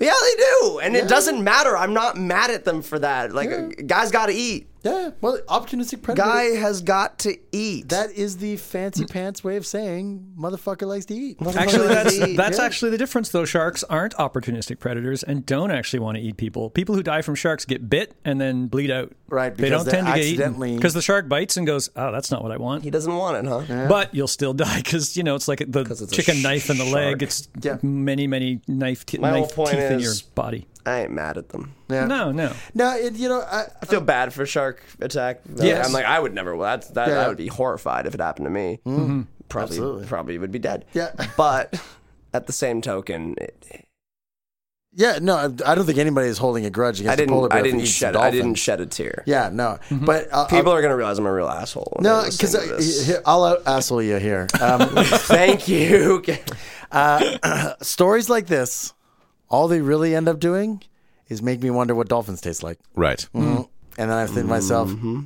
[SPEAKER 3] "Yeah, they do, and it doesn't matter. I'm not mad at them for that. Like, guys got to eat.
[SPEAKER 4] Yeah, well, opportunistic predator.
[SPEAKER 3] Guy has got to eat.
[SPEAKER 4] that is the fancy pants way of saying motherfucker likes to eat.
[SPEAKER 2] Actually, that's
[SPEAKER 3] They-
[SPEAKER 2] that's actually the difference, though. Sharks aren't opportunistic predators and don't actually want to eat people. People who die from sharks get bit and then bleed out.
[SPEAKER 4] Right,
[SPEAKER 2] They
[SPEAKER 4] because
[SPEAKER 2] don't tend
[SPEAKER 4] they
[SPEAKER 2] to get
[SPEAKER 4] accidentally-
[SPEAKER 2] eaten because the shark bites and goes, "Oh, that's not what I want."
[SPEAKER 3] he doesn't want it, huh?
[SPEAKER 2] But you'll still die because you know it's like the
[SPEAKER 3] it's a
[SPEAKER 2] chicken
[SPEAKER 3] sh-
[SPEAKER 2] knife in the leg.
[SPEAKER 3] shark.
[SPEAKER 2] It's
[SPEAKER 4] Yeah.
[SPEAKER 2] many, many knife, t-
[SPEAKER 3] My whole
[SPEAKER 2] knife
[SPEAKER 3] point
[SPEAKER 2] teeth in your
[SPEAKER 3] is-
[SPEAKER 2] body.
[SPEAKER 3] I ain't mad at them.
[SPEAKER 4] Yeah.
[SPEAKER 2] No, no.
[SPEAKER 4] No, it, you know, I,
[SPEAKER 3] I feel bad for shark attack.
[SPEAKER 2] Yes.
[SPEAKER 3] I'm like, I would never. That's that.
[SPEAKER 4] Yeah. Mm-hmm.
[SPEAKER 3] I would be horrified if it happened to me. Probably,
[SPEAKER 4] Absolutely.
[SPEAKER 3] probably would be dead.
[SPEAKER 4] Yeah.
[SPEAKER 3] But at the same token, it,
[SPEAKER 4] yeah, no, I I don't think anybody is holding a grudge against
[SPEAKER 3] I
[SPEAKER 4] a polar
[SPEAKER 3] didn't.
[SPEAKER 4] bear.
[SPEAKER 3] I
[SPEAKER 4] for
[SPEAKER 3] didn't
[SPEAKER 4] eating
[SPEAKER 3] shed.
[SPEAKER 4] some
[SPEAKER 3] I didn't
[SPEAKER 4] dolphins.
[SPEAKER 3] shed a tear.
[SPEAKER 4] Yeah, no, but uh,
[SPEAKER 3] People
[SPEAKER 4] uh,
[SPEAKER 3] are gonna realize I'm a real asshole. when
[SPEAKER 4] no,
[SPEAKER 3] they're
[SPEAKER 4] because
[SPEAKER 3] listening to this.
[SPEAKER 4] I'll out asshole you here. Um,
[SPEAKER 3] thank you.
[SPEAKER 4] stories like this, all they really end up doing is make me wonder what dolphins taste like,
[SPEAKER 1] Right.
[SPEAKER 4] Mm-hmm. and then I think to myself,
[SPEAKER 3] Mm-hmm.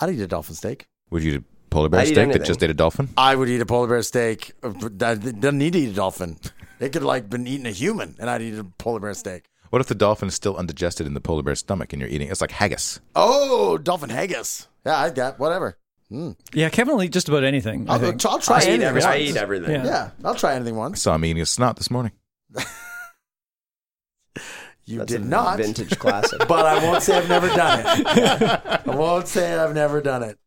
[SPEAKER 4] I'd eat a dolphin steak.
[SPEAKER 1] Would you eat a polar bear
[SPEAKER 3] I'd eat
[SPEAKER 1] steak that
[SPEAKER 3] anything.
[SPEAKER 1] just ate a dolphin?
[SPEAKER 4] I would eat a polar bear steak. Uh, that- that Doesn't need to eat a dolphin. It could like been eating a human, and I'd eat a polar bear steak.
[SPEAKER 1] What if the dolphin is still undigested in the polar bear's stomach and you're eating? It's like haggis.
[SPEAKER 4] Oh, dolphin haggis. Yeah, I got whatever. Hmm.
[SPEAKER 2] Yeah, Kevin will eat just about anything. I
[SPEAKER 4] I'll,
[SPEAKER 2] think.
[SPEAKER 4] I'll try
[SPEAKER 3] I eat
[SPEAKER 4] anything.
[SPEAKER 3] everything. I
[SPEAKER 4] once.
[SPEAKER 3] eat everything.
[SPEAKER 2] Yeah.
[SPEAKER 4] Yeah, I'll try anything
[SPEAKER 1] I
[SPEAKER 4] once.
[SPEAKER 1] saw him eating his snot this morning.
[SPEAKER 4] You
[SPEAKER 3] That's
[SPEAKER 4] did
[SPEAKER 3] a
[SPEAKER 4] not,
[SPEAKER 3] vintage classic.
[SPEAKER 4] but I won't say I've never done it. I won't say I've never done it.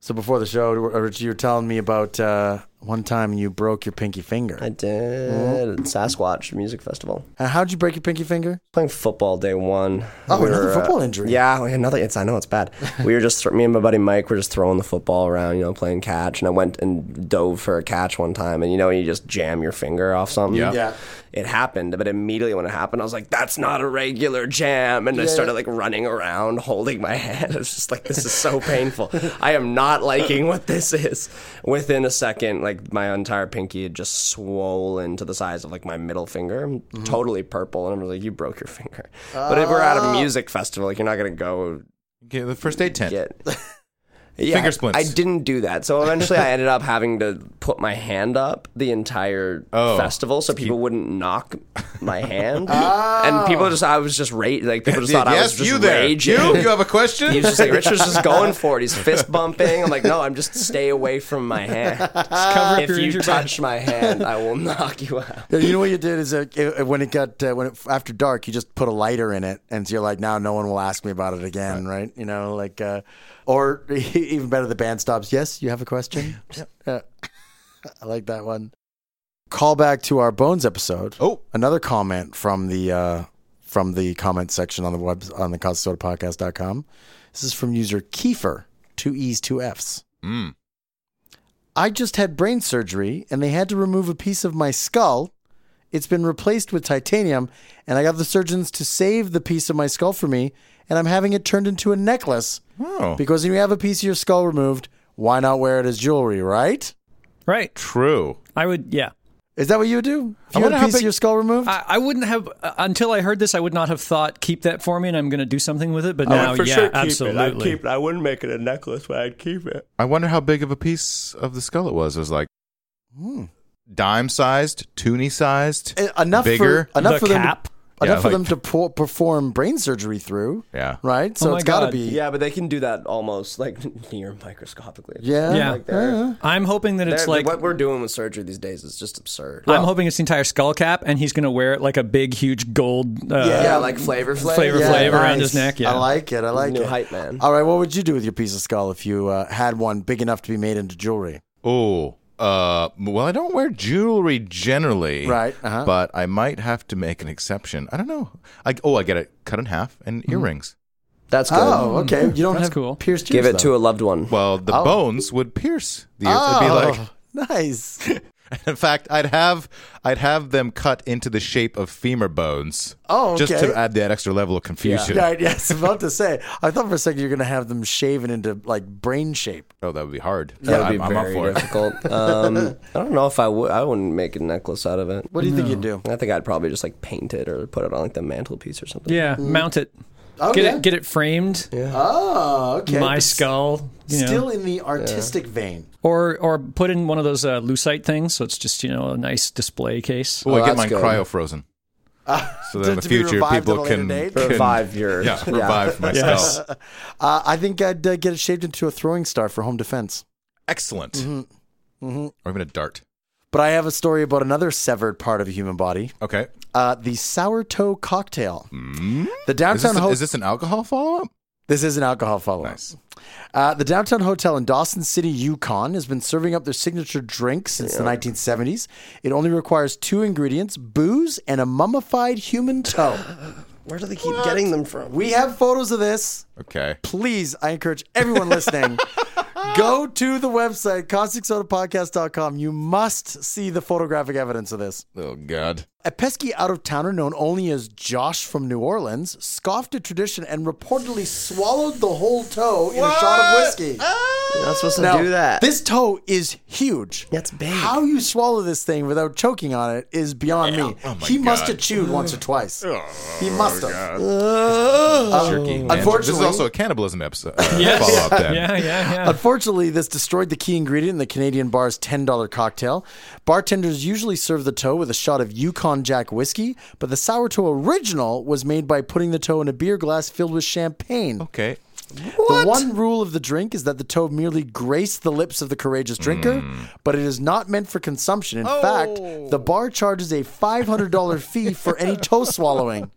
[SPEAKER 4] So before the show, Richie, you were telling me about uh, one time you broke your pinky finger.
[SPEAKER 3] I did
[SPEAKER 4] Mm-hmm.
[SPEAKER 3] at Sasquatch Music Festival.
[SPEAKER 4] And how'd you break your pinky finger?
[SPEAKER 3] Playing football day one.
[SPEAKER 4] Oh, another
[SPEAKER 3] uh,
[SPEAKER 4] football injury.
[SPEAKER 3] Yeah, we had nothing. It's I know it's bad. We were just me and my buddy Mike were just throwing the football around, you know, playing catch. And I went and dove for a catch one time, and you know, you just jam your finger off something.
[SPEAKER 1] Yeah.
[SPEAKER 4] Yeah.
[SPEAKER 3] It happened, but immediately when it happened, I was like, "That's not a regular jam," and I started like running around, holding my head. I was just like, "This is so painful. I am not liking what this is." Within a second, like my entire pinky had just swollen to the size of like my middle finger, totally purple, and I was like, "You broke your finger." But if we're at a music festival, like you're not gonna go
[SPEAKER 1] Okay, the first aid tent.
[SPEAKER 3] get. Yeah,
[SPEAKER 1] Finger splints.
[SPEAKER 3] I didn't do that. So eventually I ended up having to put my hand up the entire
[SPEAKER 1] Oh.
[SPEAKER 3] festival so people wouldn't knock my hand. And people just, I was just rage. Like, people just thought I was
[SPEAKER 1] yes,
[SPEAKER 3] just
[SPEAKER 1] you there.
[SPEAKER 3] raging.
[SPEAKER 1] You? You have a question?
[SPEAKER 3] He was just like, Richard's just going for it. He's fist bumping. I'm like, no, I'm just stay away from my hand.
[SPEAKER 2] cover up
[SPEAKER 3] if
[SPEAKER 2] your
[SPEAKER 3] you
[SPEAKER 2] injured
[SPEAKER 3] touch my hand, I will knock you out.
[SPEAKER 4] You know what you did is uh, it- when it got uh, when it, after dark, you just put a lighter in it, and so you're like, now no one will ask me about it again, right? You know, like, uh, or even better, the band stops. Yes, you have a question. Yeah. I like that one. Call back to our bones episode.
[SPEAKER 1] Oh.
[SPEAKER 4] another comment from the uh, from the comment section on the web on the podcast.com. This is from user Kiefer, two E's, two F's.
[SPEAKER 1] Mm.
[SPEAKER 4] I just had brain surgery and they had to remove a piece of my skull. It's been replaced with titanium, and I got the surgeons to save the piece of my skull for me, and I'm having it turned into a necklace.
[SPEAKER 1] Oh,
[SPEAKER 4] Because when you have a piece of your skull removed, why not wear it as jewelry, right?
[SPEAKER 2] Right.
[SPEAKER 1] true.
[SPEAKER 2] I would. Yeah.
[SPEAKER 4] Is that what you would do? If
[SPEAKER 1] I
[SPEAKER 4] you had
[SPEAKER 1] wonder
[SPEAKER 4] a
[SPEAKER 1] how
[SPEAKER 4] piece of
[SPEAKER 1] big-
[SPEAKER 4] your skull removed?
[SPEAKER 2] I, I wouldn't have uh, until I heard this. I would not have thought keep that for me, and I'm going to do something with it. But now, yeah, absolutely.
[SPEAKER 3] I wouldn't make it a necklace, but I'd keep it.
[SPEAKER 1] I wonder how big of a piece of the skull it was. It was like hmm, dime sized, toonie sized,
[SPEAKER 4] Eh, enough
[SPEAKER 1] bigger.
[SPEAKER 4] for enough
[SPEAKER 2] the
[SPEAKER 4] for
[SPEAKER 2] cap.
[SPEAKER 4] them. enough for
[SPEAKER 1] like-
[SPEAKER 4] them to pour, perform brain surgery through.
[SPEAKER 1] Yeah.
[SPEAKER 4] Right? So
[SPEAKER 2] Oh my
[SPEAKER 4] it's got to
[SPEAKER 2] God.
[SPEAKER 4] be.
[SPEAKER 3] Yeah, but they can do that almost like near microscopically.
[SPEAKER 4] Yeah.
[SPEAKER 2] Yeah. Uh-huh.
[SPEAKER 3] Like they're,
[SPEAKER 2] I'm hoping that it's
[SPEAKER 3] they're-
[SPEAKER 2] like
[SPEAKER 3] what we're doing with surgery these days is just absurd.
[SPEAKER 2] I'm hoping it's the entire skull cap, and he's going to wear it like a big, huge gold. Uh,
[SPEAKER 3] yeah, mm, like flavor flavor.
[SPEAKER 2] Flavor
[SPEAKER 4] Yeah,
[SPEAKER 2] Flav around his neck, yeah.
[SPEAKER 4] I like it. I like
[SPEAKER 3] New
[SPEAKER 4] it.
[SPEAKER 3] hype man.
[SPEAKER 4] All right. What would you do with your piece of skull if you uh, had one big enough to be made into jewelry?
[SPEAKER 1] Oh, uh, well, I don't wear jewelry generally,
[SPEAKER 4] Right, uh-huh.
[SPEAKER 1] But I might have to make an exception. I don't know. I oh, I get it cut in half and
[SPEAKER 3] Hmm.
[SPEAKER 1] earrings.
[SPEAKER 3] That's good.
[SPEAKER 4] Oh, okay. You don't
[SPEAKER 2] That's
[SPEAKER 4] have
[SPEAKER 2] cool.
[SPEAKER 4] pierced
[SPEAKER 3] Give it to a loved one.
[SPEAKER 1] Well, the bones would pierce the ear.
[SPEAKER 3] Oh.
[SPEAKER 1] It'd be like,
[SPEAKER 4] Oh, nice.
[SPEAKER 1] in fact, I'd have I'd have them cut into the shape of femur bones.
[SPEAKER 4] Oh,
[SPEAKER 1] just
[SPEAKER 4] okay.
[SPEAKER 1] to add that extra level of confusion.
[SPEAKER 4] Right, yes, I was about to say. I thought for a second you were going to have them shaven into like brain shape.
[SPEAKER 1] Oh, that would be hard.
[SPEAKER 3] That would
[SPEAKER 1] I'm,
[SPEAKER 3] be
[SPEAKER 1] I'm
[SPEAKER 3] very
[SPEAKER 1] up for it.
[SPEAKER 3] difficult. Um, I don't know if I would. I wouldn't make a necklace out of it.
[SPEAKER 4] What do you think you'd do?
[SPEAKER 3] I think I'd probably just like paint it or put it on like the mantelpiece or something.
[SPEAKER 2] yeah, mount it.
[SPEAKER 4] Oh,
[SPEAKER 2] get
[SPEAKER 4] yeah.
[SPEAKER 2] it, get it framed.
[SPEAKER 4] Oh, okay.
[SPEAKER 2] my
[SPEAKER 4] But
[SPEAKER 2] skull, you know,
[SPEAKER 4] Still in the artistic vein.
[SPEAKER 2] or or put in one of those uh, lucite things, so it's just you know a nice display case.
[SPEAKER 1] Oh, I get
[SPEAKER 3] that's
[SPEAKER 1] mine
[SPEAKER 3] good.
[SPEAKER 1] cryo frozen. so that in
[SPEAKER 4] Uh, to-
[SPEAKER 1] the
[SPEAKER 4] to be
[SPEAKER 1] future
[SPEAKER 4] revived at a
[SPEAKER 1] people
[SPEAKER 4] later
[SPEAKER 1] can,
[SPEAKER 4] date?
[SPEAKER 1] can-
[SPEAKER 3] Revive your.
[SPEAKER 1] Yeah, revive my skull.
[SPEAKER 4] Uh, I think I'd uh, get it shaped into a throwing star for home defense.
[SPEAKER 1] Excellent.
[SPEAKER 4] Mm-hmm.
[SPEAKER 1] Or even a dart.
[SPEAKER 4] But I have a story about another severed part of a human body
[SPEAKER 1] Okay.
[SPEAKER 4] uh, the sourdough cocktail. The
[SPEAKER 1] Hmm. Is this,
[SPEAKER 4] Mm-hmm. downtown
[SPEAKER 1] an-
[SPEAKER 4] ho-
[SPEAKER 1] is this an alcohol follow up?
[SPEAKER 4] This is an alcohol follow up.
[SPEAKER 1] Nice.
[SPEAKER 4] Uh, the Downtown Hotel in Dawson City, Yukon, has been serving up their signature drink since the 1970s. It only requires two ingredients booze and a mummified human toe.
[SPEAKER 3] Where do they keep getting them from?
[SPEAKER 4] we have photos of this.
[SPEAKER 1] Okay.
[SPEAKER 4] Please, I encourage everyone listening. Go to the website, causticsodapodcast.com. You must see the photographic evidence of this.
[SPEAKER 1] Oh God.
[SPEAKER 4] A pesky out of towner known only as Josh from New Orleans scoffed at tradition and reportedly swallowed the whole toe in a shot of whiskey.
[SPEAKER 3] Ah! You're not supposed to
[SPEAKER 4] Now,
[SPEAKER 3] do that.
[SPEAKER 4] This toe is huge.
[SPEAKER 3] That's big.
[SPEAKER 4] How you swallow this thing without choking on it is beyond me.
[SPEAKER 3] Oh
[SPEAKER 4] he must have chewed once or twice. he must have.
[SPEAKER 1] Jerky. man. this is
[SPEAKER 4] Unfortunately-
[SPEAKER 1] also a cannibalism episode. Uh, Follow up. Then.
[SPEAKER 2] Yeah, yeah, yeah.
[SPEAKER 4] Unfortunately, this destroyed the key ingredient in the Canadian bar's $10 cocktail. Bartenders usually serve the toe with a shot of Yukon Jack whiskey, but the sourdough original was made by putting the toe in a beer glass filled with champagne.
[SPEAKER 1] Okay.
[SPEAKER 4] The one rule of the drink is that the toe merely graced the lips of the courageous drinker, but it is not meant for consumption. In fact, the bar charges a $500 fee for any toe swallowing,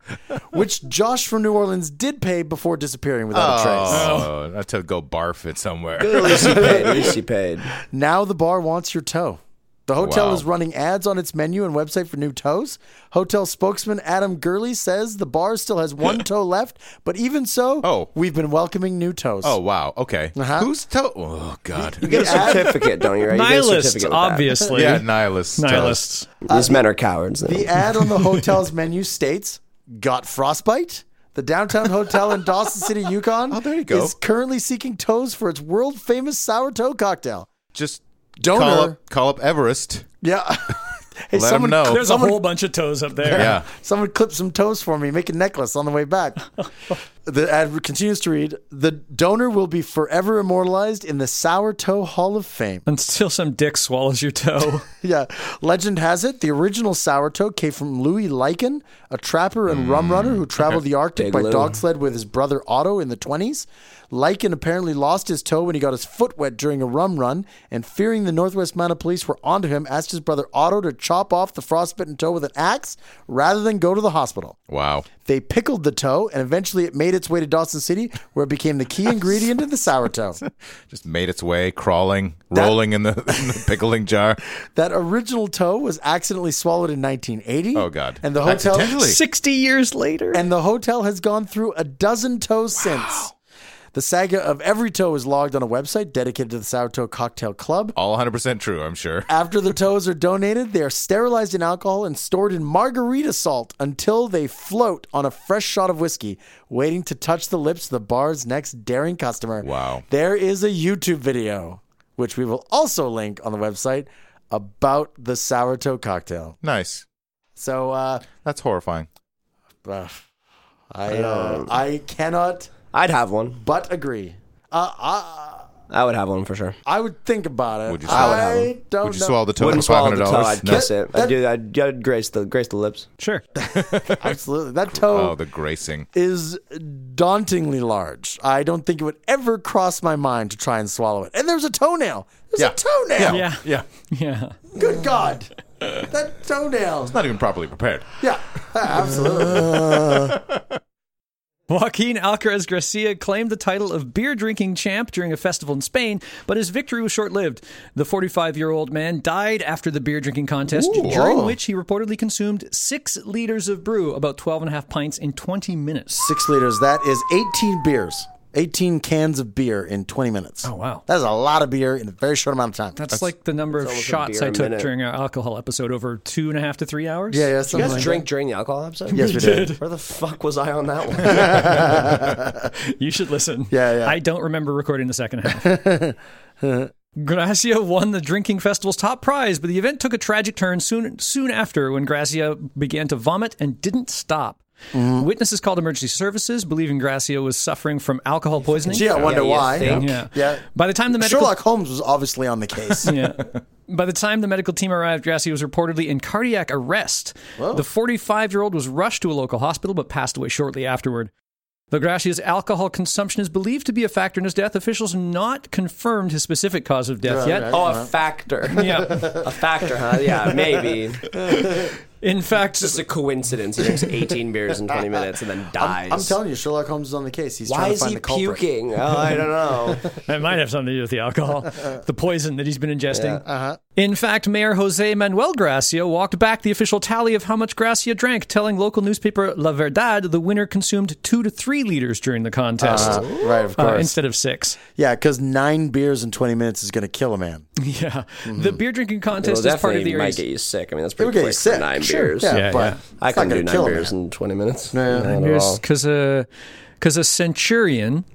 [SPEAKER 4] which Josh from New Orleans did pay before disappearing without a trace.
[SPEAKER 1] Oh, not to go barf it somewhere.
[SPEAKER 3] At least he paid. At least he paid.
[SPEAKER 4] Now the bar wants your toe. The hotel
[SPEAKER 1] Wow.
[SPEAKER 4] is running ads on its menu and website for new toes. Hotel spokesman Adam Gurley says the bar still has one toe left, but even so,
[SPEAKER 1] Oh.
[SPEAKER 4] we've been welcoming new toes.
[SPEAKER 1] Oh wow. Okay.
[SPEAKER 4] Uh-huh.
[SPEAKER 1] Who's to? Oh God.
[SPEAKER 3] You get a certificate, don't you? Right? You get a
[SPEAKER 2] Nihilists,
[SPEAKER 3] certificate with that.
[SPEAKER 2] obviously.
[SPEAKER 1] yeah, nihilists.
[SPEAKER 2] Nihilists.
[SPEAKER 3] These men are cowards.
[SPEAKER 4] The ad on the hotel's menu states, "Got frostbite." The downtown hotel in Dawson City, Yukon,
[SPEAKER 1] Oh, there you go.
[SPEAKER 4] is currently seeking toes for its world famous sourdough cocktail.
[SPEAKER 1] Just
[SPEAKER 4] Donor.
[SPEAKER 1] call up, call up Everest.
[SPEAKER 4] Yeah.
[SPEAKER 1] Let
[SPEAKER 4] hey,
[SPEAKER 1] 'em
[SPEAKER 4] someone,
[SPEAKER 1] know.
[SPEAKER 2] There's
[SPEAKER 4] someone
[SPEAKER 2] a whole bunch of toes up there.
[SPEAKER 3] Uh-huh.
[SPEAKER 1] Yeah.
[SPEAKER 4] Someone clip some toes for me. Make a necklace on the way back. the ad continues to read The donor will be forever immortalized in the Sourdough Hall of Fame.
[SPEAKER 2] Until some dick swallows your toe.
[SPEAKER 4] Yeah. Legend has it the original sourdough came from Louis Lycan, a trapper and rum runner who traveled the Arctic
[SPEAKER 3] Mm, Big
[SPEAKER 4] by
[SPEAKER 3] Lou.
[SPEAKER 4] dog sled with his brother Otto in the 20s. Lycan apparently lost his toe when he got his foot wet during a rum run, and fearing the Northwest Mounted Police were onto him, asked his brother Otto to chop off the frostbitten toe with an axe rather than go to the hospital.
[SPEAKER 1] Wow.
[SPEAKER 4] They pickled the toe, and eventually it made its way to Dawson City, where it became the key ingredient in the sourdough.
[SPEAKER 1] Just made its way, crawling, rolling in the, in the pickling jar.
[SPEAKER 4] That original toe was accidentally swallowed in 1980.
[SPEAKER 1] Oh God.
[SPEAKER 4] And the hotel
[SPEAKER 1] Accidentally.
[SPEAKER 2] 60 years later.
[SPEAKER 4] and the hotel has gone through a dozen toes since. The saga of every toe is logged on a website dedicated to the Sourdough Cocktail Club.
[SPEAKER 1] All 100 percent true. I'm sure.
[SPEAKER 4] After the toes are donated, they are sterilized in alcohol and stored in margarita salt until they float on a fresh shot of whiskey, waiting to touch the lips of the bar's next daring customer.
[SPEAKER 1] Wow.
[SPEAKER 4] There is a YouTube video, which we will also link on the website, about the sourdough cocktail.
[SPEAKER 1] Nice.
[SPEAKER 4] So, uh,
[SPEAKER 1] That's horrifying.
[SPEAKER 4] uh, I, uh, I cannot
[SPEAKER 3] I'd have one.
[SPEAKER 4] but agree. Uh, uh,
[SPEAKER 3] I would have one for sure.
[SPEAKER 4] I would think about it.
[SPEAKER 1] Would you swallow
[SPEAKER 4] I
[SPEAKER 3] it?
[SPEAKER 4] don't
[SPEAKER 1] Would you
[SPEAKER 4] know.
[SPEAKER 1] swallow the toe
[SPEAKER 3] Oh, Wouldn't
[SPEAKER 1] for five
[SPEAKER 3] swallow
[SPEAKER 1] hundred
[SPEAKER 3] the toe. I'd
[SPEAKER 1] dollars?
[SPEAKER 3] kiss it. I'd, do, I'd, I'd grace the grace the lips.
[SPEAKER 2] Sure.
[SPEAKER 4] Absolutely. That toe
[SPEAKER 1] Oh, the gracing.
[SPEAKER 4] is dauntingly large. I don't think it would ever cross my mind to try and swallow it. And there's a toenail. There's
[SPEAKER 1] Yeah.
[SPEAKER 4] a toenail.
[SPEAKER 2] Yeah.
[SPEAKER 1] Yeah,
[SPEAKER 2] Yeah.
[SPEAKER 4] Good God. that toenail.
[SPEAKER 1] not even properly prepared.
[SPEAKER 4] Yeah, absolutely.
[SPEAKER 2] Joaquin Alcaraz Gracia claimed the title of beer drinking champ during a festival in Spain, but his victory was short lived. The 45 year old man died after the beer drinking contest, during
[SPEAKER 4] Oh.
[SPEAKER 2] which he reportedly consumed six liters of brew, about 12 and a half pints, in 20 minutes.
[SPEAKER 4] Six liters. That is 18 beers. 18 cans of beer in 20 minutes. Oh,
[SPEAKER 2] wow.
[SPEAKER 4] That's a lot of beer in a very short amount of time.
[SPEAKER 2] That's, like the number of
[SPEAKER 3] almost a
[SPEAKER 2] shots
[SPEAKER 3] beer
[SPEAKER 2] I
[SPEAKER 3] a
[SPEAKER 2] took
[SPEAKER 3] minute.
[SPEAKER 2] during our alcohol episode over two and a half to three hours.
[SPEAKER 4] yeah, yeah.
[SPEAKER 3] You
[SPEAKER 4] something
[SPEAKER 3] guys
[SPEAKER 4] like
[SPEAKER 3] drink during the alcohol episode?
[SPEAKER 4] Yes, we did.
[SPEAKER 3] Where the fuck was I on that one?
[SPEAKER 2] You should listen.
[SPEAKER 4] Yeah, yeah.
[SPEAKER 2] I don't remember recording the second half. Gracia won the drinking festival's top prize, but the event took a tragic turn soon soon after when Gracia began to vomit and didn't stop.
[SPEAKER 4] Mm-hmm.
[SPEAKER 2] Witnesses called emergency services, believing Gracia was suffering from alcohol poisoning.
[SPEAKER 4] that. Gee, I wonder
[SPEAKER 3] you
[SPEAKER 4] why.
[SPEAKER 3] think?
[SPEAKER 2] Yeah.
[SPEAKER 4] Yeah.
[SPEAKER 2] By the time the medical
[SPEAKER 4] Sherlock Holmes was obviously on the case.
[SPEAKER 2] yeah. By the time the medical team arrived, Grassi was reportedly in cardiac arrest. The 45 year old was rushed to a local hospital but passed away shortly afterward. Though Grassi's alcohol consumption is believed to be a factor in his death, officials not confirmed his specific cause of death yet.
[SPEAKER 3] Oh, a factor.
[SPEAKER 2] Yeah.
[SPEAKER 3] A factor, huh? Yeah, maybe.
[SPEAKER 2] In fact,
[SPEAKER 3] Just a coincidence. He drinks 18 beers in 20 minutes and then dies.
[SPEAKER 4] I'm telling you, Sherlock Holmes is on the case. He's
[SPEAKER 3] Why
[SPEAKER 4] trying to
[SPEAKER 3] is
[SPEAKER 4] find
[SPEAKER 3] he
[SPEAKER 4] the culprit.
[SPEAKER 3] puking? Oh, I don't know.
[SPEAKER 2] That might have something to do with the alcohol, the poison that he's been ingesting. In fact, Mayor Jose Manuel Gracia walked back the official tally of how much Gracia drank, telling local newspaper La Verdad the winner consumed two to three liters during the contest
[SPEAKER 4] Right, of
[SPEAKER 2] uh,
[SPEAKER 4] course.
[SPEAKER 2] instead of six.
[SPEAKER 4] yeah, because nine beers in 20 minutes is going to kill a man.
[SPEAKER 2] Yeah. The beer drinking
[SPEAKER 3] Mm-hmm. Well,
[SPEAKER 2] contest is part of
[SPEAKER 3] definitely
[SPEAKER 2] the
[SPEAKER 3] might
[SPEAKER 2] area's.
[SPEAKER 3] get you sick. I mean, that's
[SPEAKER 4] It
[SPEAKER 3] pretty
[SPEAKER 4] would get you
[SPEAKER 3] quick
[SPEAKER 4] sick.
[SPEAKER 3] for nine
[SPEAKER 4] sure.
[SPEAKER 3] beers.
[SPEAKER 4] Yeah,
[SPEAKER 2] Yeah,
[SPEAKER 4] but
[SPEAKER 2] yeah.
[SPEAKER 4] it's
[SPEAKER 3] I
[SPEAKER 4] not
[SPEAKER 3] couldn't
[SPEAKER 4] gonna
[SPEAKER 3] do nine
[SPEAKER 4] kill a
[SPEAKER 3] beers
[SPEAKER 4] man.
[SPEAKER 3] in 20 minutes.
[SPEAKER 4] Yeah.
[SPEAKER 3] Not at all.
[SPEAKER 2] Because a, because a centurion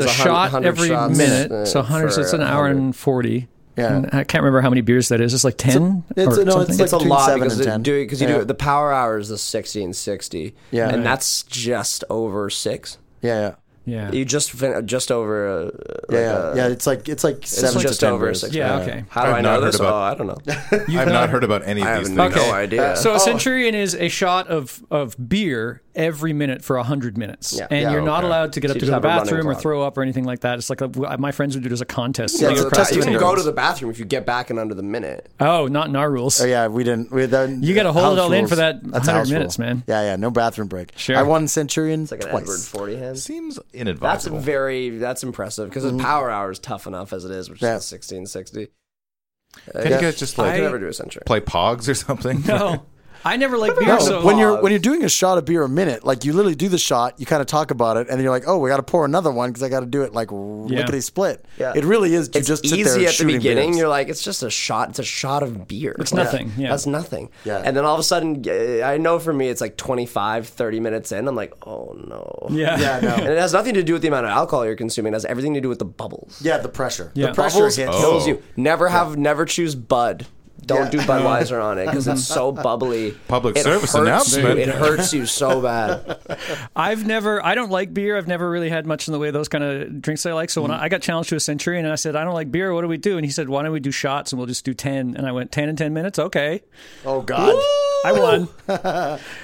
[SPEAKER 2] is a
[SPEAKER 3] a hun-
[SPEAKER 2] shot
[SPEAKER 3] hundred
[SPEAKER 2] every
[SPEAKER 3] shots,
[SPEAKER 2] minute.
[SPEAKER 3] uh,
[SPEAKER 2] so 100, so
[SPEAKER 3] for
[SPEAKER 2] it's an
[SPEAKER 3] a
[SPEAKER 2] hour
[SPEAKER 3] hundred.
[SPEAKER 2] and 40.
[SPEAKER 4] Yeah.
[SPEAKER 2] And I can't remember how many beers that is. It's like 10
[SPEAKER 4] it's-
[SPEAKER 2] or
[SPEAKER 4] no,
[SPEAKER 2] something.
[SPEAKER 4] like
[SPEAKER 3] It's a
[SPEAKER 4] between
[SPEAKER 3] lot
[SPEAKER 4] seven
[SPEAKER 3] because
[SPEAKER 4] and
[SPEAKER 3] it-
[SPEAKER 4] 10.
[SPEAKER 3] do it because you do
[SPEAKER 4] Yeah.
[SPEAKER 3] it. The power hour is the 60 and 60.
[SPEAKER 4] Yeah.
[SPEAKER 3] And
[SPEAKER 4] Right.
[SPEAKER 3] that's just over six.
[SPEAKER 4] Yeah, yeah.
[SPEAKER 2] yeah.
[SPEAKER 3] You just fin- just over. Uh, like
[SPEAKER 4] Yeah,
[SPEAKER 3] a-
[SPEAKER 4] yeah. It's like it's like
[SPEAKER 3] It's
[SPEAKER 4] seven to
[SPEAKER 3] just
[SPEAKER 4] 10
[SPEAKER 3] over
[SPEAKER 4] beers.
[SPEAKER 3] six.
[SPEAKER 2] Yeah,
[SPEAKER 3] minutes.
[SPEAKER 2] okay.
[SPEAKER 3] How do
[SPEAKER 1] I've
[SPEAKER 3] I
[SPEAKER 1] not
[SPEAKER 3] know
[SPEAKER 1] heard
[SPEAKER 3] this?
[SPEAKER 1] about-
[SPEAKER 3] Oh, I don't know.
[SPEAKER 1] I've not heard about any
[SPEAKER 3] I
[SPEAKER 1] of
[SPEAKER 3] have
[SPEAKER 1] these
[SPEAKER 3] no
[SPEAKER 1] things.
[SPEAKER 3] idea.
[SPEAKER 2] So a centurion is a shot of of beer every minute for hundred minutes,
[SPEAKER 3] Yeah.
[SPEAKER 2] and
[SPEAKER 3] Yeah,
[SPEAKER 2] you're not
[SPEAKER 1] okay.
[SPEAKER 2] allowed to get up
[SPEAKER 3] you
[SPEAKER 2] to
[SPEAKER 3] just
[SPEAKER 2] go to
[SPEAKER 3] have
[SPEAKER 2] the
[SPEAKER 3] a running
[SPEAKER 2] bathroom or
[SPEAKER 3] clock.
[SPEAKER 2] throw up or anything like that. It's like a, my friends would do it as a contest.
[SPEAKER 4] Yeah,
[SPEAKER 2] Like
[SPEAKER 4] it's
[SPEAKER 2] a
[SPEAKER 4] a
[SPEAKER 2] crowd.
[SPEAKER 4] test
[SPEAKER 3] you can
[SPEAKER 4] Doing
[SPEAKER 3] go
[SPEAKER 4] drugs.
[SPEAKER 3] to the bathroom if you get back and under the minute.
[SPEAKER 2] oh, not in our rules.
[SPEAKER 4] Oh, yeah, we didn't. We, that,
[SPEAKER 2] You gotta hold it
[SPEAKER 4] house
[SPEAKER 2] all in for
[SPEAKER 4] rules.
[SPEAKER 2] that
[SPEAKER 4] That's
[SPEAKER 2] 100
[SPEAKER 4] house rule.
[SPEAKER 2] minutes, man.
[SPEAKER 4] Yeah, yeah. No bathroom break.
[SPEAKER 2] Sure.
[SPEAKER 4] I won Centurion
[SPEAKER 3] Like an Edward
[SPEAKER 4] twice.
[SPEAKER 3] Forty hand.
[SPEAKER 1] Seems
[SPEAKER 3] That's
[SPEAKER 1] inadvisable.
[SPEAKER 3] very. That's impressive because the power hour is tough enough as it is, which
[SPEAKER 4] Mm-hmm. Yeah.
[SPEAKER 3] is sixteen sixty.
[SPEAKER 1] Can you guys just
[SPEAKER 3] I
[SPEAKER 1] like
[SPEAKER 3] could never do a century.
[SPEAKER 1] play Pogs or something?
[SPEAKER 2] No, I never like beer.
[SPEAKER 4] No,
[SPEAKER 2] so
[SPEAKER 4] when you're when you're doing a shot of beer a minute, like you literally do the shot, you kind of talk about it, and then you're like, oh, we got to pour another one because I got to do it like lickety split.
[SPEAKER 3] Yeah.
[SPEAKER 4] It really is. You
[SPEAKER 3] it's
[SPEAKER 4] just sit
[SPEAKER 3] easy
[SPEAKER 4] there
[SPEAKER 3] at the
[SPEAKER 4] shooting
[SPEAKER 3] beginning.
[SPEAKER 4] beers.
[SPEAKER 3] You're like, it's just a shot. It's a shot of beer. It's
[SPEAKER 2] nothing, yeah.
[SPEAKER 3] That's nothing.
[SPEAKER 4] Yeah.
[SPEAKER 3] And then all of a sudden, uh, I know for me, it's like 25, 30 minutes in. I'm like, oh no.
[SPEAKER 2] yeah,
[SPEAKER 4] yeah, no.
[SPEAKER 3] And it has nothing to do with the amount of alcohol you're consuming. It has everything to do with the bubbles.
[SPEAKER 4] Yeah, the pressure.
[SPEAKER 2] Yeah.
[SPEAKER 4] The pressure
[SPEAKER 3] Bubbles
[SPEAKER 4] hits.
[SPEAKER 1] Oh.
[SPEAKER 3] kills you. Never have, never choose Bud. Don't
[SPEAKER 4] Yeah.
[SPEAKER 3] do Budweiser on it because it's so bubbly.
[SPEAKER 1] Public
[SPEAKER 3] It
[SPEAKER 1] service
[SPEAKER 3] hurts
[SPEAKER 1] announcement.
[SPEAKER 3] You. It hurts you so bad.
[SPEAKER 2] I've never. I don't like beer. I've never really had much in the way of those kind of drinks I like. So when I, I got challenged to a centurion, and I said, "I don't like beer. What do we do?" And he said, "Why don't we do shots and we'll just do 10? And I went, 10 in ten minutes. Okay.
[SPEAKER 4] Oh God.
[SPEAKER 2] I won.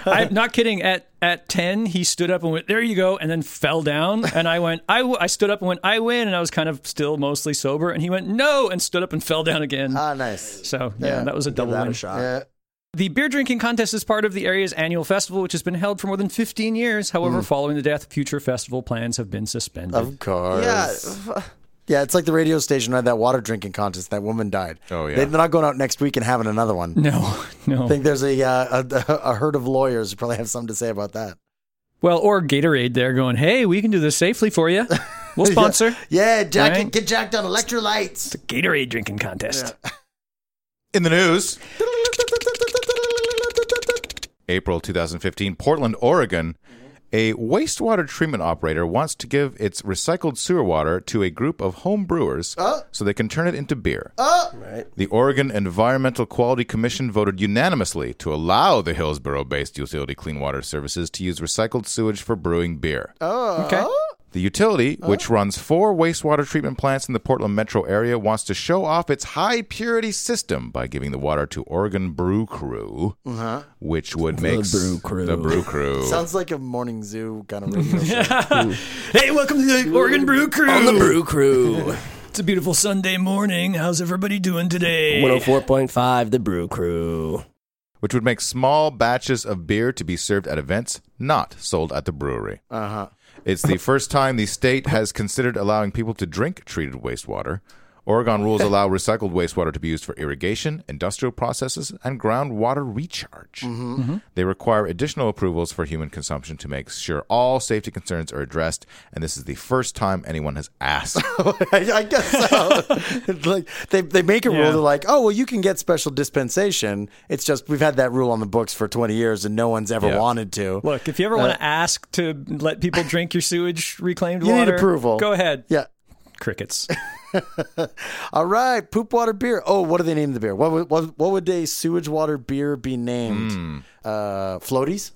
[SPEAKER 2] I'm not kidding. At at ten, he stood up and went, "There you go," and then fell down. And I went, I, w- I stood up and went, "I win," and I was kind of still mostly sober. And he went, "No," and stood up and fell down again.
[SPEAKER 4] Ah, nice.
[SPEAKER 2] so yeah, that was a double
[SPEAKER 3] Without
[SPEAKER 2] win.
[SPEAKER 3] a shot.
[SPEAKER 4] Yeah.
[SPEAKER 2] The beer drinking contest is part of the area's annual festival, which has been held for more than 15 years. However, following the death, future festival plans have been suspended.
[SPEAKER 4] Mm-hmm. Of course.
[SPEAKER 3] Yeah.
[SPEAKER 4] Yeah, it's like the radio station had that water drinking contest. That woman died.
[SPEAKER 1] Oh, yeah.
[SPEAKER 4] They- They're not going out next week and having another one.
[SPEAKER 2] no, no.
[SPEAKER 4] I think there's a, uh, a a herd of lawyers who probably have something to say about that.
[SPEAKER 2] well, or Gatorade there going, "Hey, we can do this safely for you. We'll sponsor."
[SPEAKER 4] Yeah, jack,
[SPEAKER 2] Right?
[SPEAKER 4] get jacked on electrolytes.
[SPEAKER 2] Gatorade drinking contest.
[SPEAKER 1] In the news, April 2015, Portland, Oregon, a wastewater treatment operator wants to give its recycled sewer water to a group of home brewers so they can turn it into beer. The Oregon Environmental Quality Commission voted unanimously to allow the
[SPEAKER 4] Uh-huh.
[SPEAKER 1] Hillsborough based utility Clean Water Services to use recycled sewage for brewing beer.
[SPEAKER 2] Okay.
[SPEAKER 1] The utility, which runs four wastewater treatment plants in the Portland metro area, wants to show off its high purity system by giving the water to Oregon Brew Crew, which would make s-
[SPEAKER 3] Brew Crew.
[SPEAKER 1] the Brew Crew.
[SPEAKER 4] Sounds like a morning zoo kind of radio show.
[SPEAKER 2] Hey, welcome to the Oregon Brew Crew.
[SPEAKER 3] On the Brew Crew.
[SPEAKER 2] It's a beautiful Sunday morning. How's everybody doing today?
[SPEAKER 3] 104.5, The Brew Crew.
[SPEAKER 1] which would make small batches of beer to be served at events not sold at the brewery. Uh huh. It's the first time the state has considered allowing people to drink treated wastewater. Oregon rules allow recycled wastewater to be used for irrigation, industrial processes, and groundwater recharge. They require additional approvals for human consumption to make sure all safety concerns are addressed, and this is the first time anyone has asked.
[SPEAKER 4] I, I guess so. It's like they, they make a rule.
[SPEAKER 2] Yeah.
[SPEAKER 4] They're like, oh well, you can get special dispensation. It's just we've had that rule on the books for 20 years and no one's ever
[SPEAKER 1] Yeah.
[SPEAKER 4] wanted to.
[SPEAKER 2] Look, if you
[SPEAKER 4] Uh,
[SPEAKER 2] ever want to ask to let people drink your sewage reclaimed
[SPEAKER 4] you
[SPEAKER 2] water,
[SPEAKER 4] need approval.
[SPEAKER 2] Go ahead.
[SPEAKER 4] Yeah.
[SPEAKER 2] Crickets.
[SPEAKER 4] All right, poop water beer. Oh, what do they name the beer? What would what, what would a sewage water beer be named? Uh, floaties,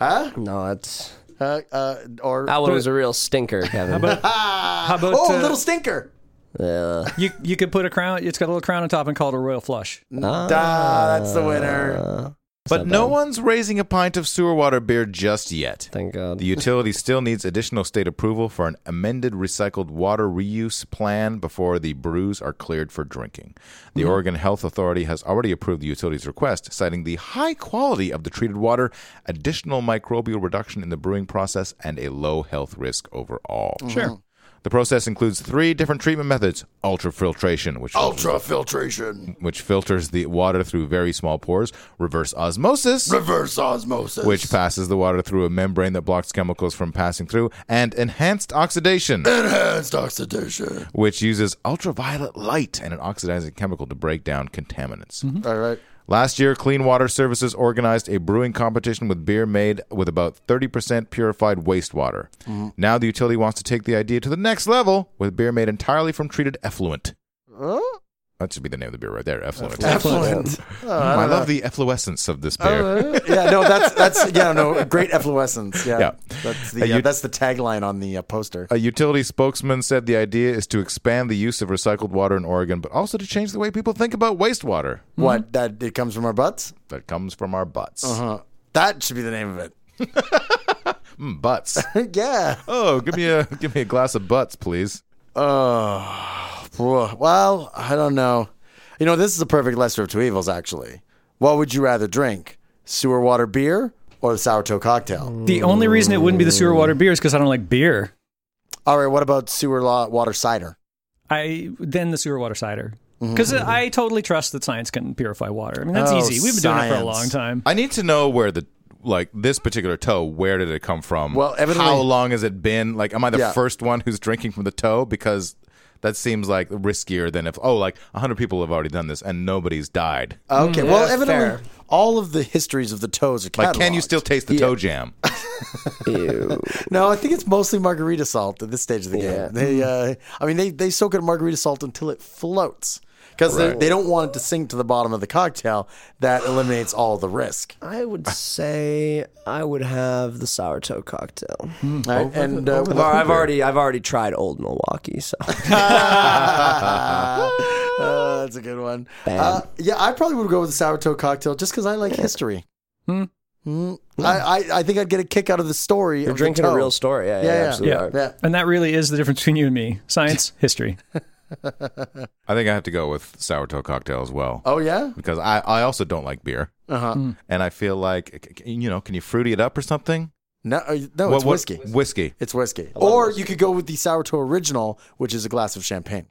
[SPEAKER 3] No, that's.
[SPEAKER 4] uh, uh, or
[SPEAKER 3] That one was a real stinker, Kevin.
[SPEAKER 2] How about
[SPEAKER 4] oh,
[SPEAKER 2] uh,
[SPEAKER 4] little stinker.
[SPEAKER 3] Yeah.
[SPEAKER 2] you? You could put a crown. It's got a little crown on top and call it a royal flush.
[SPEAKER 4] Duh, that's the winner.
[SPEAKER 1] but no one's raising a pint of sewer water beer just yet.
[SPEAKER 3] Thank God.
[SPEAKER 1] The utility still needs additional state approval for an amended recycled water reuse plan before the brews are cleared for drinking.
[SPEAKER 3] Hmm.
[SPEAKER 1] The Oregon Health Authority has already approved the utility's request, citing the high quality of the treated water, additional microbial reduction in the brewing process, and a low health risk overall.
[SPEAKER 2] Sure.
[SPEAKER 1] The process includes three different treatment methods: ultrafiltration, which
[SPEAKER 4] Ultra filtration,
[SPEAKER 1] which filters the water through very small pores; reverse osmosis,
[SPEAKER 4] reverse osmosis.
[SPEAKER 1] which passes the water through a membrane that blocks chemicals from passing through, and enhanced oxidation,
[SPEAKER 4] enhanced oxidation?
[SPEAKER 1] which uses ultraviolet light and an oxidizing chemical to break down contaminants.
[SPEAKER 4] All right.
[SPEAKER 1] Last year, Clean Water Services organized a brewing competition with beer made with about 30% purified wastewater.
[SPEAKER 4] Mm-hmm.
[SPEAKER 1] Now the utility wants to take the idea to the next level with beer made entirely from treated effluent.
[SPEAKER 4] Oh.
[SPEAKER 1] That should be the name of the beer right there, effluent.
[SPEAKER 4] Effluent. Oh.
[SPEAKER 1] Mm, I love the effluescence of this beer.
[SPEAKER 4] yeah, no, that's that's yeah, no, great effluescence. Yeah,
[SPEAKER 1] Yeah.
[SPEAKER 4] that's
[SPEAKER 1] Uh,
[SPEAKER 4] the
[SPEAKER 1] you-
[SPEAKER 4] uh, that's the tagline on the uh, poster.
[SPEAKER 1] A utility spokesman said the idea is to expand the use of recycled water in Oregon, but also to change the way people think about wastewater
[SPEAKER 4] What that it comes from our butts?
[SPEAKER 1] that comes from our butts.
[SPEAKER 4] Huh. That should be the name of it.
[SPEAKER 1] Mm, butts.
[SPEAKER 4] yeah.
[SPEAKER 1] oh, give me a give me a glass of butts, please.
[SPEAKER 4] Oh, boy. well, I don't know. You know, this is a perfect lesser of two evils, actually. What would you rather drink? Sewer water beer or the sour toe cocktail?
[SPEAKER 2] The only reason it wouldn't be the sewer water beer is because I don't like beer.
[SPEAKER 4] All right, what about sewer law, water cider?
[SPEAKER 2] I then the sewer water cider because I totally trust that science can purify water. I mean that's
[SPEAKER 4] Mm-hmm. Oh,
[SPEAKER 2] easy. We've been doing it for a
[SPEAKER 4] science.
[SPEAKER 2] long time.
[SPEAKER 1] I need to know where the like this particular toe. Where did it come from?
[SPEAKER 4] Well, evidently-
[SPEAKER 1] how long has it been? Like, am I the
[SPEAKER 4] Yeah.
[SPEAKER 1] first one who's drinking from the toe? Because that seems like riskier than if oh, like hundred people have already done this and nobody's died.
[SPEAKER 4] Okay, well, evidently,
[SPEAKER 3] fair.
[SPEAKER 4] all of the histories of the toes are cataloged.
[SPEAKER 1] like, can you still taste the toe jam?
[SPEAKER 4] No, I think it's mostly margarita salt at this stage of the
[SPEAKER 3] Yeah.
[SPEAKER 4] game. They, uh, I mean, they, they soak it in margarita salt until it floats because
[SPEAKER 1] Right.
[SPEAKER 4] they don't want it to sink to the bottom of the cocktail. That eliminates all the risk.
[SPEAKER 3] I would say I would have the sour toe cocktail.
[SPEAKER 4] Right? and uh,
[SPEAKER 3] Well, I've already I've already tried Old Milwaukee, so
[SPEAKER 4] Uh, that's a good one.
[SPEAKER 3] Bam.
[SPEAKER 4] Uh, yeah, I probably would go with the sour toe cocktail just because I like history. Hmm. I, I I think I'd get a kick out of the story.
[SPEAKER 3] you're drinking a real story. Oh. Yeah, yeah,
[SPEAKER 4] Yeah, yeah.
[SPEAKER 3] absolutely.
[SPEAKER 2] Yeah.
[SPEAKER 3] are.
[SPEAKER 4] Yeah.
[SPEAKER 2] And that really is the difference between you and me: science, history.
[SPEAKER 1] I think I have to go with sour toe cocktail as well.
[SPEAKER 4] Oh yeah. Uh-huh.
[SPEAKER 1] because I, I also don't like beer.
[SPEAKER 3] Hmm.
[SPEAKER 1] And I feel like, c- c- you know, can you fruity it up or something?
[SPEAKER 4] No, uh, no,
[SPEAKER 1] What- what-
[SPEAKER 4] it's whiskey.
[SPEAKER 1] Whiskey.
[SPEAKER 4] It's whiskey. Or you could go with the sour toe original, which is a glass of champagne.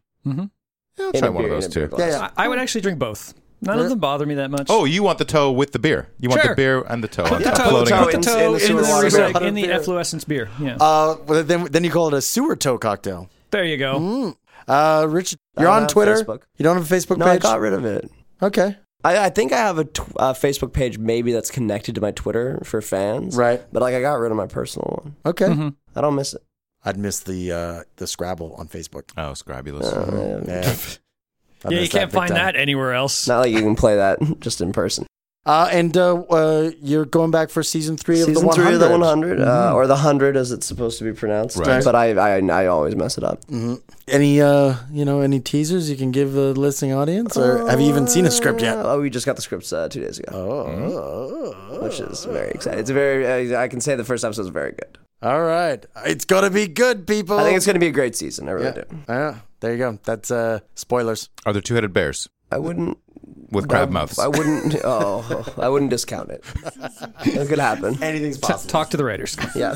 [SPEAKER 1] Yeah, I'll
[SPEAKER 3] In
[SPEAKER 1] try
[SPEAKER 3] a
[SPEAKER 1] one
[SPEAKER 3] beer-
[SPEAKER 1] of
[SPEAKER 3] in
[SPEAKER 1] those
[SPEAKER 3] a beer
[SPEAKER 1] two.
[SPEAKER 3] glass.
[SPEAKER 4] Yeah, yeah.
[SPEAKER 2] I, I would actually drink both. None of them bother me that much.
[SPEAKER 1] Oh, you want the toe with the beer. You want
[SPEAKER 2] Sure.
[SPEAKER 1] the beer and the toe.
[SPEAKER 2] put
[SPEAKER 1] on
[SPEAKER 2] the
[SPEAKER 1] top,
[SPEAKER 2] toe,
[SPEAKER 1] floating
[SPEAKER 2] put
[SPEAKER 1] up.
[SPEAKER 2] the
[SPEAKER 3] in-
[SPEAKER 2] toe
[SPEAKER 3] in the
[SPEAKER 2] in the,
[SPEAKER 3] sewer water
[SPEAKER 2] recyc-
[SPEAKER 4] beer.
[SPEAKER 2] in the effluescence beer. Yeah,
[SPEAKER 4] Uh, well, then then you call it a sewer toe cocktail.
[SPEAKER 2] there you go.
[SPEAKER 4] Uh, Richard,
[SPEAKER 3] I
[SPEAKER 4] you're
[SPEAKER 3] don't
[SPEAKER 4] on
[SPEAKER 3] have
[SPEAKER 4] Twitter.
[SPEAKER 3] Hmm. Facebook.
[SPEAKER 4] You don't have a Facebook
[SPEAKER 3] No, I
[SPEAKER 4] page.
[SPEAKER 3] got rid of it.
[SPEAKER 4] okay.
[SPEAKER 3] I, I think I have a tw- uh, Facebook page maybe that's connected to my Twitter for fans.
[SPEAKER 4] Right.
[SPEAKER 3] But like I got rid of my personal one.
[SPEAKER 4] Okay.
[SPEAKER 3] I don't miss it.
[SPEAKER 4] I'd miss the uh, the Scrabble on Facebook.
[SPEAKER 1] Oh, Scrabulous.
[SPEAKER 3] Uh.
[SPEAKER 4] Yeah, I'd
[SPEAKER 2] yeah, you
[SPEAKER 4] miss that
[SPEAKER 2] can't
[SPEAKER 4] big
[SPEAKER 2] find
[SPEAKER 4] time.
[SPEAKER 2] that anywhere else.
[SPEAKER 3] Not like you can play that just in person.
[SPEAKER 4] Uh, and uh, uh, you're going back for season three of the
[SPEAKER 3] Season
[SPEAKER 4] 100.
[SPEAKER 3] three of the 100,
[SPEAKER 1] Mm-hmm.
[SPEAKER 3] uh, or the 100 as it's supposed to be pronounced.
[SPEAKER 6] Right.
[SPEAKER 3] But I, I, I always mess it up.
[SPEAKER 1] Mm,
[SPEAKER 4] Any uh, you know, any teasers you can give the listening audience, or have you even seen a script yet? oh,
[SPEAKER 3] Oh, we just got the scripts uh, two days ago. Oh. Which is very exciting. It's very, uh, I can say the first episode is very good.
[SPEAKER 4] oh. All right, it's gonna be good, people.
[SPEAKER 3] I think it's going to be a great season. I really
[SPEAKER 4] yeah.
[SPEAKER 3] do.
[SPEAKER 4] Yeah. There you go. That's uh, spoilers.
[SPEAKER 6] Are there two headed bears
[SPEAKER 3] I wouldn't.
[SPEAKER 6] with crab mouths?
[SPEAKER 3] I wouldn't. Oh, I wouldn't discount it. It could happen.
[SPEAKER 4] Anything's
[SPEAKER 2] T- talk to the writers.
[SPEAKER 3] Yeah.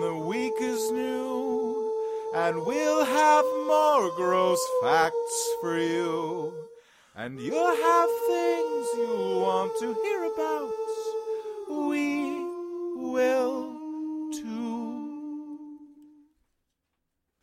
[SPEAKER 1] the week is new. And we'll have more gross facts for you. And you'll have things you'll want to hear about. We will too.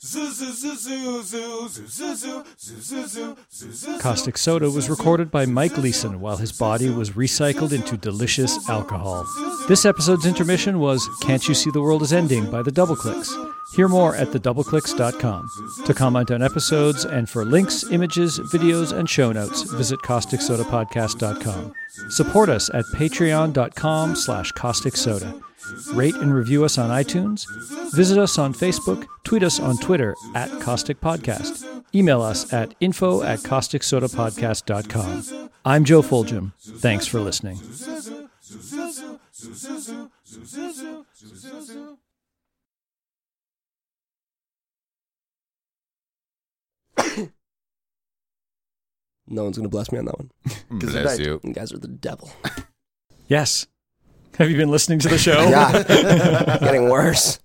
[SPEAKER 1] Zoo, zoo, zoo, zoo, zoo, zoo, zoo, zoo, zoo, zoo, zoo, zoo, zoo.
[SPEAKER 2] Caustic Soda was recorded by Mike Leeson while his body was recycled into delicious alcohol. This episode's intermission was Can't You See the World Is Ending by the Double Clicks. Hear more at thedoubleclicks.com. To comment on episodes and for links, images, videos, and show notes, visit causticsodapodcast.com. Support us at patreon.com slash caustic soda. Rate and review us on iTunes. Visit us on Facebook. Tweet us on Twitter at Caustic Podcast. Email us at info at causticsodapodcast.com. I'm Joe Foljam. Thanks for listening.
[SPEAKER 3] No one's going to bless me on that one.
[SPEAKER 6] Bless
[SPEAKER 4] right.
[SPEAKER 6] you.
[SPEAKER 3] You guys are the devil.
[SPEAKER 6] Oh.
[SPEAKER 2] Yes. Have you been listening to the show?
[SPEAKER 3] Yeah. Getting worse.